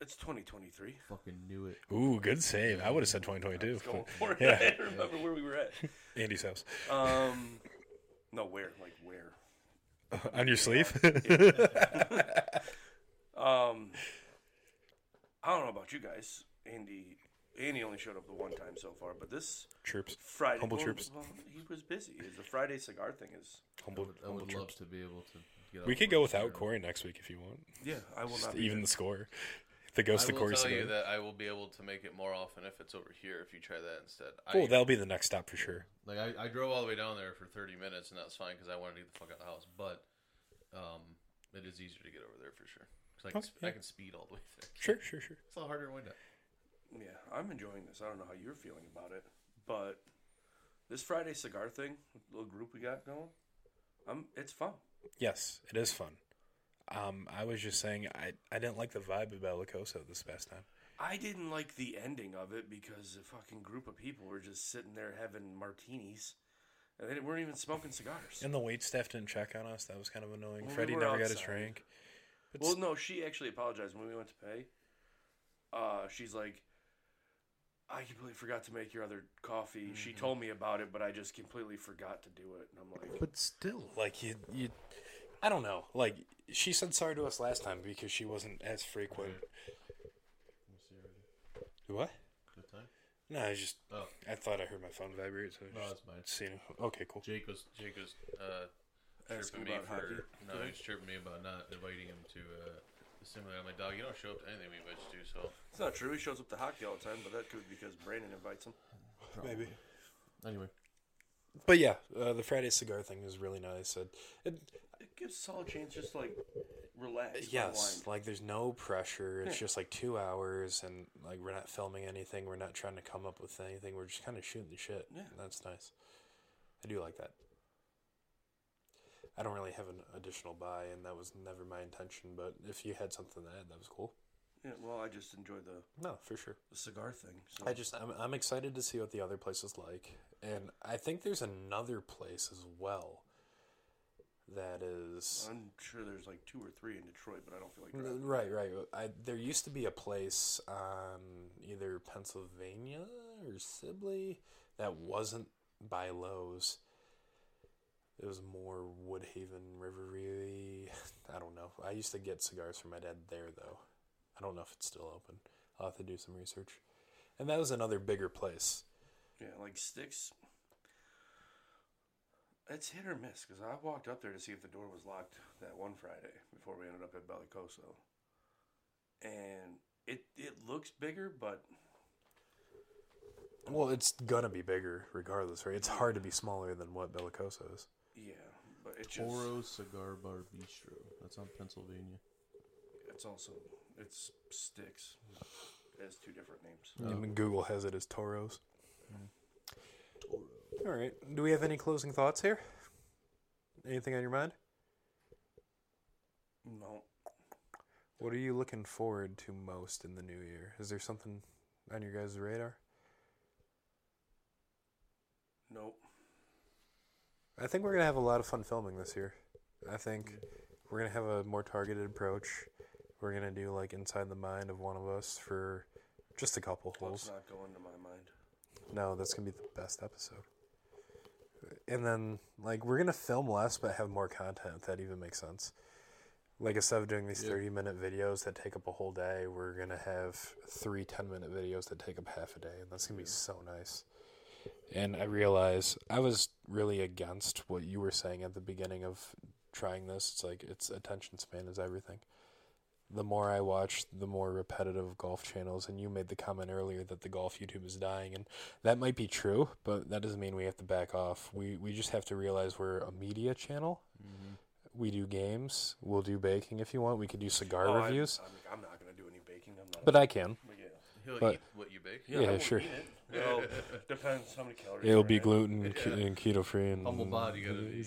Speaker 4: It's 2023.
Speaker 1: Fucking knew it.
Speaker 3: Ooh, good save. I would have said 2022.
Speaker 4: Going for it.
Speaker 3: Yeah.
Speaker 4: I didn't remember where we were at.
Speaker 3: Andy's house
Speaker 4: Um, no, where? Like where?
Speaker 3: on your sleeve.
Speaker 4: Um, I don't know about you guys. Andy, Andy only showed up the one time so far, but this
Speaker 3: Chirps.
Speaker 4: Friday,
Speaker 3: Humble
Speaker 4: well,
Speaker 3: chirps.
Speaker 4: Well, he was busy. It's the Friday cigar thing is.
Speaker 1: I
Speaker 3: Humble,
Speaker 1: would, I
Speaker 3: humble
Speaker 1: would love
Speaker 3: chirps.
Speaker 1: to be able to. Get
Speaker 3: We
Speaker 1: off work
Speaker 3: could go
Speaker 1: tomorrow.
Speaker 3: without Corey next week if you want.
Speaker 4: Yeah, I will not be
Speaker 3: Even
Speaker 4: there.
Speaker 3: the score. The ghost
Speaker 2: I
Speaker 3: of
Speaker 2: will
Speaker 3: Corey.
Speaker 2: tell you
Speaker 3: Seager.
Speaker 2: that I will be able to make it more often if it's over here. If you try that instead,
Speaker 3: Cool.
Speaker 2: I,
Speaker 3: That'll be the next stop for sure.
Speaker 2: Like I, I drove all the way down there for 30 minutes, and that's fine because I wanted to get the fuck out of the house. But um, it is easier to get over there for sure. 'Cause I can,
Speaker 3: Okay,
Speaker 2: sp-
Speaker 3: yeah.
Speaker 2: I can speed all the way there.
Speaker 3: Sure, sure, sure.
Speaker 2: It's a harder window.
Speaker 4: Yeah, I'm enjoying this. I don't know how you're feeling about it, but this Friday cigar thing, little group we got going, um, it's fun.
Speaker 3: Yes, it is fun. Um, I was just saying I, I didn't like the vibe of Bellicoso this past time.
Speaker 4: I didn't like the ending of it because a fucking group of people were just sitting there having martinis, and they weren't even smoking cigars.
Speaker 3: And the wait staff didn't check on us. That was kind of annoying.
Speaker 4: Well, we
Speaker 3: Freddie
Speaker 4: were
Speaker 3: never got his
Speaker 4: outside.
Speaker 3: drink. It's-
Speaker 4: Well, no, she actually apologized when we went to pay. Uh, she's like, I completely forgot to make your other coffee. She
Speaker 3: Mm-hmm.
Speaker 4: told me about it, but I just completely forgot to do it. And I'm like,
Speaker 3: But still, like you, you, I don't know. Like she said sorry to us last time because she wasn't as frequent. What?
Speaker 1: Good time.
Speaker 3: No, I just
Speaker 1: Oh.
Speaker 3: I thought I heard my phone vibrate. So I
Speaker 1: No, that's
Speaker 3: just
Speaker 1: mine.
Speaker 3: seen it. Okay, cool.
Speaker 2: Jake was Jake was uh,
Speaker 4: Asking
Speaker 2: chirping me
Speaker 4: about
Speaker 2: for
Speaker 4: hockey.
Speaker 2: no, he was chirping me about not inviting him to uh, the seminar. I'm like, dog, you don't show up to anything we invite you to. So
Speaker 4: it's not true. He shows up to hockey all the time, but that could be because Brandon invites him.
Speaker 3: Maybe.
Speaker 1: Anyway,
Speaker 3: But yeah, uh, the Friday cigar thing is really nice. It, it,
Speaker 4: It gives us all a chance just to, like relax.
Speaker 3: yes,
Speaker 4: unwind.
Speaker 3: like there's no pressure. It's just like two hours, and like we're not filming anything. We're not trying to come up with anything. We're just kind of shooting the shit.
Speaker 4: Yeah.
Speaker 3: that's nice. I do like that. I don't really have an additional buy, and that was never my intention. But if you had something to add, that was cool.
Speaker 4: Yeah, well, I just enjoy the,
Speaker 3: No, for sure.
Speaker 4: the cigar thing. So.
Speaker 3: I just I'm, I'm excited to see what the other place is like, and I think there's another place as well. That is
Speaker 4: I'm sure there's like two or three in Detroit, but I don't feel like driving.
Speaker 3: right, right. I, there used to be a place on either Pennsylvania or Sibley that wasn't by Lowe's. It was more Woodhaven, Riverview. I don't know. I used to get cigars from my dad there though. I don't know if it's still open. I'll have to do some research. And that was another bigger place.
Speaker 4: Yeah, like sticks. It's hit or miss because I walked up there to see if the door was locked that one Friday before we ended up at Bellicoso, and it it looks bigger, but
Speaker 3: Well, it's gonna be bigger regardless, right? It's hard to be smaller than what Bellicoso is.
Speaker 4: yeah, but it's just
Speaker 1: Toro Cigar Bar Bistro. That's on Pennsylvania.
Speaker 4: it's also it's sticks. It has two different names.
Speaker 3: I mean, Google has it as Toros. All right. Do we have any closing thoughts here? Anything on your mind?
Speaker 4: No,
Speaker 3: What are you looking forward to most in the new year? Is there something on your guys' radar?
Speaker 4: nope.
Speaker 3: I think we're gonna have a lot of fun filming this year. I think we're gonna have a more targeted approach. We're gonna do like inside the mind of one of us for just a couple holes.
Speaker 4: It's not going to my mind.
Speaker 3: No, that's gonna be the best episode. And then like we're gonna film less but have more content if that even makes sense. Like instead of doing these thirty minute videos that take up a whole day, we're gonna have three 10 minute videos that take up half a day and that's gonna be so nice. And I realize I was really against what you were saying at the beginning of trying this. It's like it's attention span is everything. the more I watch, the more repetitive golf channels. And you made the comment earlier that the golf YouTube is dying, and that might be true, but that doesn't mean we have to back off. We we just have to realize we're a media channel.
Speaker 4: Mm-hmm.
Speaker 3: We do games. We'll do baking if you want. We could do cigar
Speaker 4: Oh, I-
Speaker 3: reviews,
Speaker 4: I'm, I'm not gonna do any baking. I'm not.
Speaker 3: but I can.
Speaker 2: He'll
Speaker 3: But-
Speaker 2: eat what you bake.
Speaker 3: Yeah, sure.
Speaker 4: well, depends how many calories.
Speaker 3: It'll
Speaker 4: are
Speaker 3: be
Speaker 4: in it.
Speaker 3: gluten and ke- and keto free and
Speaker 1: Humble pod, you gotta
Speaker 2: be-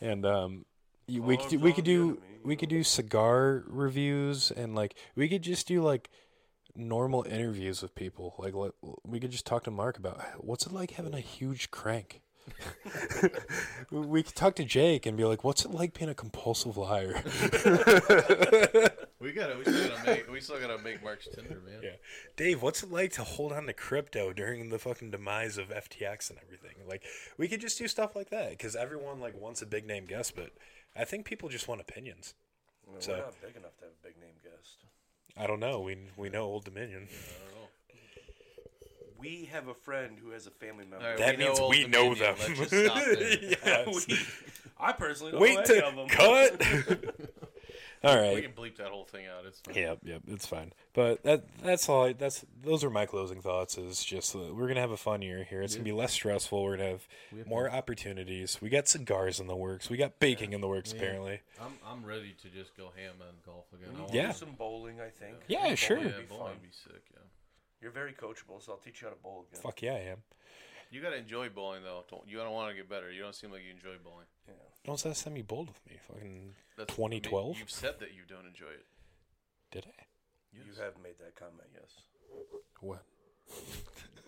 Speaker 3: and um you, we
Speaker 4: Follow
Speaker 3: could do, we
Speaker 4: John's
Speaker 3: could do
Speaker 4: enemy,
Speaker 3: we
Speaker 4: you
Speaker 3: could do cigar reviews and like we could just do like normal interviews with people like let, we could just talk to Mark about what's it like having a huge crank. we could talk to Jake and be like, "What's it like being a compulsive liar?"
Speaker 2: We gotta, we still gotta make, we still gotta make Mark's Tinder, man.
Speaker 3: Yeah. Dave, what's it like to hold on to crypto during the fucking demise of FTX and everything? Like, we could just do stuff like that because everyone like wants a big name guest, but I think people just want opinions.
Speaker 4: Well,
Speaker 3: so-
Speaker 4: We're not big enough to have a big name guest.
Speaker 3: I don't know. We we know Old Dominion.
Speaker 4: We have a friend who has a family member.
Speaker 2: All right,
Speaker 3: That means
Speaker 2: Old
Speaker 3: we know
Speaker 2: Dominion.
Speaker 3: them.
Speaker 2: Let's just stop there.
Speaker 3: Yes.
Speaker 4: I personally don't know
Speaker 3: Wait
Speaker 4: any
Speaker 3: to
Speaker 4: of them.
Speaker 3: cut. All
Speaker 2: We
Speaker 3: right.
Speaker 2: can bleep that whole thing out. It's fine.
Speaker 3: Yep, yep, it's fine. But that that's all. I, that's those are my closing thoughts. Is just uh, we're gonna have a fun year here. It's gonna be less stressful. We're gonna have, more opportunities. We got cigars in the works. We got baking in the works. Apparently,
Speaker 2: I'm, I'm ready to just go ham on golf again. I
Speaker 4: We'll
Speaker 2: wanna-
Speaker 3: Yeah.
Speaker 4: do some bowling, I think.
Speaker 3: Yeah,
Speaker 4: I think
Speaker 3: sure.
Speaker 2: Yeah,
Speaker 4: Bowling would
Speaker 2: bowling
Speaker 4: be fun.
Speaker 2: would be sick. Yeah.
Speaker 4: You're very coachable, so I'll teach you how to bowl again.
Speaker 3: fuck yeah, I am.
Speaker 2: You gotta enjoy bowling though. Don't, you don't want to get better. You don't seem like you enjoy bowling.
Speaker 4: Yeah.
Speaker 3: When was the last time you bowled with me? Fucking
Speaker 2: That's I mean,
Speaker 3: 2012?
Speaker 2: You've said that you don't enjoy it.
Speaker 3: did I?
Speaker 2: Yes.
Speaker 4: You have made that comment, yes.
Speaker 3: What?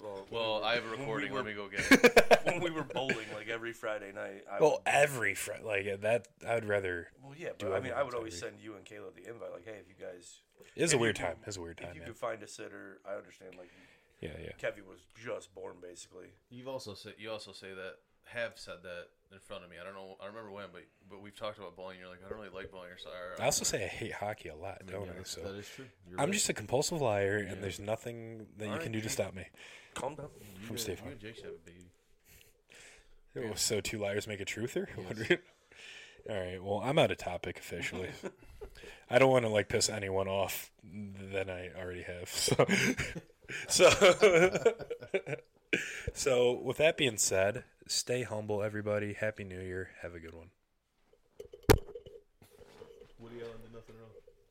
Speaker 4: Well,
Speaker 2: Well, I have a
Speaker 4: when we
Speaker 2: recording.
Speaker 4: were-
Speaker 2: Let me go get it.
Speaker 4: when we were bowling like every Friday night, I
Speaker 3: Well,
Speaker 4: would,
Speaker 3: every fr- like uh, that. I'd rather.
Speaker 4: well, yeah,
Speaker 3: do
Speaker 4: but I mean, I
Speaker 3: everything's
Speaker 4: would always
Speaker 3: every-
Speaker 4: send you and Kayla the invite, like, hey, if you guys,
Speaker 3: It was a
Speaker 4: If you
Speaker 3: weird
Speaker 4: could-
Speaker 3: time. It was a weird
Speaker 4: if
Speaker 3: time.
Speaker 4: you
Speaker 3: Yeah.
Speaker 4: could find a sitter, I understand. Like,
Speaker 3: yeah, yeah.
Speaker 4: Kevy was just born, basically.
Speaker 2: You've also said you also say that have said that in front of me. I don't know. I remember when, but but we've talked about bowling. You're like I don't really like bowling. Or so, or-
Speaker 3: I also say I hate hockey a lot, don't I?
Speaker 1: that's-
Speaker 3: So
Speaker 1: that is true. You're
Speaker 3: I'm
Speaker 1: right.
Speaker 3: just a compulsive liar, and there's nothing that you
Speaker 4: Alright,
Speaker 3: can do to
Speaker 4: you-
Speaker 3: stop me.
Speaker 4: Calm down.
Speaker 2: You
Speaker 3: from
Speaker 2: guys-
Speaker 3: Safe
Speaker 2: you
Speaker 3: Harbor.
Speaker 2: and Jake should have a baby.
Speaker 3: Oh, So two liars make a truther. All right. Well, I'm out of topic officially. I don't want to like piss anyone off than I already have. So, so, so with that being said, stay humble, everybody. Happy New Year. Have a good one.
Speaker 1: Woody Allen did nothing wrong.